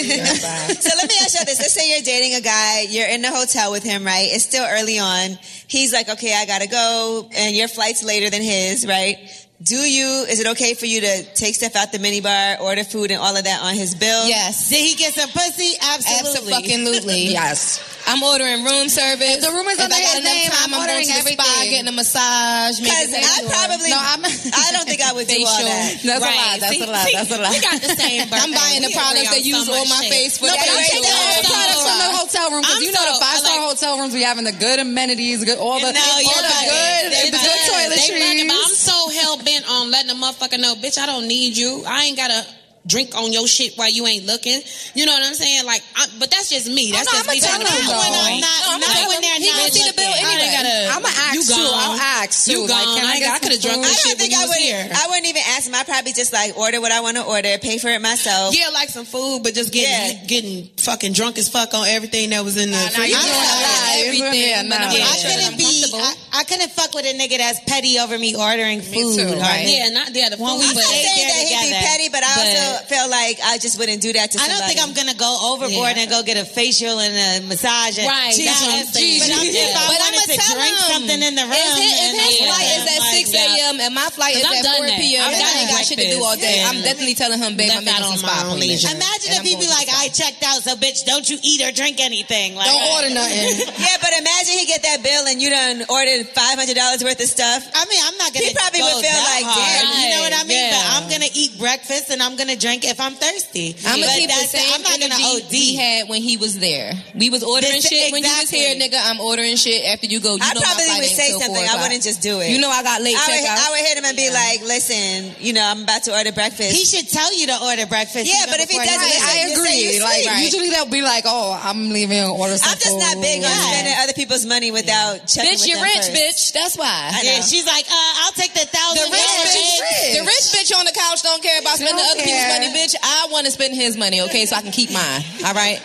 Speaker 5: let me ask you this. Let's say you're dating a guy, you're in the hotel with him, right? It's still early on. He's like, okay, I gotta go, and your flight's later than his, right? Do you, is it okay for you to take stuff out the minibar, order food and all of that on his bill?
Speaker 6: Yes.
Speaker 7: Did he get some pussy? Absolutely.
Speaker 6: Absolutely.
Speaker 8: yes.
Speaker 6: I'm ordering room service. If the room is
Speaker 8: under
Speaker 6: I got
Speaker 8: his
Speaker 6: enough
Speaker 8: name,
Speaker 6: time,
Speaker 8: I'm
Speaker 6: I'm going to
Speaker 8: ordering
Speaker 6: the spa,
Speaker 8: everything.
Speaker 6: getting a massage. maybe
Speaker 5: Because I
Speaker 6: manicure.
Speaker 5: probably,
Speaker 6: No,
Speaker 5: I'm,
Speaker 6: I'm.
Speaker 5: I don't think I would do all
Speaker 6: Facial.
Speaker 5: that.
Speaker 6: That's a
Speaker 5: right.
Speaker 6: lie. That's a lie. That's a lie.
Speaker 5: we got the same
Speaker 6: I'm
Speaker 5: birthday.
Speaker 6: buying the
Speaker 5: We
Speaker 6: products
Speaker 5: agree
Speaker 6: they
Speaker 5: on
Speaker 6: use
Speaker 5: so
Speaker 6: on
Speaker 5: much
Speaker 6: my
Speaker 5: shit.
Speaker 6: face for
Speaker 8: No,
Speaker 6: the
Speaker 8: but I'm taking all the
Speaker 6: facial.
Speaker 8: products from the hotel room because
Speaker 6: I'm
Speaker 8: you know the
Speaker 6: so-
Speaker 8: five star hotel rooms we have in the good amenities, good all the,
Speaker 3: No,
Speaker 8: all
Speaker 3: you're
Speaker 8: the
Speaker 3: right.
Speaker 8: good,
Speaker 3: They
Speaker 8: the good
Speaker 3: bugging. They bugging, but I'm
Speaker 8: toiletries.
Speaker 3: so hell bent on letting a motherfucker know, bitch, I don't need you. I ain't gotta drink on your shit while you ain't looking. You know what I'm saying? Like, I, but that's just me. That's
Speaker 7: no,
Speaker 3: just
Speaker 7: I'ma
Speaker 3: me.
Speaker 7: tell
Speaker 3: taking
Speaker 7: him,
Speaker 3: it
Speaker 7: though.
Speaker 3: when I'm not.
Speaker 7: No, I'ma
Speaker 3: not
Speaker 7: tell
Speaker 3: when
Speaker 7: him.
Speaker 3: they're
Speaker 7: He
Speaker 3: not
Speaker 7: gonna see the
Speaker 3: looking.
Speaker 7: bill
Speaker 3: I ain't
Speaker 7: anyway.
Speaker 3: gotta.
Speaker 7: I'ma ask
Speaker 3: you
Speaker 7: too.
Speaker 3: Gone.
Speaker 7: I'll ask too.
Speaker 3: You
Speaker 7: Like,
Speaker 3: gone.
Speaker 7: can I
Speaker 3: I,
Speaker 7: get
Speaker 3: I could have
Speaker 7: some
Speaker 3: drunk
Speaker 7: food?
Speaker 3: this shit
Speaker 7: I don't
Speaker 3: when
Speaker 7: think
Speaker 3: you
Speaker 7: I
Speaker 3: was
Speaker 7: would-
Speaker 3: here.
Speaker 5: I wouldn't even ask him. I probably just like order what I want to order, pay for it myself.
Speaker 3: Yeah, like some food, but just
Speaker 5: Yeah.
Speaker 3: getting getting fucking drunk as fuck on everything that was in the.
Speaker 7: Nah, you
Speaker 3: fridge.
Speaker 7: doing
Speaker 3: I
Speaker 7: a
Speaker 3: ate
Speaker 7: lot.
Speaker 3: everything,
Speaker 7: Yeah,
Speaker 3: but
Speaker 7: nah.
Speaker 3: I'm
Speaker 7: I
Speaker 3: not sure
Speaker 7: couldn't
Speaker 3: I'm
Speaker 7: be. I, I couldn't fuck with a nigga that's petty over me ordering food.
Speaker 3: too,
Speaker 7: or
Speaker 3: right?
Speaker 7: nigga-
Speaker 3: Yeah, not the other
Speaker 7: When
Speaker 3: food,
Speaker 7: we
Speaker 3: but- I'm not
Speaker 7: stayed
Speaker 3: saying
Speaker 7: there
Speaker 3: that
Speaker 5: He'd be
Speaker 7: together.
Speaker 5: petty, but I also feel like I just wouldn't do that to
Speaker 7: I
Speaker 5: somebody.
Speaker 7: don't think I'm gonna go overboard and
Speaker 5: Yeah.
Speaker 7: go get a facial and a massage. And
Speaker 5: Right,
Speaker 7: Jeez,
Speaker 5: that's what I'm saying.
Speaker 7: But I'm, if I
Speaker 6: But I'ma
Speaker 7: wanted to
Speaker 6: tell
Speaker 7: drink
Speaker 6: him,
Speaker 7: something in the room,
Speaker 6: If his, if
Speaker 7: and
Speaker 6: his
Speaker 7: I-
Speaker 6: flight is at
Speaker 7: like, "Oh
Speaker 6: 6 a.m. and my flight is
Speaker 7: Cause I'm
Speaker 6: at
Speaker 7: done
Speaker 6: 4
Speaker 7: that.
Speaker 6: p.m.,
Speaker 7: I'm
Speaker 6: and
Speaker 7: done
Speaker 6: I ain't got shit to do all day.
Speaker 7: breakfast.
Speaker 6: I'm definitely telling him, babe, I'm making some spot appointments.
Speaker 7: Imagine if he'd be like, I checked out, so bitch, don't you eat or drink anything. Like,
Speaker 5: Don't order
Speaker 7: nothing.
Speaker 5: yeah, but imagine he get that bill and you done ordered five hundred dollars worth of stuff.
Speaker 7: I mean, I'm not gonna
Speaker 5: He probably
Speaker 7: go
Speaker 5: would feel
Speaker 7: that
Speaker 5: like,
Speaker 7: hard.
Speaker 5: damn,
Speaker 7: You know what I mean? But I'm gonna eat breakfast and I'm gonna drink if I'm thirsty.
Speaker 6: I'm
Speaker 7: But
Speaker 6: gonna keep the
Speaker 7: that's it.
Speaker 6: same
Speaker 7: I'm not
Speaker 6: energy
Speaker 7: gonna OD.
Speaker 6: we had when he was there. We was ordering
Speaker 7: This-
Speaker 6: shit when he was here, nigga. I'm ordering shit after you go. You
Speaker 5: I
Speaker 6: know my
Speaker 5: probably
Speaker 6: flight
Speaker 5: would
Speaker 6: ain't
Speaker 5: say
Speaker 6: till four
Speaker 5: something. I
Speaker 6: o'clock.
Speaker 5: wouldn't just do it.
Speaker 6: You know I got late
Speaker 5: I would,
Speaker 6: checkout.
Speaker 5: I would hit him and be like, "Listen, you know, I'm about to order breakfast." He
Speaker 7: should tell you to order breakfast.
Speaker 5: Yeah,
Speaker 7: even
Speaker 5: but if he
Speaker 7: before
Speaker 5: doesn't,
Speaker 7: you-
Speaker 5: listen,
Speaker 8: I
Speaker 5: just say
Speaker 8: agree.
Speaker 5: you
Speaker 8: Like
Speaker 5: sleep.
Speaker 8: usually they'll be like, "Oh, I'm leaving. Order some
Speaker 5: I'm just not big on spending other people's money without checking.
Speaker 8: Bitch,
Speaker 5: with
Speaker 8: you're
Speaker 5: them
Speaker 8: rich,
Speaker 5: first.
Speaker 8: bitch. That's why.
Speaker 5: I know.
Speaker 8: Yeah, she's
Speaker 7: like, uh, I'll take the thousand.
Speaker 6: The rich bitch, the rich bitch on the couch don't care about spending
Speaker 8: Don't
Speaker 6: other people's
Speaker 8: care.
Speaker 6: money, bitch. I want to spend his money, okay, so I can keep mine. All right.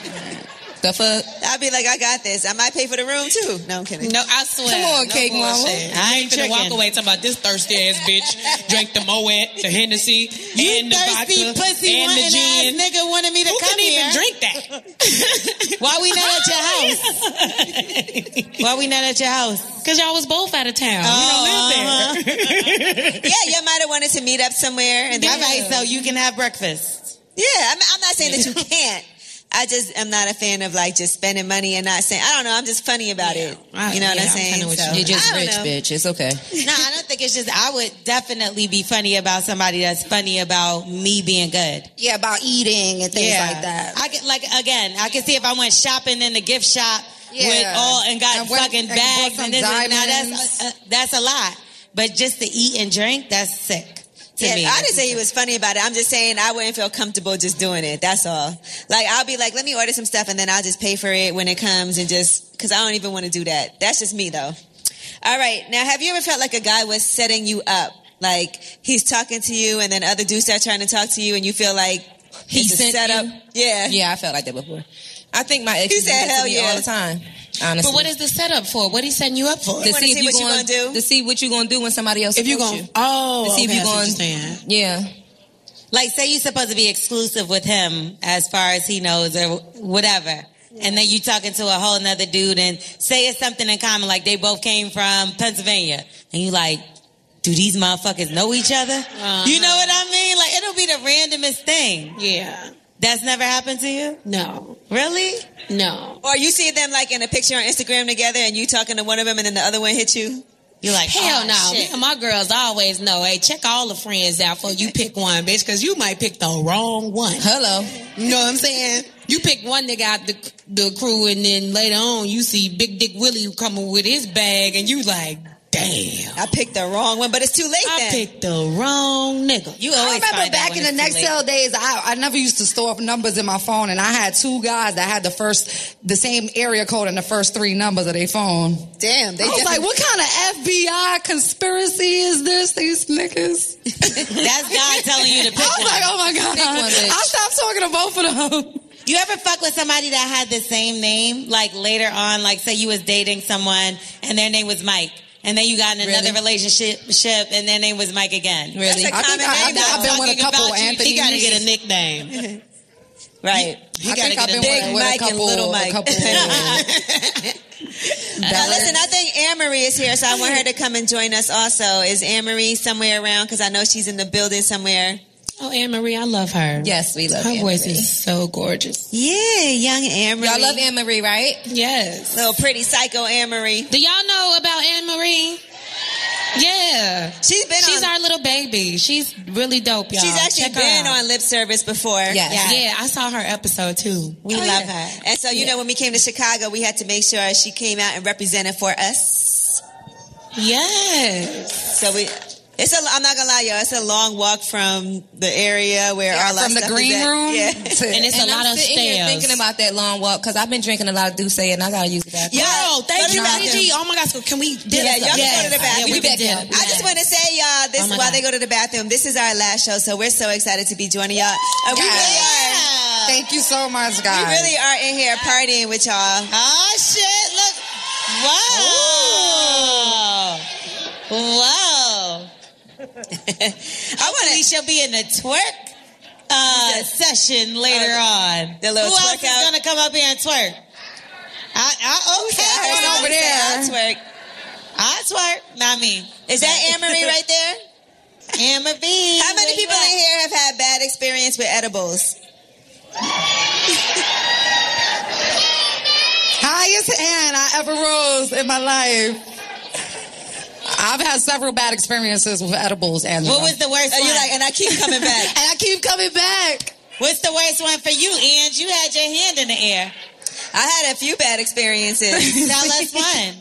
Speaker 6: The fuck?
Speaker 5: I'd be like, I got this. I might pay for the room too. No, I'm kidding.
Speaker 7: No, I swear.
Speaker 5: Come on, cake mama.
Speaker 7: I
Speaker 3: I
Speaker 7: ain't
Speaker 3: ain't gonna walk
Speaker 7: tricking.
Speaker 3: away talking about this thirsty ass bitch. Drank the Moet, the Hennessy, and the
Speaker 7: thirsty
Speaker 3: vodka,
Speaker 7: pussy
Speaker 3: and the
Speaker 7: wanting ass
Speaker 3: gin.
Speaker 7: nigga wanted me to
Speaker 3: Who
Speaker 7: come
Speaker 3: can even
Speaker 7: here.
Speaker 3: drink that?
Speaker 7: Why we not at your house? Why we not at your house? Oh,
Speaker 3: Because y'all was both out of town. you don't live there.
Speaker 5: yeah, you might have wanted to meet up somewhere. And then,
Speaker 7: uh-huh. All right, so you can have breakfast.
Speaker 5: Yeah, I'm, I'm not saying that you can't. I just am not a fan of like just spending money and not saying. I don't know. I'm just funny about it. You know what I'm saying? So,
Speaker 6: You're
Speaker 5: I
Speaker 6: just
Speaker 5: don't
Speaker 6: rich,
Speaker 5: know.
Speaker 6: bitch. It's okay.
Speaker 7: No, I don't think it's just. I would definitely be funny about somebody that's funny about me being good.
Speaker 8: Yeah, about eating and things like that.
Speaker 7: I get like again. I can see if I went shopping in the gift shop
Speaker 8: Yeah.
Speaker 7: with all and got
Speaker 8: And went-
Speaker 7: fucking
Speaker 8: and bought
Speaker 7: bags
Speaker 8: some
Speaker 7: and this and now
Speaker 8: diamonds.
Speaker 7: that's uh, uh, that's a lot. But just to eat and drink, that's sick to
Speaker 5: Yeah,
Speaker 7: me.
Speaker 5: I didn't say he was funny about it. I'm just saying I wouldn't feel comfortable just doing it. That's all. Like I'll be like, let me order some stuff and then I'll just pay for it when it comes and just because I don't even want to do that. That's just me though. All right, now have you ever felt like a guy was setting you up? Like he's talking to you and then other dudes start trying to talk to you and you feel like
Speaker 6: He
Speaker 5: it's
Speaker 6: sent
Speaker 5: a setup.
Speaker 6: you?
Speaker 5: Yeah,
Speaker 6: Yeah, I felt like that before. I think my ex
Speaker 5: He
Speaker 6: used to
Speaker 5: said,
Speaker 6: do that
Speaker 5: "Hell
Speaker 6: to me
Speaker 5: yeah."
Speaker 6: all the time. Honestly.
Speaker 3: But what is the setup for? What he setting you up for?
Speaker 6: to see, if you gonna, do? To see what you gonna do when somebody else
Speaker 7: If you
Speaker 6: approach
Speaker 7: gonna-
Speaker 6: you.
Speaker 7: oh,
Speaker 6: to see
Speaker 7: okay,
Speaker 6: if you
Speaker 7: I see what
Speaker 6: gonna
Speaker 7: you're
Speaker 6: yeah.
Speaker 7: saying. Like, say you're supposed to be exclusive with him as far as he knows or whatever. And then you talking to a whole nother dude and say it's something in common, like they both came from Pennsylvania. And you like, do these motherfuckers know each other?
Speaker 3: Uh-huh.
Speaker 7: You know what I mean? Like, it'll be the randomest thing.
Speaker 3: Yeah.
Speaker 7: That's never happened to you?
Speaker 3: No.
Speaker 7: Really?
Speaker 3: No.
Speaker 5: Or you see them like in a picture on Instagram together and you talking to one of them and then the other one hit you.
Speaker 7: You're like,
Speaker 3: Hell
Speaker 7: "Oh,
Speaker 3: no.
Speaker 7: shit."
Speaker 3: Me and my girls always know, hey, check all the friends out before you pick one, bitch, because you might pick the wrong one.
Speaker 6: Hello.
Speaker 3: You know what I'm saying? You pick one nigga out the, the crew, and then later on, you see Big Dick Willie coming with his bag, and you like, damn.
Speaker 5: I picked the wrong one, but it's too late
Speaker 3: I
Speaker 8: then.
Speaker 3: picked the wrong nigga. You
Speaker 8: I remember back in the Nextel days, I, I never used to store up numbers in my phone, and I had two guys that had the first, the same area code and the first three numbers of their phone.
Speaker 5: Damn,
Speaker 8: I was like, what kind of FBI conspiracy is this? These niggas.
Speaker 7: That's God telling you to pick
Speaker 8: I was
Speaker 7: one.
Speaker 8: like, oh my god,
Speaker 7: Pick one, bitch.
Speaker 8: I stopped talking to both of them.
Speaker 7: You ever fuck with somebody that had the same name? Like later on, like say you was dating someone and their name was Mike. And then you got in another relationship ship, and their name was Mike again.
Speaker 8: Really? That's a I think common I- I name, think I've though. been with a
Speaker 7: Talking
Speaker 8: couple
Speaker 7: about you, He
Speaker 8: Anthony's.
Speaker 7: got to get a nickname. right. He,
Speaker 8: I
Speaker 7: gotta
Speaker 8: think I've
Speaker 7: get a
Speaker 8: been with,
Speaker 7: nickname.
Speaker 8: with a couple, a couple.
Speaker 5: Now, Uh, listen, I think Anne Marie is here, so I want her to come and join us also. Is Anne Marie somewhere around? Because I know she's in the building somewhere.
Speaker 3: Oh, Anne Marie, I love her.
Speaker 6: Yes, we love
Speaker 3: her.
Speaker 6: Anne
Speaker 3: voice
Speaker 6: Marie.
Speaker 3: is so gorgeous.
Speaker 5: Yeah, young Anne Marie.
Speaker 6: Y'all love Anne Marie, right?
Speaker 3: Yes.
Speaker 5: Little pretty psycho Anne Marie.
Speaker 3: Do y'all know about Anne Marie? Yeah.
Speaker 5: She's been
Speaker 3: She's
Speaker 5: on-
Speaker 3: our little baby. She's really dope, y'all.
Speaker 5: She's actually
Speaker 3: Check her
Speaker 5: been
Speaker 3: out.
Speaker 5: on lip service before.
Speaker 3: Yeah. Oh, Yeah, I saw her episode too.
Speaker 5: We love her. And so, you know, when we came to Chicago, we had to make sure she came out and represented for us.
Speaker 3: Yes.
Speaker 5: So we. It's a. I'm not gonna lie, y'all. It's a long walk from the area where
Speaker 6: Yeah,
Speaker 5: all our
Speaker 6: from the
Speaker 5: stuff is
Speaker 6: green
Speaker 5: at.
Speaker 6: room
Speaker 5: Yeah,
Speaker 6: I'm sitting here thinking about that long walk because I've been drinking a lot of Douce and I gotta use the bathroom.
Speaker 5: Yo, thank you, Gigi.
Speaker 3: Oh my gosh, can we?
Speaker 5: Yeah, y'all
Speaker 6: Yes.
Speaker 5: can go to the bathroom.
Speaker 6: Yeah, we can
Speaker 5: I
Speaker 6: dip.
Speaker 5: just want to say, y'all, this
Speaker 6: Oh my God.
Speaker 5: while they go to the bathroom, this is our last show, so we're so excited to be joining y'all. And we
Speaker 8: Yeah.
Speaker 5: really are.
Speaker 8: Thank you so much,
Speaker 5: We
Speaker 8: guys.
Speaker 5: really are in here partying with y'all.
Speaker 7: Oh shit! Look, wow, wow. I want to. She'll be in the twerk uh, session later on.
Speaker 5: the little
Speaker 7: Who else
Speaker 5: twerk out.
Speaker 7: is gonna come up here and twerk? I, I okay.
Speaker 5: I heard
Speaker 7: I
Speaker 5: somebody say,
Speaker 7: twerk.
Speaker 5: I twerk.
Speaker 7: I twerk. Not me.
Speaker 5: Is that Anne Marie right there?
Speaker 7: Anne Marie.
Speaker 5: How many
Speaker 7: where
Speaker 5: people
Speaker 7: you at?
Speaker 5: in here have had bad experience with edibles?
Speaker 8: Highest hand I ever rose in my life. I've had several bad experiences with edibles, Angela.
Speaker 12: What was the worst
Speaker 7: Uh,
Speaker 8: And
Speaker 12: one?
Speaker 8: you're like,
Speaker 12: and I keep coming back.
Speaker 8: and I keep coming back.
Speaker 12: What's the worst one for you, Ange? You had your hand in the air.
Speaker 5: I had a few bad experiences.
Speaker 12: Tell us one.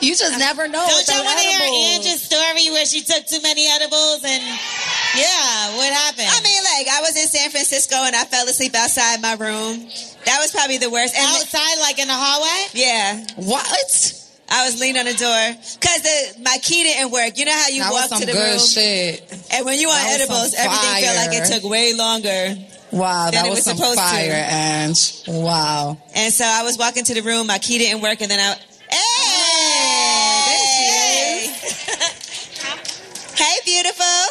Speaker 8: You just never know.
Speaker 12: Don't
Speaker 8: with
Speaker 12: y'all
Speaker 8: them
Speaker 12: want to hear
Speaker 8: edibles.
Speaker 12: Ange's story where she took too many edibles and yeah, what happened?
Speaker 5: I mean, like I was in San Francisco and I fell asleep outside my room. That was probably the worst. And
Speaker 12: outside, like in the hallway.
Speaker 5: Yeah.
Speaker 8: What?
Speaker 5: I was leaning on the door because my key didn't work. You know how you
Speaker 8: That was
Speaker 5: walk
Speaker 8: some
Speaker 5: to the
Speaker 8: good
Speaker 5: room,
Speaker 8: shit.
Speaker 5: and when you on
Speaker 8: That was
Speaker 5: edibles,
Speaker 8: some
Speaker 5: everything felt like it
Speaker 8: fire.
Speaker 5: took way longer.
Speaker 8: Wow,
Speaker 5: than
Speaker 8: that
Speaker 5: it
Speaker 8: was,
Speaker 5: was
Speaker 8: some
Speaker 5: supposed to.
Speaker 8: fire, Ange. Wow.
Speaker 5: And so I was walking to the room, my key didn't work, and then I. Hey! There she is. hey, beautiful.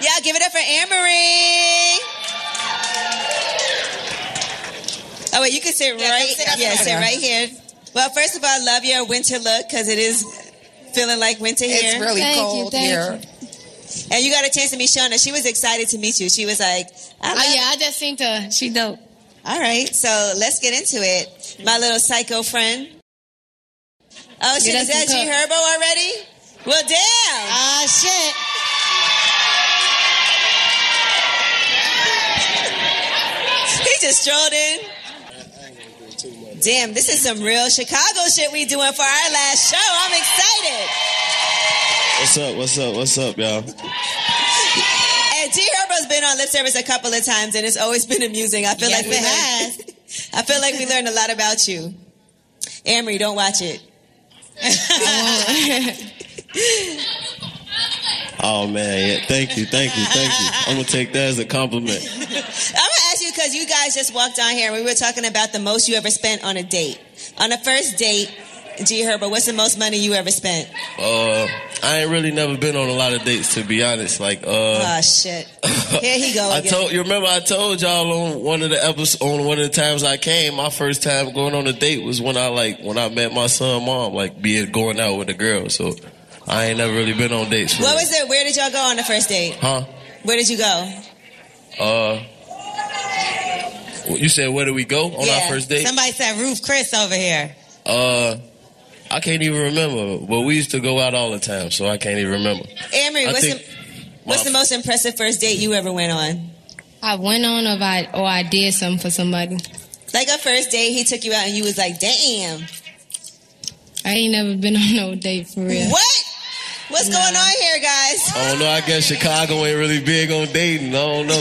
Speaker 5: Y'all give it up for Anne Marie. Oh, wait, you can sit right
Speaker 12: sit up
Speaker 5: Yeah,
Speaker 12: there.
Speaker 5: sit right here. Well, first of all, love your winter look because it is feeling like winter
Speaker 8: It's
Speaker 5: here.
Speaker 8: really Thank you, cold thank here.
Speaker 5: And you got a chance to meet Shauna. She was excited to meet you. She was like, I love
Speaker 13: Oh yeah, I just seen her. She dope.
Speaker 5: all right, so let's get into it. My little psycho friend. Oh, shit,
Speaker 13: Get
Speaker 5: is
Speaker 13: us
Speaker 5: that
Speaker 13: some
Speaker 5: G
Speaker 13: cup.
Speaker 5: Herbo already? Well, damn.
Speaker 12: Ah, shit.
Speaker 5: He just strolled in. Damn, this is some real Chicago shit we doing for our last show. I'm excited.
Speaker 14: What's up? What's up? What's up, y'all?
Speaker 5: And G Herbo's been on lip service a couple of times, and it's always been amusing. I feel
Speaker 12: Yes,
Speaker 5: like we
Speaker 12: it
Speaker 5: learned, I feel like we learned a lot about you. Amory, don't watch it.
Speaker 14: Oh man, yeah. Thank you, thank you, thank you. I'm gonna take that as a compliment.
Speaker 5: I'm gonna ask you because you guys just walked on here and we were talking about the most you ever spent on a date. On a first date, G Herbert, what's the most money you ever spent?
Speaker 14: Uh, I ain't really never been on a lot of dates to be honest. Like,
Speaker 5: oh
Speaker 14: uh,
Speaker 5: shit. Here he go.
Speaker 14: I
Speaker 5: again.
Speaker 14: told you remember I told y'all on one of the episodes on one of the times I came. My first time going on a date was when I like when I met my son mom, like being going out with a girl. So I ain't never really been on dates. For
Speaker 5: What was it? Where did y'all go on the first date?
Speaker 14: Huh?
Speaker 5: Where did you go?
Speaker 14: Uh, you said where do we go on
Speaker 5: Yeah,
Speaker 14: our first date?
Speaker 12: Somebody said Roof Chris over here.
Speaker 14: Uh, I can't even remember, but we used to go out all the time, so I can't even remember.
Speaker 5: Amory,
Speaker 14: I
Speaker 5: what's
Speaker 14: think-
Speaker 5: the what's the most impressive first date you ever went on?
Speaker 13: I went on or I or I did something for somebody.
Speaker 5: Like a first date, he took you out and you was like, damn.
Speaker 13: I ain't never been on no date for real.
Speaker 5: What? What's going on here, guys?
Speaker 14: I don't know. I guess Chicago ain't really big on dating. I don't know.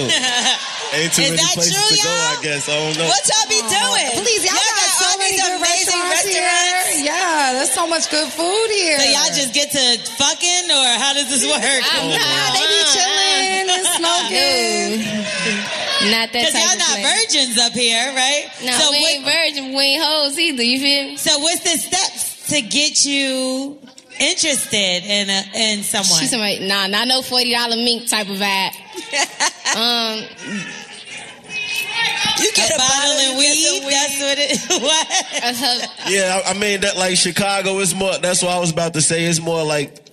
Speaker 14: Ain't too
Speaker 5: Is
Speaker 14: many
Speaker 5: that
Speaker 14: places
Speaker 5: true,
Speaker 14: to go. I guess I don't know.
Speaker 5: What y'all be doing?
Speaker 8: Please, y'all, got, so many
Speaker 5: these
Speaker 8: good
Speaker 5: amazing
Speaker 8: restaurants,
Speaker 5: restaurants.
Speaker 8: here. Yeah, there's so much good food here.
Speaker 12: So y'all just get to fucking, or how does this work?
Speaker 8: I'm not. They be chilling and
Speaker 12: smoking.
Speaker 13: Not that
Speaker 12: Because
Speaker 13: type
Speaker 12: y'all
Speaker 13: of
Speaker 12: not
Speaker 13: place.
Speaker 12: virgins up here, right?
Speaker 13: No, we ain't virgin. We ain't hoes either. You feel me?
Speaker 12: So what's the steps to get you interested in a, in someone?
Speaker 13: She somebody nah, not no forty dollar mink type of vibe. um,
Speaker 5: you
Speaker 12: get a, bottle, and weed. That's what it. What?
Speaker 13: Uh-huh.
Speaker 14: Yeah, I, I mean that like Chicago is more. That's what I was about to say. It's more like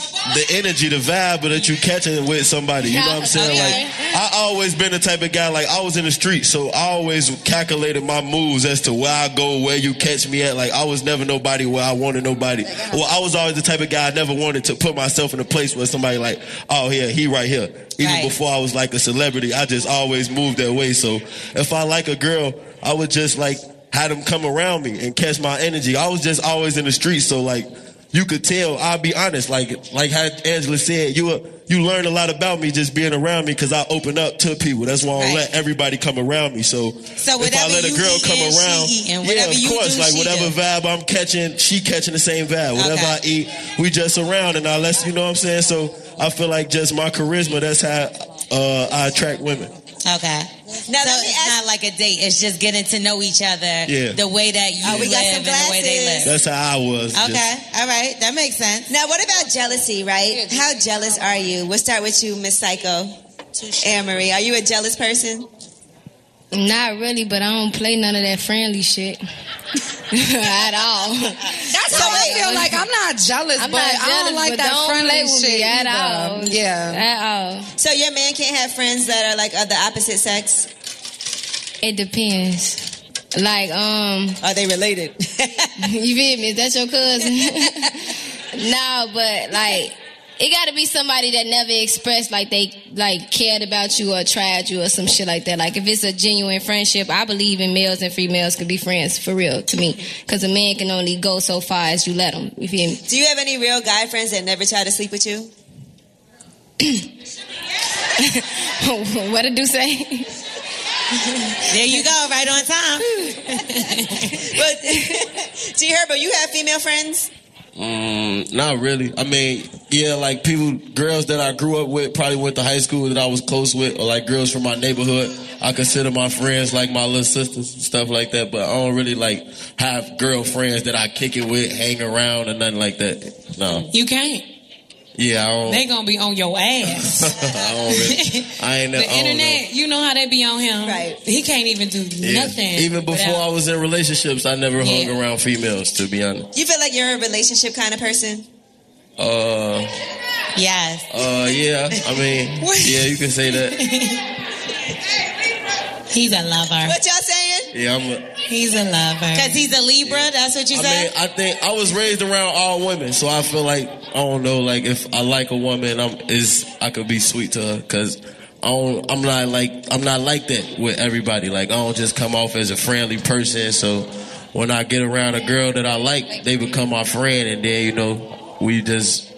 Speaker 14: the energy, the vibe that you catching with somebody. You know what I'm saying?
Speaker 13: Okay.
Speaker 14: Like I always been the type of guy. Like I was in the street, so I always calculated my moves as to where I go, where you catch me at. Like I was never nobody where I wanted nobody. Well, I was always the type of guy I never wanted to put myself in a place where somebody like, oh yeah, he right here. Even
Speaker 15: Right.
Speaker 14: before I was like a celebrity, I just always moved that way. So if I like a girl, I would just like had them come around me and catch my energy. I was just always in the street, so like you could tell. I'll be honest, like like how Angela said, you a- you learn a lot about me just being around me because I open up to people. That's why I don't
Speaker 12: Right.
Speaker 14: let everybody come around me. So,
Speaker 12: So
Speaker 14: if I
Speaker 12: whatever
Speaker 14: let a
Speaker 12: you
Speaker 14: girl
Speaker 12: eating,
Speaker 14: come
Speaker 12: she
Speaker 14: around,
Speaker 12: eating.
Speaker 14: yeah,
Speaker 12: Whatever
Speaker 14: of
Speaker 12: you
Speaker 14: course,
Speaker 12: do,
Speaker 14: like
Speaker 12: she
Speaker 14: whatever
Speaker 12: do.
Speaker 14: vibe I'm catching, she catching the same vibe. Whatever
Speaker 12: Okay.
Speaker 14: I eat, we just around and I let you know what I'm saying. So I feel like just my charisma. That's how uh, I attract women.
Speaker 12: Okay. so it's not like a date. It's just getting to know each other.
Speaker 14: Yeah.
Speaker 12: The way that you
Speaker 5: Oh, we
Speaker 12: live
Speaker 5: got
Speaker 12: and
Speaker 5: some
Speaker 12: the way they live.
Speaker 14: That's how I was. just-
Speaker 5: all right, that makes sense. Now, what about jealousy? Right? How jealous are you? We'll start with you, Miss Psycho. Anne Marie, are you a jealous person?
Speaker 13: not really, but I don't play none of that friendly shit at all.
Speaker 8: That's how I feel like I'm not jealous,
Speaker 13: I'm
Speaker 8: but
Speaker 13: not
Speaker 8: I don't
Speaker 13: jealous,
Speaker 8: like
Speaker 13: but
Speaker 8: that
Speaker 13: don't
Speaker 8: friendly
Speaker 13: play with
Speaker 8: shit
Speaker 13: me at
Speaker 8: either.
Speaker 13: all.
Speaker 8: Yeah.
Speaker 13: At all.
Speaker 5: So your man can't have friends that are like of the opposite sex.
Speaker 13: It depends. Like, um.
Speaker 7: Are they related?
Speaker 13: you feel me? Is that your cousin? no, but like, it got to be somebody that never expressed like they like cared about you or tried you or some shit like that. Like if it's a genuine friendship, I believe in males and females can be friends for real to me, because a man can only go so far as you let him. You feel me?
Speaker 5: Do you have any real guy friends that never try to sleep with you?
Speaker 13: what did you say?
Speaker 7: there you go, right on time.
Speaker 5: well, G Herbo, you have female friends?
Speaker 14: Mm, not really. I mean, yeah, like people, girls that I grew up with, probably went to high school that I was close with, or like girls from my neighborhood. I consider my friends like my little sisters and stuff like that. But I don't really like have girlfriends that I kick it with, hang around, or nothing like that. No.
Speaker 3: You can't.
Speaker 14: Yeah, I don't.
Speaker 3: They gonna be on your ass.
Speaker 14: I don't really. I ain't. I
Speaker 3: The
Speaker 14: don't know.
Speaker 3: internet, you know how they be on him. Right. He can't even do
Speaker 14: Yeah.
Speaker 3: nothing.
Speaker 14: Even before
Speaker 3: without-
Speaker 14: I was in relationships, I never hung
Speaker 5: Yeah.
Speaker 14: around females. To be honest.
Speaker 5: You feel like you're a relationship kind of person?
Speaker 14: Uh.
Speaker 5: Yes.
Speaker 14: Uh. Yeah. I mean. Yeah. You can say that.
Speaker 12: He's a lover.
Speaker 5: What y'all saying?
Speaker 14: Yeah. I'm. A,
Speaker 12: He's a lover. Cause he's a Libra. That's what you
Speaker 14: I
Speaker 12: said.
Speaker 14: mean, I think I was raised around all women, so I feel like I don't know. Like if I like a woman, I'm is I could be sweet to her because. I don't, I'm not like I'm not like that with everybody. Like I don't just come off as a friendly person. So when I get around a girl that I like, they become my friend, and then you know we just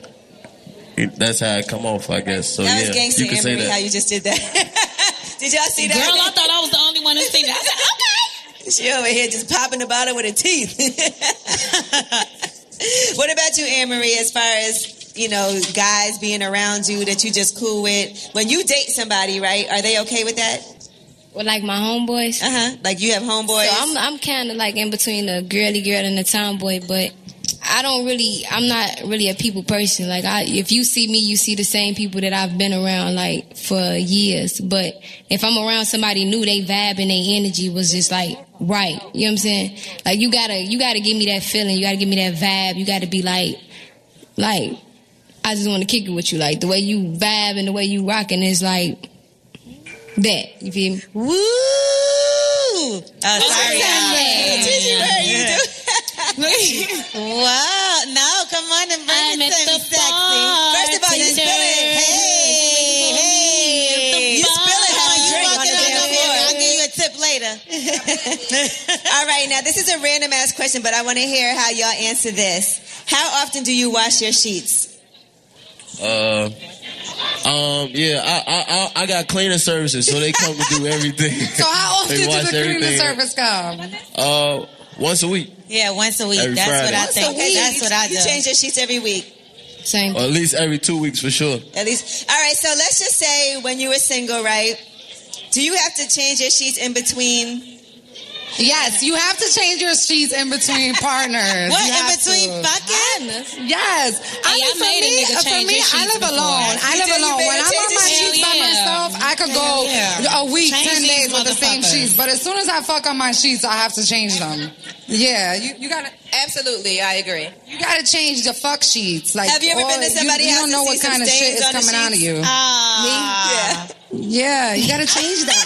Speaker 14: that's how I come off. I guess. So
Speaker 5: that
Speaker 14: yeah,
Speaker 5: was gangster
Speaker 14: you can say
Speaker 5: Emery,
Speaker 14: that.
Speaker 5: how you just did that. did y'all see that?
Speaker 12: Girl, I thought I was the only one who seen that. I said,
Speaker 5: okay. She over here just popping the bottle with her teeth. what about you, Anne Marie, as far as, you know, guys being around you that you just cool with? When you date somebody, right, are they okay with that?
Speaker 13: With like my homeboys.
Speaker 5: Uh huh. Like you have homeboys.
Speaker 13: So I'm I'm kind of like in between the girly girl and the tomboy, but I don't really I'm not really a people person. Like I if you see me, you see the same people that I've been around like for years. But if I'm around somebody new, they vibe and they energy was just like right. You know what I'm saying? Like you gotta you gotta give me that feeling. You gotta give me that vibe. You gotta be like like I just want to kick it with you. Like the way you vibe and the way you rocking is like that. You feel me?
Speaker 5: Woo!
Speaker 7: Oh, sorry.
Speaker 13: Yeah.
Speaker 7: Yeah. wow. No, come on and bring it some sexy. First of all, you spill it. Hey, hey. You spill it. Have a drink on the damn floor. I'll give you a tip later.
Speaker 5: All right, now this is a random ass question, but I want to hear how y'all answer this. How often do you wash your sheets?
Speaker 14: Uh, um, yeah, I, I I I got cleaning services, so they come to do everything.
Speaker 8: So how
Speaker 14: They
Speaker 8: often do
Speaker 14: wash
Speaker 8: the cleaning
Speaker 14: everything.
Speaker 8: service come?
Speaker 14: Uh, once a week,
Speaker 7: Yeah, once a week.
Speaker 14: Every
Speaker 7: That's what
Speaker 14: Friday.
Speaker 7: I
Speaker 14: Once a
Speaker 7: think.
Speaker 5: week?
Speaker 7: That's what I do.
Speaker 5: You change your sheets every week.
Speaker 13: Same.
Speaker 14: or at least every two weeks for sure.
Speaker 5: At least. All right, so let's just say when you were single, right? Do you have to change your sheets in between?
Speaker 8: Yes, you have to change your sheets in between partners.
Speaker 5: What,
Speaker 8: You
Speaker 5: in
Speaker 8: have
Speaker 5: between
Speaker 8: to.
Speaker 5: fucking?
Speaker 8: Yes. I, mean,
Speaker 12: I
Speaker 8: for
Speaker 12: made a
Speaker 8: me,
Speaker 12: nigga
Speaker 8: for
Speaker 12: change
Speaker 8: me,
Speaker 12: his
Speaker 8: I
Speaker 12: sheets
Speaker 8: live
Speaker 12: before.
Speaker 8: alone. I
Speaker 12: You
Speaker 8: live
Speaker 12: did, you
Speaker 8: alone.
Speaker 12: made
Speaker 8: When
Speaker 12: him
Speaker 8: I'm
Speaker 12: change
Speaker 8: on my
Speaker 12: his
Speaker 8: sheets by
Speaker 12: sheets.
Speaker 8: myself, I could
Speaker 12: Hell
Speaker 8: go
Speaker 12: yeah.
Speaker 8: a week,
Speaker 12: Change
Speaker 8: ten
Speaker 12: these
Speaker 8: days with the same
Speaker 12: motherfuckers.
Speaker 8: sheets. But as soon as I fuck on my sheets, I have to change them. Yeah, you, you gotta
Speaker 6: Absolutely, I agree.
Speaker 8: you gotta change the fuck sheets. Like,
Speaker 6: Have you ever
Speaker 8: or
Speaker 6: been to somebody's
Speaker 8: you, you
Speaker 6: house
Speaker 8: don't
Speaker 6: and
Speaker 8: know
Speaker 6: see
Speaker 8: what
Speaker 6: some
Speaker 8: kind of shit
Speaker 6: stains
Speaker 8: is
Speaker 6: on the
Speaker 8: coming out of
Speaker 6: sheets?
Speaker 8: you.
Speaker 7: Ah.
Speaker 8: Yeah, you gotta change that.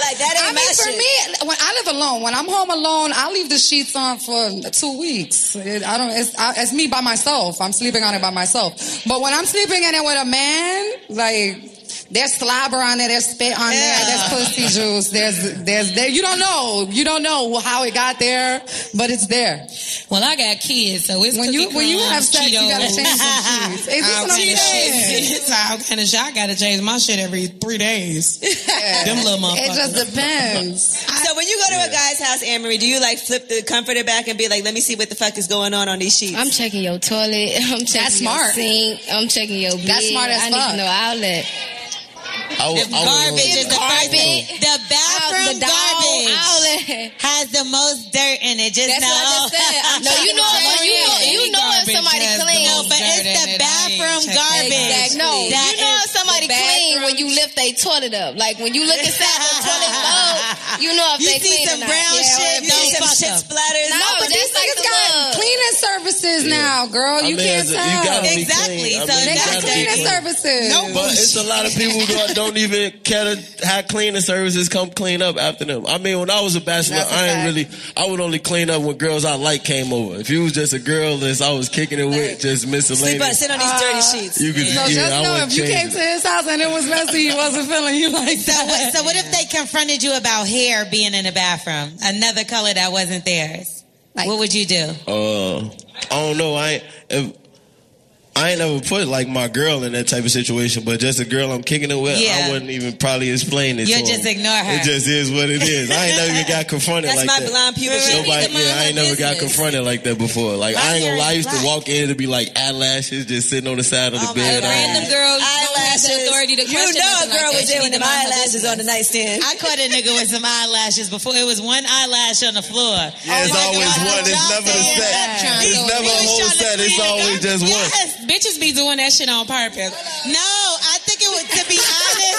Speaker 5: Like that ain't
Speaker 8: I mean,
Speaker 5: my
Speaker 8: for
Speaker 5: shit.
Speaker 8: me, when I live alone, when I'm home alone, I leave the sheets on for two weeks. It, I don't. It's, I, it's me by myself. I'm sleeping on it by myself. But when I'm sleeping in it with a man, like. There's slobber on there. There's spit on there. There's pussy juice. There's, there's, there. You don't know. You don't know how it got there, but it's there.
Speaker 12: Well, I got kids, so it's
Speaker 8: when you
Speaker 12: cookie
Speaker 8: when you
Speaker 12: crumbs,
Speaker 8: have sex, you gotta
Speaker 12: Cheetos.
Speaker 8: change some sheets. Is this
Speaker 12: All
Speaker 8: what I'm
Speaker 12: kind of
Speaker 8: saying?
Speaker 12: shit. It's all kind of shit. I gotta change my shit every three days. Them little motherfuckers.
Speaker 8: It just depends.
Speaker 5: So when you go to a guy's house, Anne Marie, do you like flip the comforter back and be like, let me see what the fuck is going on on these sheets?
Speaker 13: I'm checking your toilet. I'm checking
Speaker 8: That's smart.
Speaker 13: your sink. I'm checking your bed.
Speaker 8: That's smart as
Speaker 13: I
Speaker 8: fuck.
Speaker 13: need to know outlet.
Speaker 14: I, was-
Speaker 7: The
Speaker 14: I was on-
Speaker 7: garbage is the first thing. The bathroom
Speaker 13: the dog
Speaker 7: garbage has the most dirt in it. Just
Speaker 13: That's
Speaker 7: know.
Speaker 13: what I just said. No, you know it when you know- you know if somebody clean.
Speaker 7: No, but it's the bathroom garbage.
Speaker 13: Exactly. No,
Speaker 7: That
Speaker 13: you know know somebody clean when you lift their toilet up. Like when you look inside the toilet bowl, you know if
Speaker 7: You
Speaker 13: they
Speaker 7: see
Speaker 13: clean
Speaker 7: some
Speaker 13: or not.
Speaker 7: brown shit,
Speaker 13: or
Speaker 7: you see
Speaker 13: if
Speaker 7: some
Speaker 13: fuck
Speaker 7: shit
Speaker 13: up.
Speaker 7: splatters.
Speaker 13: No, but these
Speaker 8: like
Speaker 13: niggas
Speaker 8: got cleaning services now, girl.
Speaker 14: I
Speaker 8: You
Speaker 14: mean,
Speaker 8: can't
Speaker 14: it's a-
Speaker 8: tell.
Speaker 14: you gotta be
Speaker 8: exactly.
Speaker 14: clean. I
Speaker 8: So
Speaker 14: mean, you
Speaker 8: they got
Speaker 14: gotta be
Speaker 8: cleaning
Speaker 14: clean.
Speaker 8: services.
Speaker 14: but it's a lot of people who don't even care to have cleaning services come clean up after them. I mean, when I was a bachelor,
Speaker 8: That's a
Speaker 14: I
Speaker 8: fact.
Speaker 14: ain't really. I would only clean up when girls I like came over. If you was just a girl that I was kicking it with, just
Speaker 7: Sleep out,
Speaker 14: miscellaneous.
Speaker 7: sit on these dirty sheets.
Speaker 14: You could,
Speaker 8: So
Speaker 14: yeah,
Speaker 8: just
Speaker 14: I
Speaker 8: know
Speaker 14: wouldn't
Speaker 8: if you
Speaker 14: change
Speaker 8: came
Speaker 14: it.
Speaker 8: to his house and it was messy, he wasn't feeling you like
Speaker 7: So
Speaker 8: that.
Speaker 7: what-
Speaker 12: so what if they confronted you about hair being in the bathroom, another color that wasn't theirs? what would you do?
Speaker 14: Uh, I don't know. I ain't- if, I ain't never put like my girl in that type of situation, but just a girl I'm kicking it with,
Speaker 12: Yeah.
Speaker 14: I wouldn't even probably explain it.
Speaker 12: You'll
Speaker 14: to 'em.
Speaker 12: just ignore her.
Speaker 14: It just is what it is. I ain't never even got confronted
Speaker 12: That's
Speaker 14: like
Speaker 12: my
Speaker 14: that.
Speaker 12: blonde people shit.
Speaker 14: Nobody,
Speaker 12: Neither
Speaker 14: yeah,
Speaker 12: mind
Speaker 14: I ain't
Speaker 12: my
Speaker 14: never got
Speaker 12: business.
Speaker 14: confronted like that before. Like
Speaker 12: My
Speaker 14: I ain't
Speaker 12: hair
Speaker 14: gonna lie, I
Speaker 12: is
Speaker 14: used to walk in to be like eyelashes just sitting on the side of the bed.
Speaker 12: Oh, Random
Speaker 7: girls
Speaker 12: the authority to
Speaker 7: You
Speaker 12: question
Speaker 7: know a
Speaker 12: nothing like
Speaker 7: girl
Speaker 12: that.
Speaker 7: was
Speaker 12: She
Speaker 7: there
Speaker 12: need to
Speaker 7: with them
Speaker 12: mind her
Speaker 7: eyelashes on the nightstand.
Speaker 12: I caught a nigga with some eyelashes before. It was one eyelash on the floor.
Speaker 14: Yeah,
Speaker 7: Oh
Speaker 12: Oh,
Speaker 14: it's always one. It's never the set. It's never a whole set. It's always just one.
Speaker 12: Yes, bitches be doing that shit on purpose.
Speaker 7: No, I think it was to be honest.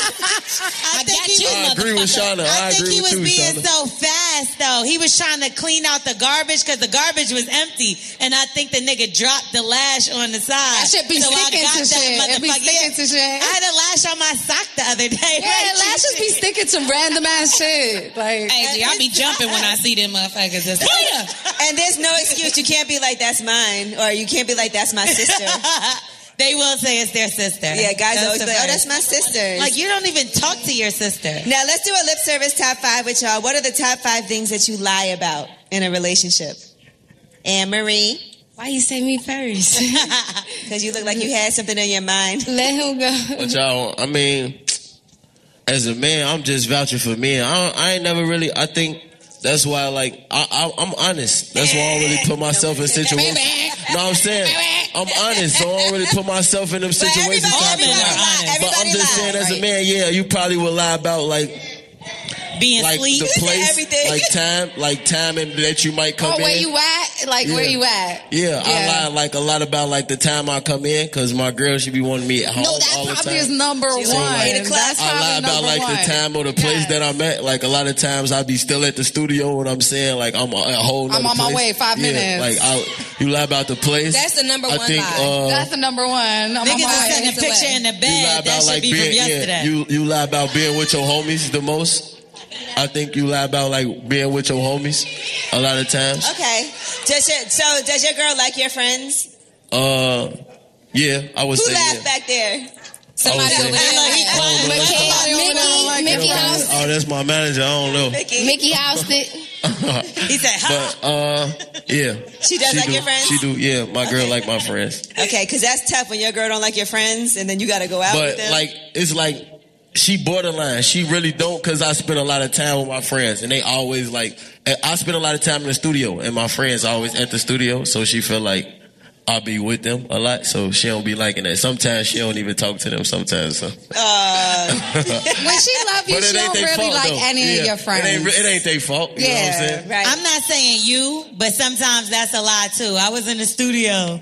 Speaker 7: I, think he
Speaker 14: I
Speaker 7: was,
Speaker 14: agree with Shauna. I,
Speaker 7: think
Speaker 14: agree
Speaker 7: he was
Speaker 14: with you,
Speaker 7: being
Speaker 14: Shauna.
Speaker 7: so fast though. He was trying to clean out the garbage because the garbage was empty, and I think the nigga dropped the lash on the side.
Speaker 8: That shit be
Speaker 7: so
Speaker 8: sticking
Speaker 7: I got
Speaker 8: to
Speaker 7: that
Speaker 8: shit. It be
Speaker 7: motherfucker.
Speaker 8: sticking to shit.
Speaker 7: I had a lash on my sock the other day.
Speaker 8: Yeah, lashes be sticking to random ass shit. Like,
Speaker 12: Hey, G, I be jumping when I see them motherfuckers. Just, Clean up.
Speaker 5: And there's no excuse. You can't be like, that's mine. Or you can't be like, that's my sister.
Speaker 7: they will say it's their sister.
Speaker 5: Yeah, guys
Speaker 7: That's
Speaker 5: always
Speaker 7: the
Speaker 5: be like, oh,
Speaker 7: first.
Speaker 5: that's my sister.
Speaker 7: Like you don't even talk to your sister.
Speaker 5: Now let's do a lip service top five with y'all. What are the top five things that you lie about in a relationship? Anne Marie.
Speaker 13: Why you say me first?
Speaker 5: Because you look like you had something in your mind.
Speaker 13: Let him go.
Speaker 14: But y'all, I mean, as a man, I'm just vouching for men. I, don't- I ain't never really. I think that's why, like, I, I, I'm honest. That's why I don't really put myself in situations. No, I'm saying I'm honest, so I don't really put myself in them situations.
Speaker 7: everybody lies.
Speaker 14: but I'm
Speaker 7: Everybody
Speaker 14: just
Speaker 7: lies,
Speaker 14: saying, as
Speaker 7: right?
Speaker 14: a man, yeah, you probably would lie about like
Speaker 7: Being
Speaker 14: like
Speaker 7: sleep.
Speaker 14: the place,
Speaker 7: Everything.
Speaker 14: like time, like time, and that you might come
Speaker 8: oh,
Speaker 14: in.
Speaker 8: where you at? Like, where
Speaker 14: Yeah.
Speaker 8: you at?
Speaker 14: Yeah,
Speaker 8: Yeah.
Speaker 14: I lie like a lot about like the time I come in because my girl should be wanting me at home
Speaker 8: No, that's
Speaker 14: all the
Speaker 8: probably
Speaker 14: time.
Speaker 8: his number one.
Speaker 14: like, I
Speaker 8: That's probably
Speaker 14: lie about
Speaker 8: number
Speaker 14: like
Speaker 8: one.
Speaker 14: the time or the place that I'm at. Like a lot of times I be still at the studio and I'm saying like I'm a, a whole.
Speaker 8: I'm
Speaker 14: nother
Speaker 8: on my
Speaker 14: place.
Speaker 8: way, five
Speaker 14: Yeah, Like
Speaker 8: minutes.
Speaker 14: I, you lie about the place.
Speaker 8: That's the number
Speaker 14: I
Speaker 8: one
Speaker 14: think,
Speaker 8: lie.
Speaker 14: Uh,
Speaker 8: That's the number one. I'm on
Speaker 7: Niggas
Speaker 8: my
Speaker 7: are
Speaker 8: way.
Speaker 7: sending a picture in the
Speaker 14: you lie
Speaker 7: bed. That
Speaker 14: about
Speaker 7: should
Speaker 14: like
Speaker 7: be from
Speaker 14: being yeah.
Speaker 7: yesterday.
Speaker 14: You you lie about being with your homies the most. I think you lie about like being with your homies a lot of times.
Speaker 5: Okay. Does your, so does your girl like your friends?
Speaker 14: Uh, yeah, I would
Speaker 5: Who
Speaker 14: say.
Speaker 5: laughed
Speaker 14: yeah.
Speaker 5: back there?
Speaker 14: Somebody over there.
Speaker 5: Oh,
Speaker 14: But
Speaker 5: Lord.
Speaker 14: Kayla,
Speaker 5: Somebody over there like
Speaker 13: Mickey
Speaker 5: your
Speaker 13: House.
Speaker 14: Oh, that's my manager. I don't know.
Speaker 13: Mickey housed it.
Speaker 5: He said,
Speaker 14: but uh, yeah.
Speaker 5: She does like
Speaker 14: do,
Speaker 5: your friends?
Speaker 14: She do. Yeah, my girl like my friends.
Speaker 5: Okay, because that's tough when your girl don't like your friends and then you got to go out with
Speaker 14: But
Speaker 5: them.
Speaker 14: like, it's like she borderline. She really don't because I spend a lot of time with my friends, and they always like. and I spend a lot of time in the studio, and my friends always at the studio, so she feel like. I'll be with them a lot, so she don't be liking that. Sometimes she don't even talk to them. Sometimes, so.
Speaker 5: Uh,
Speaker 8: when she love you,
Speaker 14: But
Speaker 8: she
Speaker 14: it ain't
Speaker 8: don't
Speaker 14: they
Speaker 8: really
Speaker 14: fault,
Speaker 8: like
Speaker 14: though.
Speaker 8: any
Speaker 14: Yeah.
Speaker 8: of your friends.
Speaker 14: It ain't, it ain't their fault. You know what I'm saying?
Speaker 12: I'm not saying you, but sometimes that's a lie too. I was in the studio.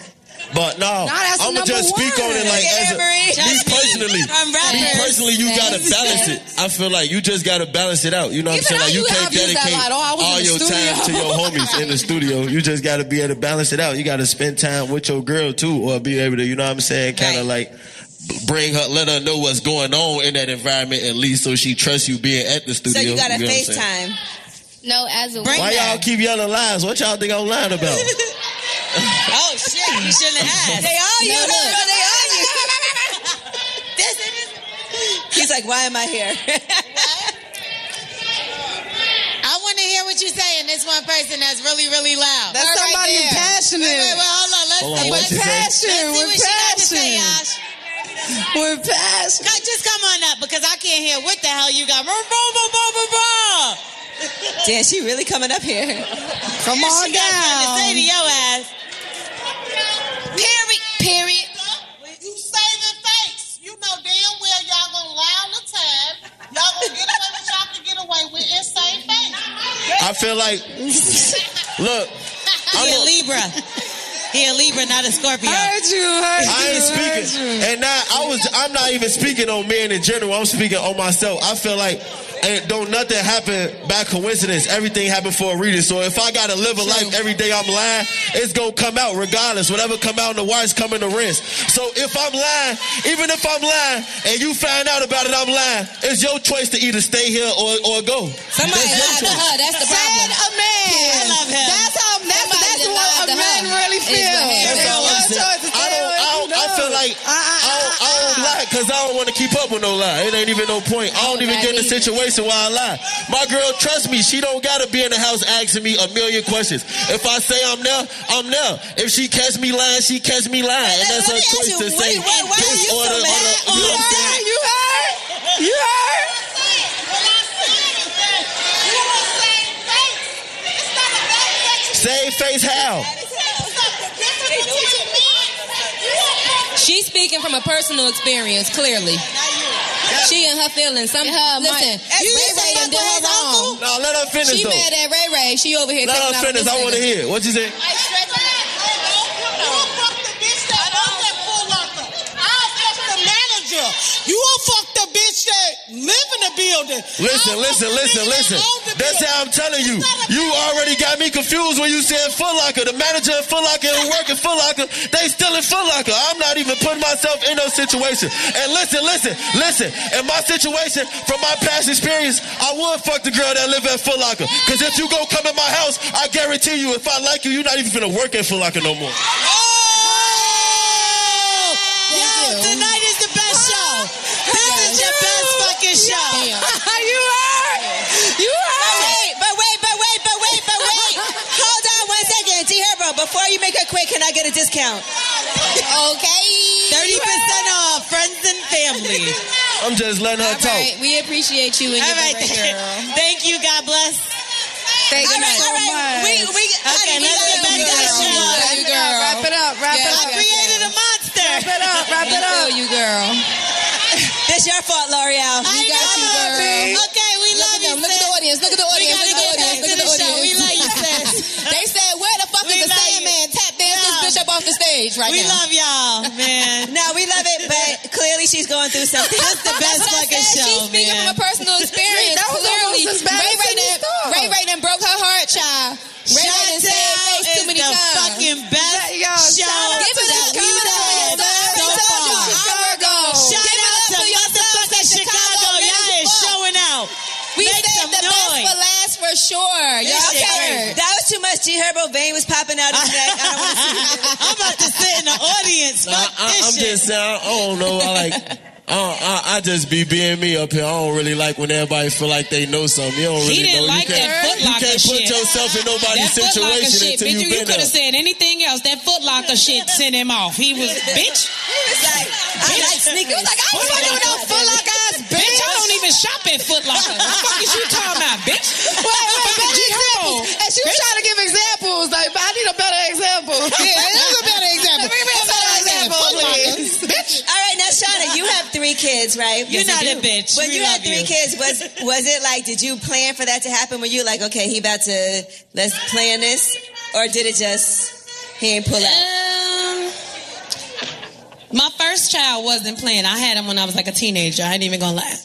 Speaker 14: But no,
Speaker 12: that's
Speaker 14: I'm gonna
Speaker 12: number
Speaker 14: just speak
Speaker 12: one.
Speaker 14: on it like
Speaker 12: Yeah,
Speaker 14: as a,
Speaker 12: Marie.
Speaker 14: me
Speaker 12: Just me.
Speaker 14: personally.
Speaker 12: I'm rapping.
Speaker 14: me personally, you gotta balance it. I feel like you just gotta balance it out. You know what I'm
Speaker 8: Even
Speaker 14: saying? Like
Speaker 8: I
Speaker 14: you
Speaker 8: use-
Speaker 14: can't
Speaker 8: I've used that
Speaker 14: dedicate
Speaker 8: line. Oh, I was
Speaker 14: all
Speaker 8: in the
Speaker 14: your time to
Speaker 8: studio.
Speaker 14: your homies in the studio. You just gotta be able to balance it out. You gotta spend time with your girl too, or be able to, you know what I'm saying? Kind of like b- bring her, let her know what's going on in that environment at least, so she trusts you being at the studio.
Speaker 5: so you got to
Speaker 14: know what I'm saying?
Speaker 5: FaceTime.
Speaker 13: No, as a
Speaker 14: Why y'all keep yelling lies? What y'all think I'm lying about?
Speaker 7: oh shit, you shouldn't have asked.
Speaker 5: They are you.
Speaker 7: No, look.
Speaker 5: girl, they are you. He's like, why am I here?
Speaker 12: I want to hear what you say, and this one person that's really, really loud.
Speaker 8: That's
Speaker 12: Her
Speaker 8: somebody
Speaker 12: there.
Speaker 8: passionate.
Speaker 12: Wait, wait, well, hold on. Let's
Speaker 8: Hold on,
Speaker 12: see.
Speaker 8: what
Speaker 12: Let's,
Speaker 8: you say?
Speaker 12: let's see
Speaker 8: Passion,
Speaker 12: what
Speaker 8: with
Speaker 12: she got to say, Yash.
Speaker 8: passion. With passion.
Speaker 12: God, just come on up because I can't hear what the hell you got. Boom, boom, boom, boom, boom, boom.
Speaker 5: Damn, she really coming up here.
Speaker 8: Come
Speaker 12: on she Got something to say to
Speaker 5: down.
Speaker 12: your ass. Period. Period.
Speaker 15: You saving face. You know damn well y'all gonna lie all the time. Y'all gonna get away with y'all can get away with and save face.
Speaker 14: I feel like, look,
Speaker 12: I'm
Speaker 14: I'm
Speaker 12: a Libra. He a Libra, not a Scorpio.
Speaker 8: Heard you, heard
Speaker 14: I ain't speaking, and now I was. I'm not even speaking on men in general. I'm speaking on myself. I feel like, and don't nothing happen by coincidence. Everything happened for a reason. So if I gotta live a life every day, I'm lying. It's gonna come out regardless. Whatever come out in the wires, coming to rinse. So if I'm lying, even if I'm lying, and you find out about it, I'm lying. It's your choice to either stay here or or go.
Speaker 8: Somebody
Speaker 14: That's your
Speaker 8: lied to
Speaker 14: choice.
Speaker 8: her. That's the problem. Said a man. I love him. That's how. That's, that's what a man really feels.
Speaker 14: That's all I'm
Speaker 8: Your
Speaker 14: saying.
Speaker 8: choice is
Speaker 14: I
Speaker 8: stay
Speaker 14: don't. I,
Speaker 8: or you Uh,
Speaker 14: don't I
Speaker 8: go.
Speaker 14: feel like I don't. I
Speaker 8: uh.
Speaker 14: don't lie because I don't want to keep up with no lie. It ain't even no point. I don't even get in a situation where I lie. My girl, trust me, she don't gotta be in the house asking me a million questions. If I say I'm there, I'm there. If she catch me lying, she catch me lying, and that's her choice to say. this or the- or the- you know what I'm saying?
Speaker 8: You heard? You heard?
Speaker 14: Save face how?
Speaker 6: She's speaking from a personal experience, clearly. She and her feelings. Some, listen, you
Speaker 9: Ray
Speaker 6: say
Speaker 9: Ray
Speaker 6: I
Speaker 9: done
Speaker 6: did her wrong.
Speaker 14: No, let her finish
Speaker 6: She
Speaker 14: though.
Speaker 6: mad at Ray Ray. She over here
Speaker 14: Let
Speaker 6: taking
Speaker 14: her
Speaker 6: out
Speaker 14: finish.
Speaker 6: this
Speaker 14: I want to
Speaker 6: nigga.
Speaker 14: hear. What you say?
Speaker 15: You will fuck the bitch that live in the building.
Speaker 14: Listen, listen, listen, listen. That's how I'm telling you. You already got me confused when you said Foot Locker. The manager at Foot Locker who work at Foot Locker, they still in Foot Locker. I'm not even putting myself in those situations. And listen, listen, listen. In my situation, from my past experience, I would fuck the girl that live at Foot Locker. Because if you go come in my house, I guarantee you, if I like you, you're not even gonna work at Foot Locker no more.
Speaker 7: Oh! Yo, tonight is the best show. This is your best fucking show. you are. You are. Wait, but wait, but wait, but wait, but wait. Hold on one second, T Hero. Before you make her quick, can I get a discount? Okay. Thirty percent off, friends and family.
Speaker 14: I'm just letting her talk.
Speaker 7: we appreciate you and your right, girl. Thank you. God bless. Thank
Speaker 8: you so much.
Speaker 7: We, we, okay,
Speaker 8: honey, we
Speaker 7: let's
Speaker 8: love
Speaker 7: get
Speaker 8: you,
Speaker 7: back to the
Speaker 8: girl. We
Speaker 7: show.
Speaker 8: love you, girl. Wrap it up, wrap it
Speaker 7: Yes,
Speaker 8: up.
Speaker 7: I created a monster.
Speaker 8: Wrap it up, wrap it up.
Speaker 7: you, girl. That's your fault, L'Oreal.
Speaker 8: We got you, girl.
Speaker 7: Okay, we
Speaker 8: Look
Speaker 7: love
Speaker 8: at them.
Speaker 7: you.
Speaker 8: Look at the audience. Look at the audience.
Speaker 7: We
Speaker 8: Look
Speaker 7: gotta
Speaker 8: at the audience.
Speaker 7: get back
Speaker 8: Look
Speaker 7: to
Speaker 8: at the
Speaker 7: the show.
Speaker 8: audience.
Speaker 7: We love you, sis.
Speaker 8: They said, "Where the fuck
Speaker 7: We
Speaker 8: is the
Speaker 7: love
Speaker 8: same
Speaker 7: you.
Speaker 8: man? Tap dance this bitch up off the stage right
Speaker 7: we
Speaker 8: now."
Speaker 7: love y'all, man. no, we love it, but clearly she's going through something. That's the best
Speaker 8: That's what I
Speaker 7: fucking
Speaker 8: said.
Speaker 7: show.
Speaker 8: She's speaking
Speaker 7: man.
Speaker 8: from a personal experience.
Speaker 7: That was
Speaker 8: clearly,
Speaker 7: almost as bad
Speaker 8: Ray
Speaker 7: as
Speaker 8: Ray
Speaker 7: Sydney
Speaker 8: done-
Speaker 7: Storm.
Speaker 8: Ray Ray done broke her heart, child. Ray Ray done said
Speaker 7: Shutdown
Speaker 8: face too
Speaker 7: is
Speaker 8: many
Speaker 7: the
Speaker 8: times.
Speaker 7: fucking best
Speaker 8: Yo, shout
Speaker 7: show
Speaker 8: out
Speaker 7: Give
Speaker 8: to
Speaker 7: it
Speaker 8: this
Speaker 7: up.
Speaker 8: girl.
Speaker 7: We
Speaker 8: Give it up
Speaker 7: love so
Speaker 8: to
Speaker 7: far.
Speaker 8: Chicago.
Speaker 7: Shout
Speaker 8: Give it
Speaker 7: out
Speaker 8: up
Speaker 7: to
Speaker 8: for yourselves in
Speaker 7: motherfucking Chicago.
Speaker 8: Chicago.
Speaker 7: Y'all is showing out.
Speaker 8: We
Speaker 7: Make
Speaker 8: said
Speaker 7: some
Speaker 8: the best
Speaker 7: noise.
Speaker 8: for last for sure. Y'all
Speaker 7: Listen,
Speaker 8: heard.
Speaker 5: That was too much. G Herbo vein was popping out his neck. I don't want to see it.
Speaker 7: I'm about to sit in the audience.
Speaker 14: I,
Speaker 7: Fuck this
Speaker 14: am
Speaker 7: shit.
Speaker 14: just uh, saying, I don't know. I like, I, don't- I, I just be being me up here. I don't really like when everybody feel like they know something. You don't really
Speaker 3: He didn't
Speaker 14: know.
Speaker 3: like
Speaker 14: you can't,
Speaker 3: that Foot
Speaker 14: you
Speaker 3: Locker
Speaker 14: can't put
Speaker 3: shit.
Speaker 14: yourself in nobody's
Speaker 3: That Foot Locker
Speaker 14: situation
Speaker 3: shit,
Speaker 14: until
Speaker 3: bitch,
Speaker 14: you've
Speaker 3: you, you
Speaker 14: been
Speaker 3: could
Speaker 14: there.
Speaker 3: have said anything else. That Foot Locker shit sent him off. He was, bitch.
Speaker 8: He was like,
Speaker 3: I like sneakers. He was like, I
Speaker 8: ain't fucking with no Foot Locker ass
Speaker 3: bitch. I don't even shop at Foot Locker. What the fuck is you talking about, bitch?
Speaker 8: Wait, wait, better examples. And she was
Speaker 3: Bitch.
Speaker 8: trying to give examples. Like, I need a better example. Yeah, this is a better example.
Speaker 3: Give me a better
Speaker 8: example, please.
Speaker 5: Bitch. All right, now Shauna, you have three kids, right?
Speaker 7: You're
Speaker 5: Yes,
Speaker 7: not
Speaker 5: I
Speaker 7: a
Speaker 5: do.
Speaker 7: bitch.
Speaker 5: When
Speaker 7: We
Speaker 5: you had
Speaker 7: love
Speaker 5: three
Speaker 7: you.
Speaker 5: kids, was was it like? Did you plan for that to happen? Were you like, okay, he about to let's plan this, or did it just he ain't pull out?
Speaker 3: Um, my first child wasn't planned. I had him when I was like a teenager. I ain't even gonna lie.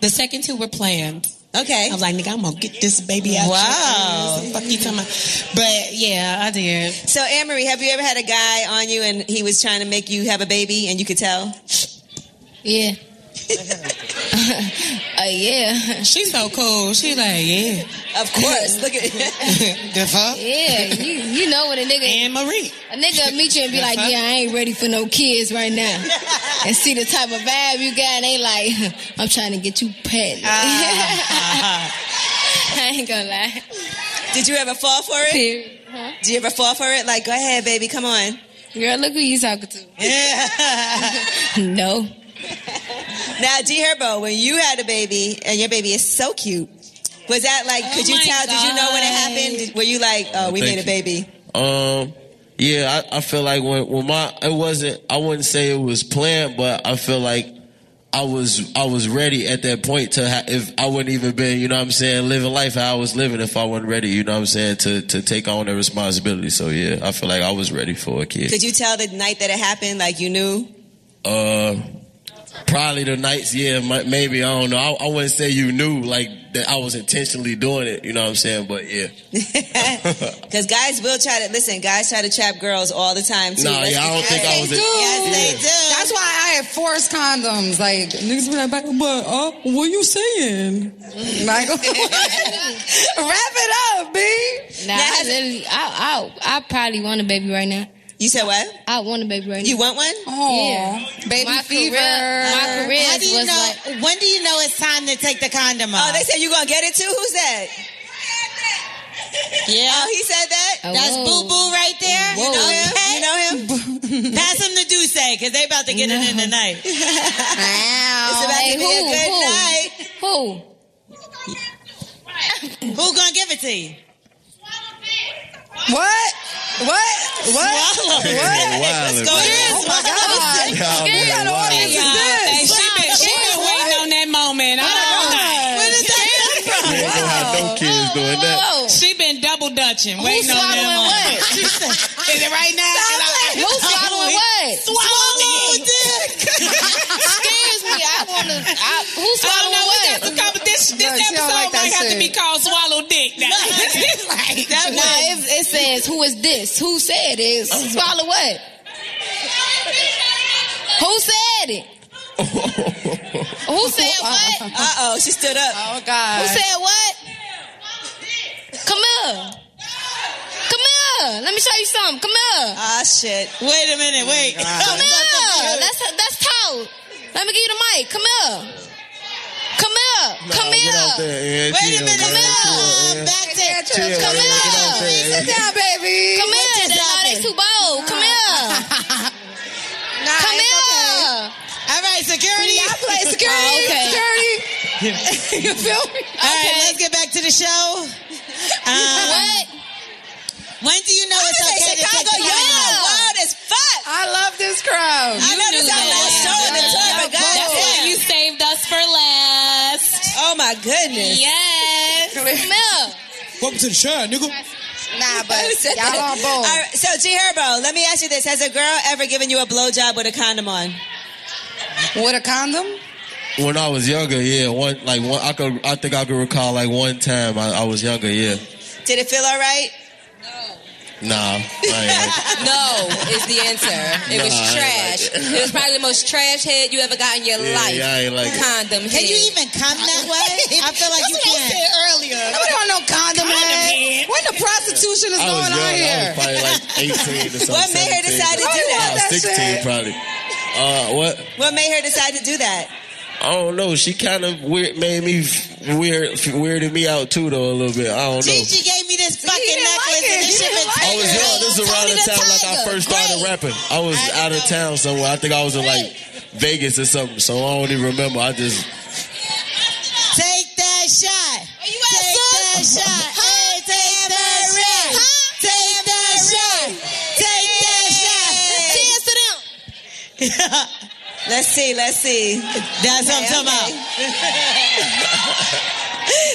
Speaker 3: The second two were planned.
Speaker 5: Okay.
Speaker 3: I was like, nigga, I'm gonna get this baby out.
Speaker 5: Wow.
Speaker 3: your ass. Fuck you talking about. But yeah, I did.
Speaker 5: So, Amory, have you ever had a guy on you and he was trying to make you have a baby and you could tell?
Speaker 13: Yeah.
Speaker 3: Uh, yeah. She's so cool. She like, yeah.
Speaker 5: Of course. Look at
Speaker 3: the fuck.
Speaker 13: Yeah, you, you know when a nigga
Speaker 3: and Marie.
Speaker 13: A nigga meet you and be like,
Speaker 3: Uh-huh.
Speaker 13: Yeah, I ain't ready for no kids right now. and see the type of vibe you got and they like, I'm trying to get you pet. I ain't gonna lie.
Speaker 5: Did you ever fall for it? Do you ever fall for it? Like, go ahead, baby, come on.
Speaker 13: Girl, look who you talking to. no.
Speaker 5: Now, G Herbo, when you had a baby and your baby is so cute, was that like,
Speaker 13: Oh
Speaker 5: could you tell? Did you know when it happened? Did- Were you like, oh, we
Speaker 14: thank
Speaker 5: made a
Speaker 14: you.
Speaker 5: baby?
Speaker 14: Um, yeah, I, I feel like when when my it wasn't, I wouldn't say it was planned, but I feel like I was I was ready at that point to ha- if I wouldn't even been you know what I'm saying living life how I was living if I wasn't ready you know what I'm saying to to take on the responsibility so yeah I feel like I was ready for a kid
Speaker 5: Could you tell the night that it happened, like you knew?
Speaker 14: uh probably the nights yeah mi- maybe I don't know I, I wouldn't say you knew like that I was intentionally doing it you know what I'm saying but yeah
Speaker 5: Because guys will try to listen. Guys try to trap girls all the time too.
Speaker 14: No,
Speaker 5: Let's
Speaker 14: yeah,
Speaker 5: be
Speaker 14: I don't think I was.
Speaker 5: honest. Yes, they
Speaker 14: yeah.
Speaker 8: That's why I had forced condoms. Like niggas be like, but uh, what you saying? Like, wrap it up, B.
Speaker 13: Nah, I literally, I, I, I probably want a baby right now.
Speaker 5: You said what?
Speaker 13: I want a baby right now.
Speaker 5: You want one?
Speaker 13: Oh, yeah.
Speaker 8: baby
Speaker 13: my
Speaker 8: fever.
Speaker 13: Career, my career
Speaker 7: How do you
Speaker 13: was
Speaker 7: know?
Speaker 13: like.
Speaker 7: when do you know it's time to take the condom off?
Speaker 5: Oh, they said you gonna get it too. Who's that?
Speaker 7: Yeah.
Speaker 5: Oh, he said that.
Speaker 7: That's Boo Boo right there.
Speaker 5: You know him? You know him?
Speaker 7: him? Pass him the Duce because they about to get it in tonight.
Speaker 5: It's about
Speaker 13: Hey,
Speaker 5: to be a
Speaker 13: who, who?
Speaker 5: good night.
Speaker 13: Who?
Speaker 7: Who gonna give it to you?
Speaker 8: What? What? What?
Speaker 7: Swallow.
Speaker 8: What?
Speaker 7: Yeah, wild,
Speaker 8: Let's go.
Speaker 7: bro. Oh, my God.
Speaker 8: What
Speaker 7: Y'all been
Speaker 8: kind of
Speaker 7: wild.
Speaker 8: audience is
Speaker 7: Y'all,
Speaker 8: this?
Speaker 7: hey, she been- she been waiting
Speaker 8: on that moment.
Speaker 7: I'm not gonna lie.
Speaker 8: Where
Speaker 7: did that come
Speaker 14: You ain't gonna have no kids doing that
Speaker 7: She been double dutching,
Speaker 3: Who
Speaker 7: waiting on that
Speaker 3: swallowing
Speaker 7: moment.
Speaker 3: what?
Speaker 7: She said, Is it right now?
Speaker 3: Stop
Speaker 7: And I-
Speaker 3: it. Who
Speaker 7: I'm
Speaker 3: swallowing
Speaker 7: like,
Speaker 3: what?
Speaker 7: Swallow dick.
Speaker 3: Excuse me, I wanna- I- who swallowed
Speaker 7: I don't know,
Speaker 3: what?
Speaker 7: We got some competition. This
Speaker 3: Look, she don't
Speaker 7: episode
Speaker 3: like that
Speaker 7: might have to
Speaker 3: shit.
Speaker 7: be called Swallow Dick. Now. like, that
Speaker 13: Nah, it, it says, who is this? Who said it? Swallow what? Who said it? Who said what?
Speaker 5: Uh oh, she stood up.
Speaker 8: Oh God.
Speaker 13: Who said what? Come here. Come here. Let me show you something. Come here.
Speaker 5: Ah, shit.
Speaker 7: Wait a minute, wait.
Speaker 13: Come here. That's that's talk. Let me give you the mic. Come here. Come here. Come
Speaker 14: get out
Speaker 13: here.
Speaker 14: there and chill, man. Chill, man.
Speaker 7: Back there.
Speaker 14: Chill, man.
Speaker 13: Come
Speaker 14: Get out
Speaker 13: here.
Speaker 14: there and-
Speaker 8: down, baby.
Speaker 13: Come here. Now they too bold. Come here. Come here.
Speaker 7: All right, security.
Speaker 13: I play
Speaker 8: security.
Speaker 13: Oh, okay.
Speaker 8: Security. you feel me?
Speaker 7: All right, let's get back to the show. Um,
Speaker 13: What?
Speaker 7: When do you know it's
Speaker 5: Hey,
Speaker 7: okay to take
Speaker 5: Chicago,
Speaker 7: the
Speaker 5: y'all are
Speaker 7: condom off?
Speaker 5: wild as fuck.
Speaker 8: I love this crowd.
Speaker 5: I know this is our last show in the tour, but
Speaker 3: That's why you
Speaker 5: goddamn.
Speaker 3: saved us for last.
Speaker 5: Oh my goodness.
Speaker 3: Yes.
Speaker 13: Come here.
Speaker 16: Welcome to the show, nigga.
Speaker 8: Nah, but y'all on
Speaker 5: All
Speaker 8: board.
Speaker 5: right, so G Herbo, let me ask you this: Has a girl ever given you a blowjob with a condom on?
Speaker 8: With a condom?
Speaker 14: When I was younger, yeah, one like one, I could, I think I could recall like one time I, I was younger, yeah.
Speaker 5: Did it feel all right?
Speaker 14: Nah, I
Speaker 6: No, is the answer. It was
Speaker 14: Nah, I ain't
Speaker 6: trash.
Speaker 14: like
Speaker 6: it was probably the most trash head you ever got in your
Speaker 14: Yeah,
Speaker 6: life.
Speaker 14: yeah, I ain't like it.
Speaker 6: Condom head.
Speaker 7: Can you even come that way? I feel like you
Speaker 3: what I
Speaker 7: can't.
Speaker 3: earlier.
Speaker 8: Nobody want no condom,
Speaker 3: head.
Speaker 8: man. What the prostitution is
Speaker 14: ain't, I was
Speaker 8: going
Speaker 14: young.
Speaker 8: on
Speaker 14: I
Speaker 8: here?
Speaker 14: was probably like eighteen or something.
Speaker 5: What made
Speaker 14: 17,
Speaker 5: her decide to do
Speaker 14: but-
Speaker 5: that?
Speaker 14: Nah,
Speaker 5: That
Speaker 14: Sixteen
Speaker 5: shit.
Speaker 14: probably. Uh, what?
Speaker 5: What made her decide to do that?
Speaker 14: I don't know. She kind of weird made me f- weird f- weirded me out too though a little bit. I don't know.
Speaker 7: Gigi gave me this fucking
Speaker 8: didn't like
Speaker 7: necklace
Speaker 8: it.
Speaker 7: and
Speaker 8: He
Speaker 7: this shit
Speaker 8: didn't
Speaker 7: been
Speaker 8: like
Speaker 14: I was young. This is around the time like I first started rapping. I was out of town somewhere. I think I was in like Vegas or something. So I don't even remember. I just
Speaker 7: Take that shot. Are you take that shot. Hey, take that shot. Take that shot. Take that shot.
Speaker 6: Cheers to them.
Speaker 5: Let's see. Let's see.
Speaker 7: That's what I'm talking about.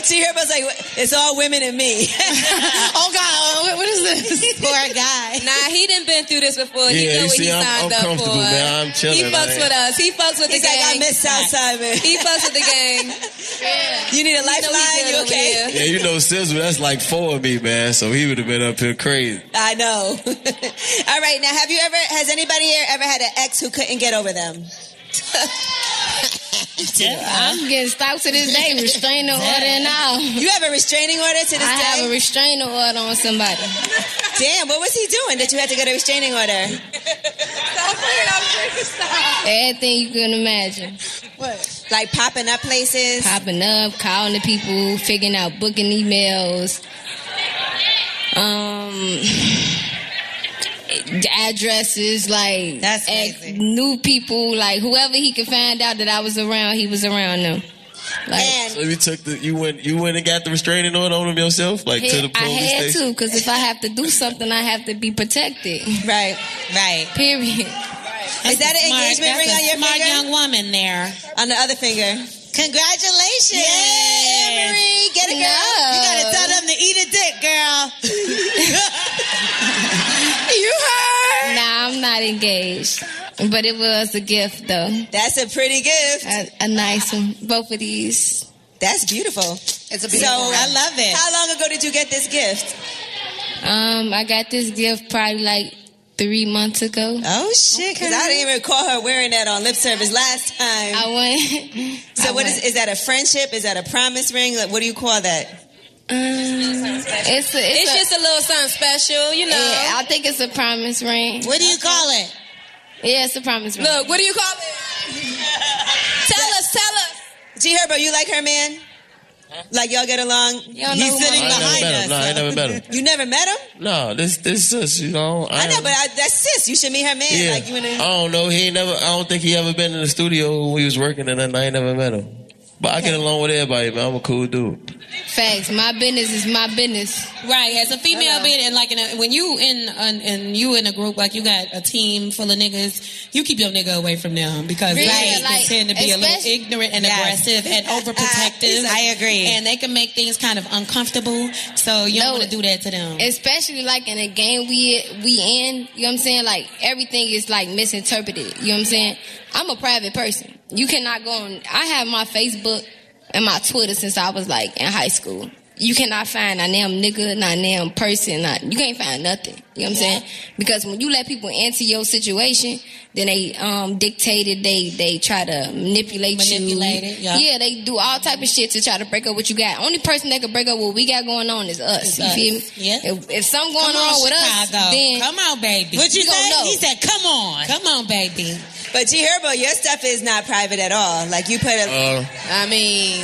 Speaker 5: G Herbo's like, it's all women and me.
Speaker 8: Oh God, what- what is this?
Speaker 7: Poor guy.
Speaker 6: Nah, he done been through this before. he
Speaker 14: Yeah,
Speaker 6: know
Speaker 14: you
Speaker 6: what
Speaker 14: see,
Speaker 6: he
Speaker 14: I'm-
Speaker 6: signed
Speaker 14: I'm
Speaker 6: up
Speaker 14: comfortable,
Speaker 6: for.
Speaker 14: man. I'm chilling,
Speaker 6: He fucks
Speaker 14: man.
Speaker 6: with us. He fucks with
Speaker 5: He's
Speaker 6: the
Speaker 5: like,
Speaker 6: gang.
Speaker 5: I miss Southside, man.
Speaker 6: He fucks with the gang.
Speaker 5: You need a lifeline.
Speaker 6: good
Speaker 5: You
Speaker 6: over
Speaker 5: okay?
Speaker 6: here.
Speaker 14: yeah, you know, Sizzle. That's like four of me, man. So he would have been up here crazy.
Speaker 5: I know. All right, now have you ever? Has anybody here ever had an ex who couldn't get over them?
Speaker 13: I'm getting stalked to this day. Restraining order and all.
Speaker 5: You have a restraining order to this
Speaker 13: I
Speaker 5: day.
Speaker 13: have a restraining order on somebody.
Speaker 5: Damn, what was he doing that you had to get a restraining order?
Speaker 13: Everything you can imagine.
Speaker 5: What? Like popping up places.
Speaker 13: Popping up, calling the people, figuring out booking emails. Um addresses like
Speaker 7: That's
Speaker 13: ex-
Speaker 7: crazy.
Speaker 13: new people like whoever he could find out that I was around he was around them like
Speaker 14: So you took the you went you went and got the restraining order on him yourself, like to the
Speaker 13: I
Speaker 14: police
Speaker 13: had
Speaker 14: station.
Speaker 13: to because if I have to do something I have to be protected
Speaker 5: Right.
Speaker 7: Right.
Speaker 13: period
Speaker 6: Is that an
Speaker 12: Smart. That's
Speaker 6: engagement ring
Speaker 12: a
Speaker 6: on your
Speaker 12: smart
Speaker 6: finger?
Speaker 12: young woman there.
Speaker 6: On the other finger. Congratulations. Yay, Emery. Get it, girl. You got to tell them to eat a dick, girl.
Speaker 13: You heard? Nah, I'm not engaged. But it was a gift, though.
Speaker 5: That's a pretty gift.
Speaker 13: A, a nice one. Both of these.
Speaker 5: That's beautiful. It's
Speaker 13: a beautiful
Speaker 5: So
Speaker 13: ring.
Speaker 5: I love it. How long ago did you get this gift?
Speaker 13: Um, I got this gift probably like three months ago.
Speaker 5: Oh shit! Because I didn't even recall her wearing that on lip service last time. I
Speaker 13: went.
Speaker 5: So what is? Is that a friendship? Is that a promise ring? Like, what do you call that?
Speaker 13: It's, a, it's,
Speaker 5: It's
Speaker 6: Mm, just a little something special, you know.
Speaker 13: Yeah, I think it's a promise ring.
Speaker 6: What do you call it?
Speaker 13: Yeah, it's a promise ring.
Speaker 6: Look, what do you call it?
Speaker 5: Tell us, tell us. G Herbo, you like her man? Like y'all get along?
Speaker 14: don't know
Speaker 5: He's
Speaker 14: who
Speaker 5: sitting
Speaker 14: my- I ain't
Speaker 5: behind
Speaker 14: never met
Speaker 5: us.
Speaker 14: him. Nah, I ain't never met him.
Speaker 5: You never met him?
Speaker 14: No, this this sis, you know.
Speaker 5: I, know,
Speaker 14: am-
Speaker 5: but I, that's sis. You should meet her man.
Speaker 14: yeah.
Speaker 5: Like you
Speaker 14: I
Speaker 5: wanna,
Speaker 14: don't know. He ain't never. I don't think he ever been in the studio when we was working, and nothing. I ain't never met him. But I get along with everybody, man. I'm a cool dude.
Speaker 13: Facts. My business is my business.
Speaker 12: Right, as a female being in like in a, when you in an, and you in a group like you got a team full of niggas, you keep your nigga away from them because
Speaker 6: Really,
Speaker 12: they
Speaker 6: like,
Speaker 12: tend to be a little
Speaker 6: especially-
Speaker 12: ignorant and
Speaker 6: Yes.
Speaker 12: aggressive and overprotective.
Speaker 6: I agree.
Speaker 12: and they can make things kind of uncomfortable. So you don't want to do that to them.
Speaker 13: Especially like in a game we we in, you know what I'm saying? Like everything is like misinterpreted. You know what I'm saying? I'm a private person. You cannot go on I have my Facebook and my Twitter since I was like in high school. You cannot find a damn nigga, not a damn person, not you can't find nothing. You know what I'm saying? Because when you let people into your situation, then they um dictated they they try to manipulate,
Speaker 12: Manipulate
Speaker 13: you.
Speaker 12: it, yeah.
Speaker 13: yeah, they do all type of shit to try to break up what you got. Only person that can break up what we got going on is
Speaker 12: It's
Speaker 13: us. you
Speaker 12: us.
Speaker 13: feel me?
Speaker 12: Yeah.
Speaker 13: If, if something going
Speaker 12: Come on,
Speaker 13: on, with us,
Speaker 12: Chicago.
Speaker 13: then
Speaker 12: Come on, baby. What you
Speaker 13: we gonna
Speaker 12: say?
Speaker 13: know.
Speaker 12: He said, "Come on, come on, baby."
Speaker 5: but G Herbo, your stuff is not private at all. Like you put a.
Speaker 14: Uh.
Speaker 5: I mean,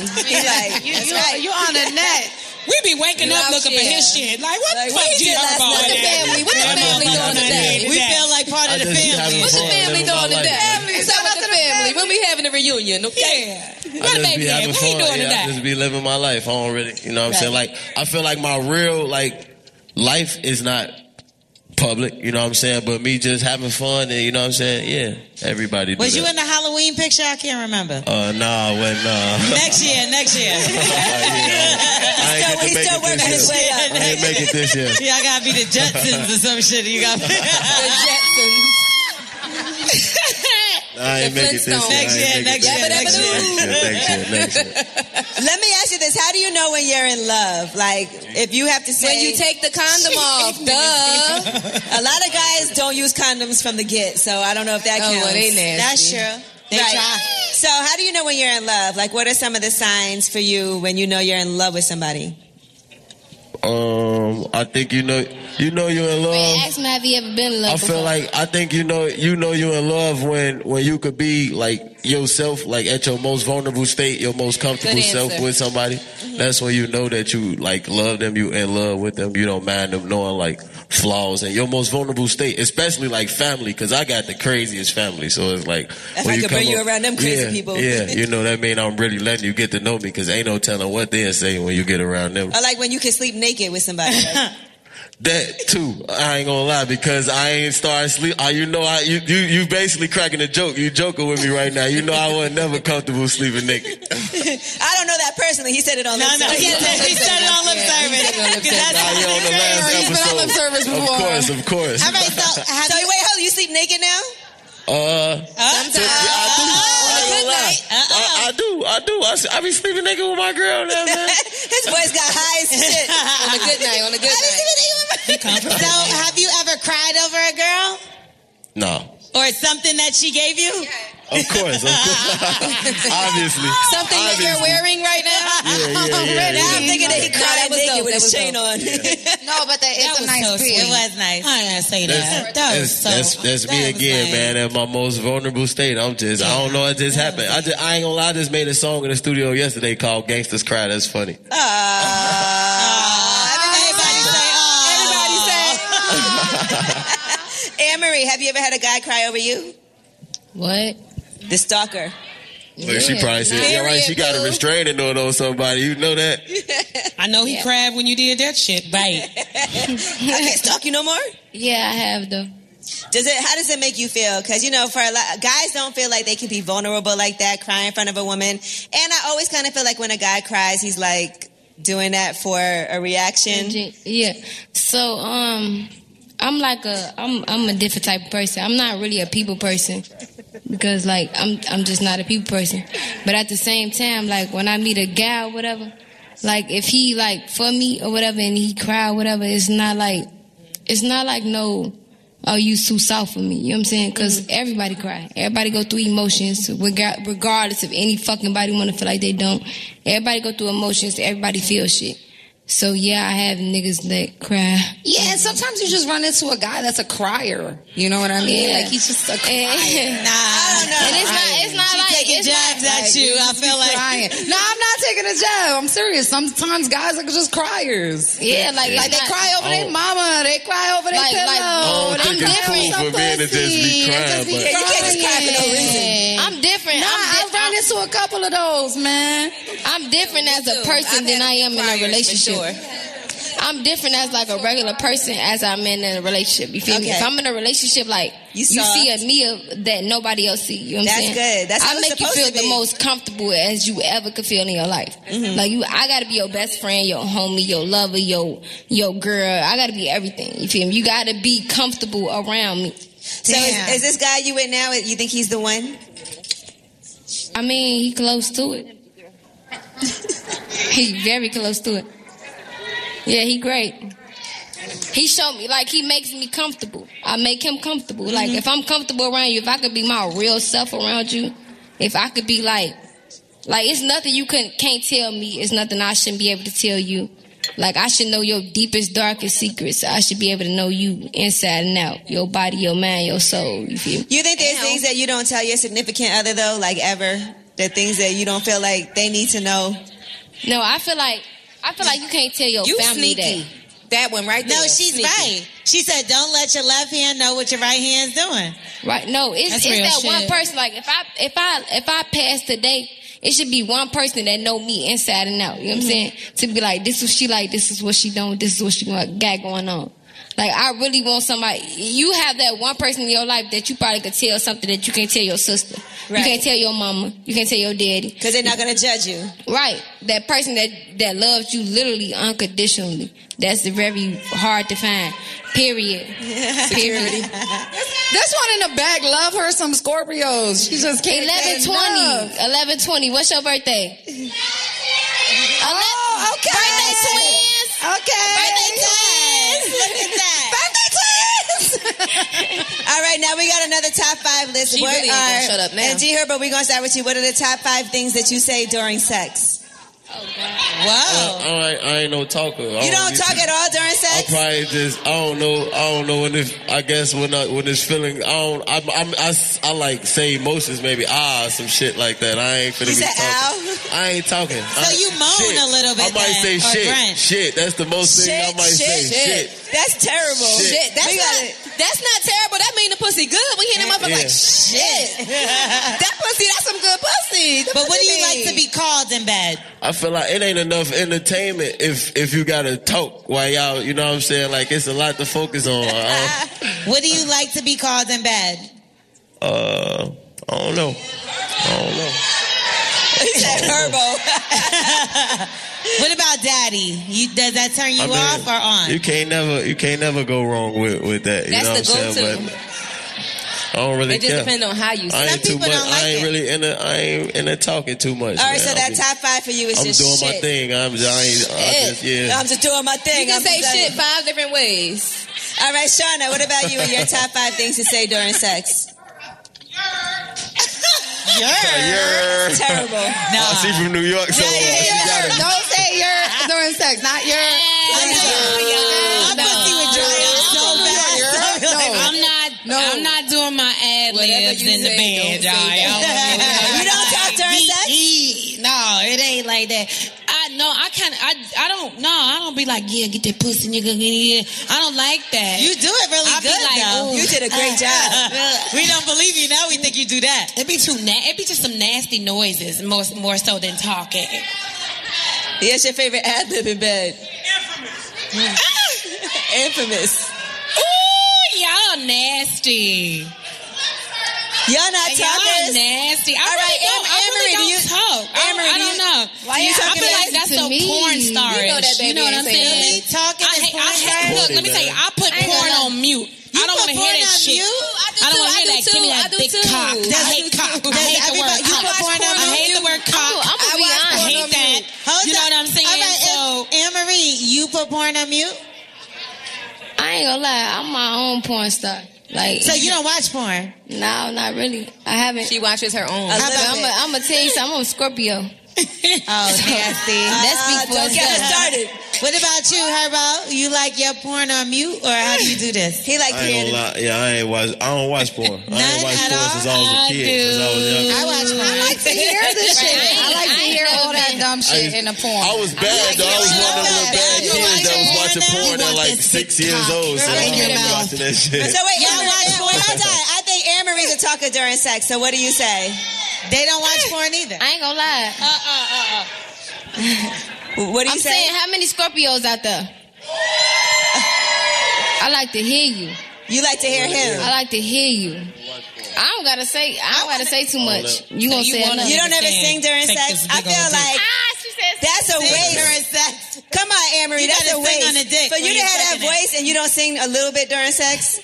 Speaker 5: you like you,
Speaker 12: That's
Speaker 5: you,
Speaker 12: right.
Speaker 5: you on the net.
Speaker 12: We be waking
Speaker 5: Yeah.
Speaker 6: Oh,
Speaker 12: up looking for his shit. Like what?
Speaker 5: Like,
Speaker 12: the fuck
Speaker 5: what he
Speaker 12: G
Speaker 5: did last
Speaker 12: Herbo
Speaker 5: night? What the
Speaker 12: did?
Speaker 5: family- what the
Speaker 12: That
Speaker 5: family
Speaker 12: motherfucker
Speaker 5: doing
Speaker 12: done
Speaker 5: today?
Speaker 12: did
Speaker 5: We
Speaker 12: that.
Speaker 5: feel like part of
Speaker 12: I
Speaker 5: the
Speaker 12: just be
Speaker 5: family.
Speaker 12: having
Speaker 14: What the
Speaker 12: fun
Speaker 14: family
Speaker 12: living my
Speaker 14: doing
Speaker 12: life.
Speaker 14: today?
Speaker 6: Shout out to the family. When we having a reunion, okay?
Speaker 12: Yeah.
Speaker 14: I
Speaker 12: What a
Speaker 14: just
Speaker 12: baby
Speaker 14: be
Speaker 12: dad.
Speaker 14: having
Speaker 12: What
Speaker 14: fun.
Speaker 12: he doing
Speaker 14: yeah, I
Speaker 12: today?
Speaker 14: just be living my life. I don't really, you know what I'm
Speaker 12: Right.
Speaker 14: saying? Like, I feel like my real, like, life is not public, you know what I'm saying? But me just having fun and, you know what I'm saying? Yeah, everybody do
Speaker 7: Was you
Speaker 14: that.
Speaker 7: in the Halloween picture? I can't remember.
Speaker 14: Uh, nah, when, nah.
Speaker 7: Next year, next year.
Speaker 14: I ain't get to make it this year. I ain't make it this year.
Speaker 7: Yeah, I gotta be the Jetsons or some shit. You got
Speaker 14: I ain't make it this year. I
Speaker 7: Next year,
Speaker 14: ain't make it
Speaker 7: next
Speaker 14: this
Speaker 7: year, next year.
Speaker 14: Next year, next year, next year.
Speaker 5: Let me ask you this: How do you know when you're in love? Like, if you have to say
Speaker 6: When you take the condom off, duh.
Speaker 5: A lot of guys don't use condoms from the get, so I don't know if that
Speaker 6: Oh,
Speaker 5: counts.
Speaker 6: well, they nasty. That's true. They
Speaker 5: right.
Speaker 6: try.
Speaker 5: So, how do you know when you're in love? Like, what are some of the signs for you when you know you're in love with somebody?
Speaker 14: Um, I think you know, you know you're in love.
Speaker 13: ask me have you ever been in love
Speaker 14: I
Speaker 13: before?
Speaker 14: feel like I think you know you know you're in love when when you could be like yourself, like at your most vulnerable state, your most comfortable
Speaker 6: Good
Speaker 14: self
Speaker 6: answer.
Speaker 14: with somebody.
Speaker 5: Mm-hmm.
Speaker 14: That's when you know that you like love them, you in love with them, you don't mind them knowing like flaws and your most vulnerable state, especially like family, because I got the craziest family, so it's like
Speaker 5: If I could bring you around them crazy
Speaker 14: yeah,
Speaker 5: people.
Speaker 14: Yeah, you know that mean I'm really letting you get to know me because ain't no telling what they'll say when you get around them.
Speaker 5: Or like when you can sleep naked with somebody. Like,
Speaker 14: That too, I ain't gonna lie because I ain't started sleep. I, you know, I you, you you basically cracking a joke. You joking with me right now. You know, I was never comfortable sleeping naked.
Speaker 5: I don't know that personally. He said it on. No,
Speaker 7: no, he said- he said it on lip service.
Speaker 14: Now you on the last
Speaker 7: He's been on
Speaker 14: episode.
Speaker 7: lip service
Speaker 14: Of
Speaker 7: before.
Speaker 14: course, of course.
Speaker 7: All right, so have
Speaker 5: So
Speaker 7: you,
Speaker 5: wait, hold. You sleep naked now?
Speaker 14: Uh,
Speaker 7: Sometimes.
Speaker 14: I, I do, I do. I, s- I be sleeping naked with my girl now, man.
Speaker 5: His voice got high as shit.
Speaker 7: On a good night, on a good night. So, have you ever cried over a girl
Speaker 14: No,
Speaker 7: or something that she gave you? Oh,
Speaker 14: of course, of course. Obviously,
Speaker 7: Something that
Speaker 14: Obviously.
Speaker 7: you're
Speaker 6: wearing right now.
Speaker 14: Yeah, yeah, yeah,
Speaker 6: Now I'm
Speaker 14: yeah.
Speaker 6: thinking that he
Speaker 5: No,
Speaker 6: cried
Speaker 5: that was
Speaker 6: naked
Speaker 5: dope.
Speaker 6: with his
Speaker 5: That was
Speaker 6: chain
Speaker 5: dope.
Speaker 6: on.
Speaker 8: No, but that is
Speaker 12: That
Speaker 8: a
Speaker 12: was
Speaker 8: nice
Speaker 12: so
Speaker 8: pic.
Speaker 12: sweet. It was
Speaker 7: nice.
Speaker 12: I ain't say that. That was
Speaker 14: That's,
Speaker 12: so.
Speaker 14: that's, that's me
Speaker 12: that was
Speaker 14: again,
Speaker 12: nice.
Speaker 14: man. At my most vulnerable state, I'm just I don't know. It just happened. I just I ain't gonna lie. I just made a song in the studio yesterday called "Gangsters Cry." That's funny.
Speaker 5: Oh, Everybody
Speaker 7: "Ah."
Speaker 5: say. Anne Marie, have you ever had a guy cry over you?
Speaker 13: What?
Speaker 5: The stalker.
Speaker 14: Look, she probably said, "Yeah, right." She got a restraining order on somebody. You know that?
Speaker 12: I know he
Speaker 7: Oh,
Speaker 12: cried when you did that shit. Right.
Speaker 5: I can't stalk you no more.
Speaker 13: Yeah, I have though.
Speaker 5: Does it? How does it make you feel? Because you know, for a lot, guys don't feel like they can be vulnerable like that, cry in front of a woman. And I always kind of feel like when a guy cries, he's like doing that for a reaction.
Speaker 13: Yeah. So um, I'm like a I'm I'm a different type of person. I'm not really a people person because like I'm I'm just not a people person. But at the same time, like when I meet a guy or whatever, like if he like for me or whatever and he cry or whatever, it's not like it's not like no. Oh, you too soft for me. You know what I'm saying? Because
Speaker 5: Mm-hmm.
Speaker 13: everybody cry. Everybody go through emotions, rega- regardless if any fucking body want to feel like they don't. Everybody go through emotions. Everybody feel shit. So yeah, I have niggas that cry.
Speaker 8: Yeah, and sometimes you just run into a guy that's a crier. You know what I mean?
Speaker 13: Yeah.
Speaker 8: Like he's just a crier. nah, I
Speaker 13: don't know. And it's not- it's not like- it's not like-
Speaker 8: I feel like no, I'm not taking a jab. I'm serious. Sometimes guys are just criers.
Speaker 13: Yeah, like it's
Speaker 8: like they
Speaker 13: not-
Speaker 8: cry over
Speaker 14: Oh.
Speaker 8: their mama. They cry over their
Speaker 13: Like-
Speaker 8: pillow.
Speaker 13: like- I
Speaker 14: don't think
Speaker 8: I'm
Speaker 14: it's
Speaker 8: different.
Speaker 14: cool for men to just be
Speaker 8: pussy.
Speaker 14: crying,
Speaker 8: Just be
Speaker 14: but
Speaker 8: crying.
Speaker 13: I'm different.
Speaker 8: Nah,
Speaker 13: I'm
Speaker 8: I've run into a couple of those, man.
Speaker 13: I'm different as a person than I am in a relationship. I'm different as like a regular person as I'm in a relationship. You feel me?
Speaker 5: Okay.
Speaker 13: If I'm in a relationship, like you,
Speaker 5: You
Speaker 13: see
Speaker 5: soft.
Speaker 13: a me of- that nobody else see. You know what I'm
Speaker 5: That's
Speaker 13: saying?
Speaker 5: good. That's how
Speaker 13: I
Speaker 5: it's
Speaker 13: make you
Speaker 5: supposed
Speaker 13: feel
Speaker 5: to
Speaker 13: the
Speaker 5: be. Mm-hmm.
Speaker 13: most comfortable as you ever could feel in your life. Like you, I gotta be your best friend, your homie, your lover, your your girl. I gotta be everything. You feel me? You gotta be comfortable around me.
Speaker 5: So is, is this guy you with now? You think he's the one?
Speaker 13: I mean, he close to it. he very close to it. Yeah, he great. He showed me like he makes me comfortable. I make him comfortable. Like
Speaker 5: Mhm.
Speaker 13: if I'm comfortable around you, if I could be my real self around you, if I could be like, like it's nothing you can can't tell me. It's nothing I shouldn't be able to tell you. Like I should know your deepest, darkest secrets. I should be able to know you inside and out, your body, your mind, your soul. You feel? me?
Speaker 5: You think there's things that you don't tell your significant other though, like ever? The things that you don't feel like they need to know.
Speaker 13: No, I feel like I feel like you can't tell your
Speaker 5: You
Speaker 13: family
Speaker 5: sneaky.
Speaker 13: that. That one right
Speaker 7: No, she's right. She said, "Don't let your left hand know what your right hand's doing."
Speaker 13: Right? No, it's,
Speaker 7: That's
Speaker 13: it's
Speaker 7: real
Speaker 13: that
Speaker 7: shit.
Speaker 13: one person. Like if I if I if I pass today, it should be one person that know me inside and out. You know
Speaker 5: Mm-hmm.
Speaker 13: what I'm saying?
Speaker 7: Mhm.
Speaker 13: To be like, this is what she like, this is what she don't, this is what she got got going on. Like I really want somebody. You have that one person in your life that you probably could tell something that you can't tell your sister. You
Speaker 5: Right.
Speaker 13: can't tell your mama. You can't tell your daddy.
Speaker 5: Because they're not gonna judge you.
Speaker 13: Right. That person that that loves you literally unconditionally. That's very hard to find. Period.
Speaker 8: Security.
Speaker 13: Period.
Speaker 8: This one in the back love her some Scorpios. She just can't get
Speaker 13: 1120.
Speaker 8: enough.
Speaker 13: 1120. What's your birthday?
Speaker 8: Oh, okay.
Speaker 13: Birthday
Speaker 8: twins. Okay. Birthday twins.
Speaker 5: Look at that. Birthday twins. All right, now we got another top five list.
Speaker 11: She really ain't gonna shut up now.
Speaker 5: And G Herbo, we're gonna start with you. What are the top five things that you say during sex?
Speaker 14: Uh, I, ain't- I ain't no talker. I
Speaker 5: You don't
Speaker 14: be-
Speaker 5: talk at all during
Speaker 14: I
Speaker 5: sex.
Speaker 14: probably just I don't know I don't know when it's I guess when I, when it's feeling I don't I, I'm, I s- I like say emotions maybe ah some shit like that I ain't finna be
Speaker 7: You said,
Speaker 14: talking I ain't talking
Speaker 7: So
Speaker 14: I-
Speaker 7: you moan
Speaker 14: shit.
Speaker 7: a little bit
Speaker 14: I might
Speaker 7: then,
Speaker 14: say
Speaker 7: or
Speaker 14: shit
Speaker 7: grunt.
Speaker 14: shit that's the most thing I might say shit
Speaker 5: That's terrible.
Speaker 14: Shit.
Speaker 11: Shit, that's
Speaker 5: We
Speaker 11: not.
Speaker 5: gotta-
Speaker 11: That's not terrible. That mean the pussy good. We hear them up
Speaker 7: Yeah.
Speaker 11: like shit. that pussy. That's some good pussy. The
Speaker 7: But what do you
Speaker 11: pussy.
Speaker 7: like to be called in bed?
Speaker 14: I feel like it ain't enough entertainment if if you gotta talk while y'all you know what I'm saying like it's a lot to focus on I
Speaker 7: What do you like to be called in bed?
Speaker 14: don't, uh I don't know I don't know
Speaker 7: He said herbo. what about daddy? You, does that turn you
Speaker 14: I mean,
Speaker 7: off or on?
Speaker 14: You can't never you can't never go wrong with with that. You
Speaker 7: That's
Speaker 14: know
Speaker 7: the
Speaker 14: what I'm saying?
Speaker 7: go-to.
Speaker 14: But I don't really
Speaker 7: It just
Speaker 14: care.
Speaker 7: depend on how you-
Speaker 14: I
Speaker 7: Some
Speaker 14: ain't too
Speaker 7: people
Speaker 14: much.
Speaker 7: don't like
Speaker 14: I ain't
Speaker 7: it.
Speaker 14: really in I ain't in talking too much.
Speaker 5: All right,
Speaker 14: man.
Speaker 5: so
Speaker 14: I'm
Speaker 5: that
Speaker 14: just-
Speaker 5: top five for you is
Speaker 14: I'm
Speaker 5: just
Speaker 14: doing my
Speaker 5: shit.
Speaker 14: thing. I'm just, I ain't, I just Oh, yeah.
Speaker 5: I'm just doing my thing.
Speaker 11: You can
Speaker 5: I'm
Speaker 11: say
Speaker 5: just
Speaker 11: shit
Speaker 5: saying.
Speaker 11: five different ways.
Speaker 5: All right, Shauna, what about you and your top five things to say during sex?
Speaker 14: Yer.
Speaker 5: It's terrible.
Speaker 14: I see Oh, from New York, so
Speaker 8: Yer.
Speaker 14: you gotta.
Speaker 8: Don't say your during sex, not your.
Speaker 3: I'm not. I'm not doing my ad libs in the band, y'all. Y'all want me to
Speaker 7: You don't talk during sex?
Speaker 3: No, it ain't like that. I no, I kind of. I I don't. No, I don't be like yeah, get that pussy, nigga. Yeah, I don't like that.
Speaker 7: You do it really
Speaker 3: I be
Speaker 7: good, though.
Speaker 3: ooh,
Speaker 7: You did a great
Speaker 3: uh,
Speaker 7: job.
Speaker 3: uh,
Speaker 7: We don't believe you now. We think you do that.
Speaker 3: It'd be too. Na- it'd be just some nasty noises, more more so than talking.
Speaker 5: Yes, your favorite ad lib in bed. Infamous. Infamous.
Speaker 3: Ooh, y'all Y'all nasty.
Speaker 7: Y'all not
Speaker 3: Y'all
Speaker 7: talkers?
Speaker 3: nasty. I
Speaker 7: All
Speaker 3: really
Speaker 7: right,
Speaker 3: don't,
Speaker 7: Am-
Speaker 3: I really
Speaker 7: Emery, do
Speaker 3: don't
Speaker 7: you-
Speaker 3: talk. I don't-
Speaker 7: Emery,
Speaker 3: I,
Speaker 7: do
Speaker 3: don't
Speaker 7: you-
Speaker 3: know.
Speaker 7: Why you
Speaker 3: I
Speaker 7: talking
Speaker 3: feel like
Speaker 7: nasty
Speaker 3: that's
Speaker 7: to
Speaker 3: so
Speaker 7: me?
Speaker 3: porn
Speaker 7: You
Speaker 3: star.
Speaker 7: know that baby
Speaker 3: what I'm
Speaker 7: ain't saying
Speaker 3: saying?
Speaker 7: nothing. Talking
Speaker 3: I
Speaker 7: is
Speaker 3: hate, I
Speaker 7: porn
Speaker 3: hate,
Speaker 7: star.
Speaker 3: look, let me tell you, I put
Speaker 7: I ain't
Speaker 3: porn
Speaker 7: gonna
Speaker 3: on mute. I don't
Speaker 7: put
Speaker 3: want to hear
Speaker 7: porn
Speaker 3: that
Speaker 7: on
Speaker 3: shit.
Speaker 7: mute? I
Speaker 3: don't
Speaker 7: do too,
Speaker 3: want to
Speaker 7: I
Speaker 3: hear
Speaker 7: do
Speaker 3: that.
Speaker 7: too,
Speaker 3: Give me
Speaker 7: I
Speaker 3: that
Speaker 7: do
Speaker 3: big
Speaker 7: too.
Speaker 3: cock. I
Speaker 7: Does
Speaker 3: hate cock. I
Speaker 7: does
Speaker 3: hate the word
Speaker 7: everybody- you
Speaker 3: cock.
Speaker 7: put porn on
Speaker 3: I hate
Speaker 7: mute?
Speaker 3: the word cock.
Speaker 7: I'm gonna
Speaker 3: I
Speaker 7: be honest.
Speaker 3: hate that.
Speaker 7: Hold
Speaker 3: You know
Speaker 7: up.
Speaker 3: what I'm saying?
Speaker 7: All right,
Speaker 3: So-
Speaker 7: Anne Marie, you put porn on mute?
Speaker 13: I ain't gonna lie, I'm my own porn star. Like,
Speaker 7: So you don't watch porn?
Speaker 13: No, not really. I haven't. She
Speaker 6: watches her own.
Speaker 13: I'm
Speaker 7: A little bit.
Speaker 13: gonna tell you something. I'm a Scorpio.
Speaker 7: Oh, nasty.
Speaker 13: That speaks for
Speaker 7: don't Uh, get us
Speaker 13: itself.
Speaker 7: started. What about you, Herbo? You like your porn on mute, or how do you do this? He like
Speaker 14: I ain't gonna lie. Yeah, I ain't watch. I don't watch porn. I ain't watched porn since I was a kid. Since I was young.
Speaker 7: I watch porn. I
Speaker 8: like to hear this shit. I like to hear all that dumb shit in the porn. I
Speaker 14: was bad though. I was one of them little bad kids that was watching porn at like six years old. So
Speaker 7: Right in
Speaker 14: I
Speaker 7: your
Speaker 14: was
Speaker 7: mouth.
Speaker 14: watching that shit.
Speaker 5: So wait,
Speaker 7: Y'all
Speaker 5: Anne-
Speaker 7: watch
Speaker 5: Anne-
Speaker 7: porn?
Speaker 5: hold on. I think Anne Marie's a talker during sex. So what do you say?
Speaker 7: They don't watch porn either.
Speaker 13: I ain't gonna lie. Uh
Speaker 5: Uh-uh.
Speaker 13: uh uh.
Speaker 5: What do you
Speaker 13: I'm
Speaker 5: say?
Speaker 13: saying, how many Scorpios out there? I like to hear you.
Speaker 5: You like to hear him.
Speaker 13: I like to hear you. I don't gotta say. I don't gotta say too much. You gonna say enough.
Speaker 5: You don't ever sing during sex. I feel like that's a
Speaker 13: sing
Speaker 5: waste.
Speaker 13: during
Speaker 7: sex.
Speaker 5: Come on, Amory,
Speaker 7: You
Speaker 5: that's
Speaker 7: gotta sing
Speaker 5: a waste.
Speaker 7: on a dick
Speaker 5: For
Speaker 7: when
Speaker 5: you to
Speaker 7: you're
Speaker 5: have that
Speaker 7: sucking it.
Speaker 5: voice and you don't sing a little bit during sex.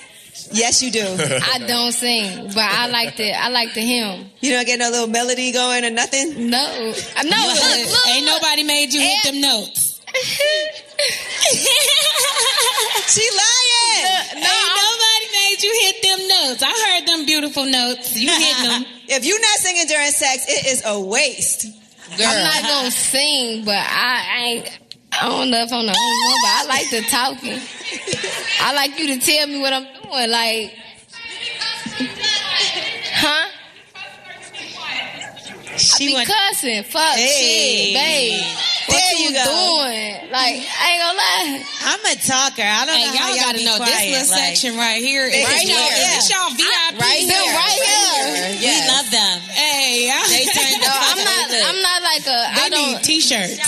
Speaker 5: Yes, you do.
Speaker 13: I don't sing, but I like the I like the hymn.
Speaker 5: You don't get no little melody going or nothing.
Speaker 13: No, no.
Speaker 3: You
Speaker 13: look,
Speaker 3: would.
Speaker 13: look,
Speaker 3: Ain't nobody made you hit them notes.
Speaker 5: she lying.
Speaker 3: No, Ain't nobody made you hit them notes. I heard them beautiful notes. You hit them.
Speaker 5: if you're not singing during sex, it is a waste.
Speaker 13: I'm not gonna sing, but I, I ain't. I don't know if I'm the only one, but I like the talking. I like you to tell me what I'm doing, like, huh? I be cussing, fuck,
Speaker 7: Hey.
Speaker 13: shit, babe. What
Speaker 7: There
Speaker 13: you
Speaker 7: you go.
Speaker 13: doing? Like, I ain't gonna lie.
Speaker 7: I'm a talker. I don't
Speaker 13: Hey,
Speaker 7: know.
Speaker 13: y'all
Speaker 7: how y'all
Speaker 13: gotta
Speaker 7: be
Speaker 13: know this
Speaker 7: quiet,
Speaker 13: little
Speaker 7: like-
Speaker 3: section right here is
Speaker 7: Right
Speaker 3: y'all,
Speaker 7: here.
Speaker 3: it's y'all VIP.
Speaker 7: Right here.
Speaker 3: Them
Speaker 7: Right here.
Speaker 3: Yes.
Speaker 7: We love them.
Speaker 3: Hey, I-
Speaker 7: They turned
Speaker 13: No, I'm not.
Speaker 3: Look.
Speaker 13: I'm not like a. I
Speaker 3: They need
Speaker 13: don't.
Speaker 3: t-shirts.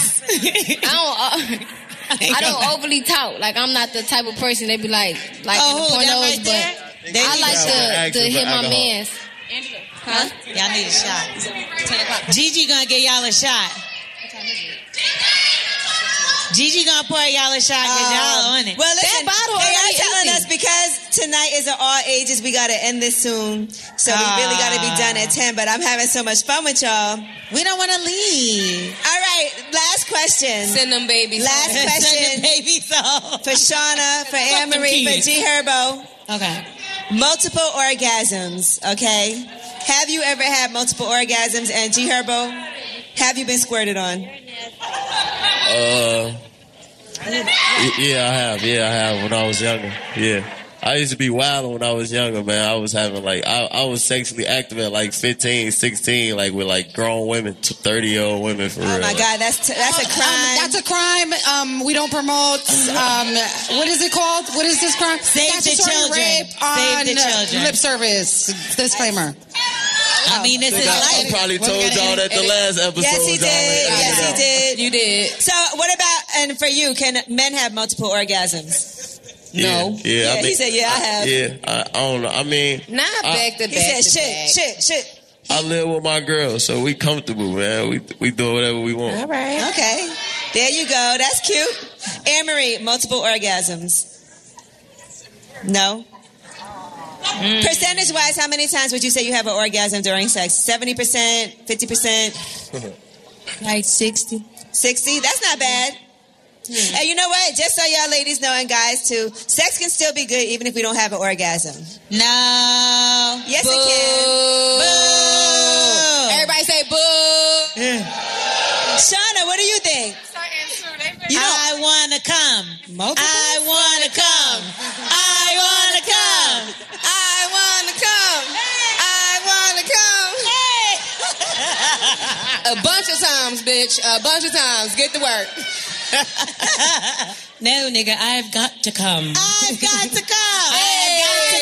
Speaker 13: I don't. Uh, I don't overly talk. Like I'm not the type of person they be like, like
Speaker 7: Oh,
Speaker 13: in the
Speaker 7: that
Speaker 13: pornos,
Speaker 7: right there?
Speaker 13: but
Speaker 7: They
Speaker 13: I
Speaker 7: need
Speaker 13: like
Speaker 7: to-
Speaker 13: to, to
Speaker 7: Ask
Speaker 13: hit my
Speaker 7: about alcohol.
Speaker 13: man's.
Speaker 7: Huh? Y'all need a shot. Gigi gonna get y'all a shot. Gigi gonna pour y'all a shot because y'all on it.
Speaker 5: Um, Well,
Speaker 7: that
Speaker 5: listen,
Speaker 7: bottle
Speaker 5: they are
Speaker 7: already
Speaker 5: telling
Speaker 7: empty.
Speaker 5: us because tonight is an all ages. We got to end this soon, so we really got to be done at ten. But I'm having so much fun with y'all.
Speaker 7: Ah. We don't want to leave.
Speaker 5: All right, last question.
Speaker 6: Send them babies.
Speaker 5: Last
Speaker 7: Send them
Speaker 5: question.
Speaker 7: babies home.
Speaker 5: for Shauna, for Anne
Speaker 7: Fuck them
Speaker 5: Marie, for
Speaker 7: kids.
Speaker 5: G Herbo.
Speaker 7: Okay.
Speaker 5: Multiple orgasms. Okay. Have you ever had multiple orgasms? And G Herbo, have you been squirted on?
Speaker 14: Uh, y- yeah, I have. Yeah, I have. When I was younger, yeah. I used to be wild when I was younger, man. I was having like I, I was sexually active at like 15, 16, like with like grown women, thirty year old women for real.
Speaker 5: Oh my
Speaker 14: like,
Speaker 5: God, that's t- that's a crime.
Speaker 8: Uh, um, that's a crime. Um, we don't promote. Um, what is it called? What is this crime?
Speaker 7: Mm-hmm. Save the
Speaker 8: Statutory
Speaker 7: children.
Speaker 8: Rape
Speaker 7: Save
Speaker 8: on
Speaker 7: the children.
Speaker 8: Lip service. Disclaimer.
Speaker 7: I mean, this is
Speaker 14: I, I
Speaker 7: like.
Speaker 14: probably told y'all that the last episode.
Speaker 5: Yes, he
Speaker 14: y'all
Speaker 5: did.
Speaker 14: ain't
Speaker 5: Yes,
Speaker 14: heard
Speaker 5: he
Speaker 14: it.
Speaker 5: did.
Speaker 6: You did.
Speaker 5: So, what about and for you? Can men have multiple orgasms?
Speaker 14: Yeah,
Speaker 5: No.
Speaker 14: Yeah, I
Speaker 5: Yeah, he
Speaker 14: mean-
Speaker 5: said, "Yeah, I have."
Speaker 14: Yeah, I, I don't know. I mean,
Speaker 6: Not
Speaker 14: I-
Speaker 6: back to
Speaker 5: He
Speaker 6: back. to
Speaker 5: said, "Shit,
Speaker 6: back.
Speaker 5: shit, shit."
Speaker 14: I live with my girl, so we comfortable, man. We we do whatever we want.
Speaker 6: All right.
Speaker 5: Okay, there you go. That's cute. Anne Marie, multiple orgasms. No. Percentage wise, how many times would you say you have an orgasm during sex? 70%, 50%,
Speaker 13: Like sixty.
Speaker 5: 60? That's not bad. And you know what? Just so y'all ladies know and guys too, sex can still be good even if we don't have an orgasm.
Speaker 7: No.
Speaker 5: Yes, it can. Boo.
Speaker 6: Everybody say boo.
Speaker 5: Shauna, what do you think? You know,
Speaker 7: I wanna come. I wanna come. I wanna come. I wanna come. I wanna come.
Speaker 6: A bunch of times, bitch. A bunch of times. Get to work.
Speaker 3: No, nigga, I've got um, to come.
Speaker 7: I've got to come. I've got to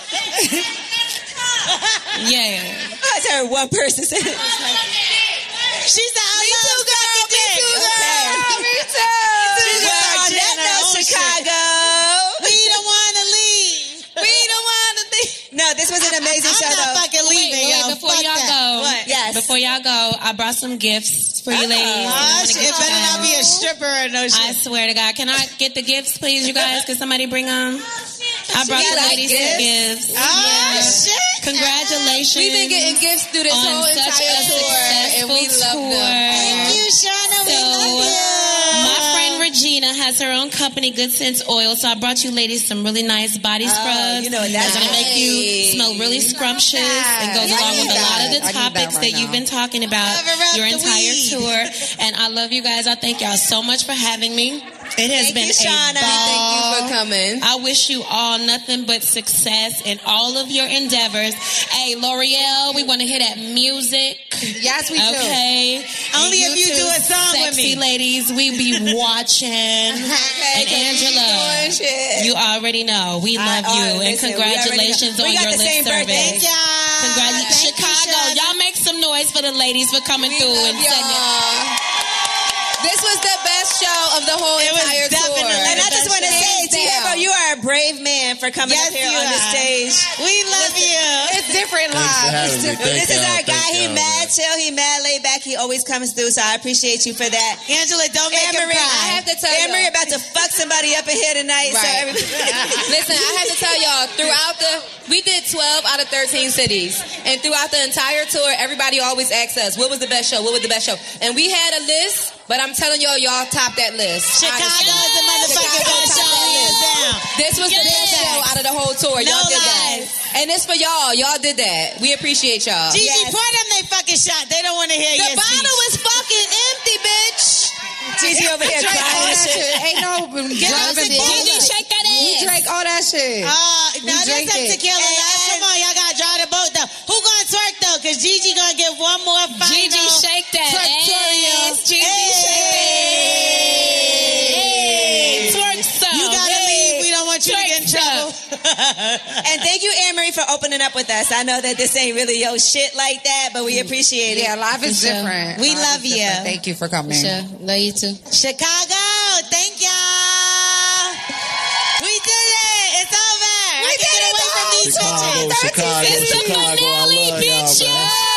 Speaker 7: come.
Speaker 3: Yeah.
Speaker 5: I heard one person say it.
Speaker 7: She said, I love sucking dick. Okay.
Speaker 5: Me too.
Speaker 7: She just
Speaker 5: Well,
Speaker 7: started
Speaker 5: on that
Speaker 7: her
Speaker 5: note,
Speaker 7: own shit.
Speaker 5: Chicago.
Speaker 7: We don't wanna leave.
Speaker 5: This was an amazing
Speaker 3: I'm
Speaker 5: show,
Speaker 3: not
Speaker 5: though.
Speaker 3: fucking
Speaker 5: Wait,
Speaker 3: leaving,
Speaker 5: wait,
Speaker 3: y'all.
Speaker 5: before
Speaker 3: Fuck
Speaker 5: y'all
Speaker 3: that.
Speaker 5: go,
Speaker 3: What?
Speaker 5: yes.
Speaker 3: Before y'all go, I brought some gifts for you
Speaker 5: Oh,
Speaker 3: ladies.
Speaker 5: gosh, it better not be a
Speaker 3: stripper or no shit. I swear to God. Can I get the gifts, please, you guys? Can somebody bring them? I
Speaker 6: She
Speaker 3: brought the
Speaker 6: got
Speaker 3: ladies
Speaker 6: gifts?
Speaker 3: some gifts.
Speaker 6: Oh, shit.
Speaker 3: Congratulations.
Speaker 6: We've been getting gifts through this
Speaker 3: on
Speaker 6: whole
Speaker 3: such
Speaker 6: entire
Speaker 3: a
Speaker 6: tour, and we
Speaker 3: successful
Speaker 6: love them.
Speaker 3: tour.
Speaker 6: Thank you,
Speaker 3: Shauna.
Speaker 6: We love you.
Speaker 3: My friend Regina has her own company, Good Sense Oil. So I brought you ladies some really nice body scrubs.
Speaker 5: you know what that's
Speaker 3: gonna make you smell really scrumptious. It goes
Speaker 5: Yeah,
Speaker 3: along
Speaker 5: I
Speaker 3: with
Speaker 5: need
Speaker 3: a lot of
Speaker 5: that.
Speaker 3: the
Speaker 5: I need that
Speaker 3: topics
Speaker 5: right
Speaker 3: that you've been talking about your entire tour. And I love you guys. I thank y'all so much for having me. It has
Speaker 6: Thank
Speaker 3: been
Speaker 6: you, Shauna.
Speaker 3: a ball.
Speaker 6: Thank you for coming.
Speaker 3: I wish you all nothing but success in all of your endeavors. Hey, L'Oreal, we want to hear that music. Yes,
Speaker 7: we do.
Speaker 3: Okay.
Speaker 7: Only
Speaker 3: And
Speaker 7: if you do
Speaker 3: too,
Speaker 7: a song with
Speaker 3: sexy
Speaker 7: me.
Speaker 3: ladies, we be watching. and Angela, you already know we
Speaker 7: I-
Speaker 3: love
Speaker 7: oh,
Speaker 3: you, and
Speaker 7: listen, we already know.
Speaker 3: congratulations
Speaker 7: We
Speaker 3: on
Speaker 7: got
Speaker 3: your
Speaker 7: the
Speaker 3: lip
Speaker 7: same
Speaker 3: service.
Speaker 7: birthday. Thank y'all.
Speaker 3: Congratulations, Chicago. y'all make some noise for the ladies for coming through and sending.
Speaker 6: This was the best show of the whole entire tour.
Speaker 5: And I just want to say, T. Herbo, you are a brave man for coming
Speaker 6: Yes,
Speaker 5: up here
Speaker 6: you
Speaker 5: on the
Speaker 6: are.
Speaker 5: stage. We love you.
Speaker 6: it's different Thanks for live. having It's me. different.
Speaker 5: This
Speaker 6: Thank
Speaker 5: is
Speaker 6: y'all.
Speaker 5: our guy.
Speaker 6: Thank
Speaker 5: He
Speaker 6: y'all,
Speaker 5: mad chill. He mad laid back. He always comes through. So I appreciate you for that. Angela, don't
Speaker 6: make him
Speaker 5: Marie,
Speaker 6: cry.
Speaker 5: I have to tell you, Marie about to fuck somebody up in here tonight. So
Speaker 6: Right.
Speaker 5: everybody-
Speaker 6: Listen, I have to tell y'all, throughout the, we did 12 out of 13 cities. And throughout the entire tour, everybody always asks us, what was the best show? What was the best show? And we had a list, but I'm telling y'all, y'all topped that list.
Speaker 7: Chicago is the motherfucking
Speaker 6: Chicago
Speaker 7: best
Speaker 6: topped
Speaker 7: show,
Speaker 6: that
Speaker 7: hands
Speaker 6: list.
Speaker 7: down.
Speaker 6: This was the best show out of the whole tour.
Speaker 7: No
Speaker 6: y'all did
Speaker 7: lies.
Speaker 6: that. And it's for y'all. Y'all did that. We appreciate y'all.
Speaker 7: Gigi, pour them they fucking shot. They don't want to hear
Speaker 6: The
Speaker 7: your
Speaker 6: bottle
Speaker 7: speech.
Speaker 6: is fucking empty, bitch.
Speaker 7: Gigi over here
Speaker 6: Drink
Speaker 7: crying
Speaker 6: all
Speaker 7: and
Speaker 6: that
Speaker 7: shit.
Speaker 6: Ain't no
Speaker 7: Get us a Gigi,
Speaker 6: shake that ass. We drank all that shit.
Speaker 7: Uh,
Speaker 6: We
Speaker 7: now that's
Speaker 6: drank
Speaker 7: some
Speaker 6: it.
Speaker 7: tequila. live. Come on, y'all gotta draw the boat though. Who gonna twerk though? Cause Gigi gonna give one more final.
Speaker 3: Gigi, shake that
Speaker 7: tutorial.
Speaker 3: ass. Gigi, shake
Speaker 7: hey.
Speaker 3: Twerk some.
Speaker 7: You gotta
Speaker 5: Hey.
Speaker 7: leave. We don't want you to get in trouble.
Speaker 5: and thank you, Anne Marie, for opening up with us. I know that this ain't really your shit like that, but we appreciate it.
Speaker 6: Yeah, life is different.
Speaker 5: We
Speaker 6: Life is
Speaker 5: love you.
Speaker 6: different. Thank you for coming.
Speaker 8: Sure. Love you too.
Speaker 7: Chicago, thank y'all. We did it. It's over. We I can did get away from these bitches.
Speaker 14: Chicago, Chicago, I love y'all, man.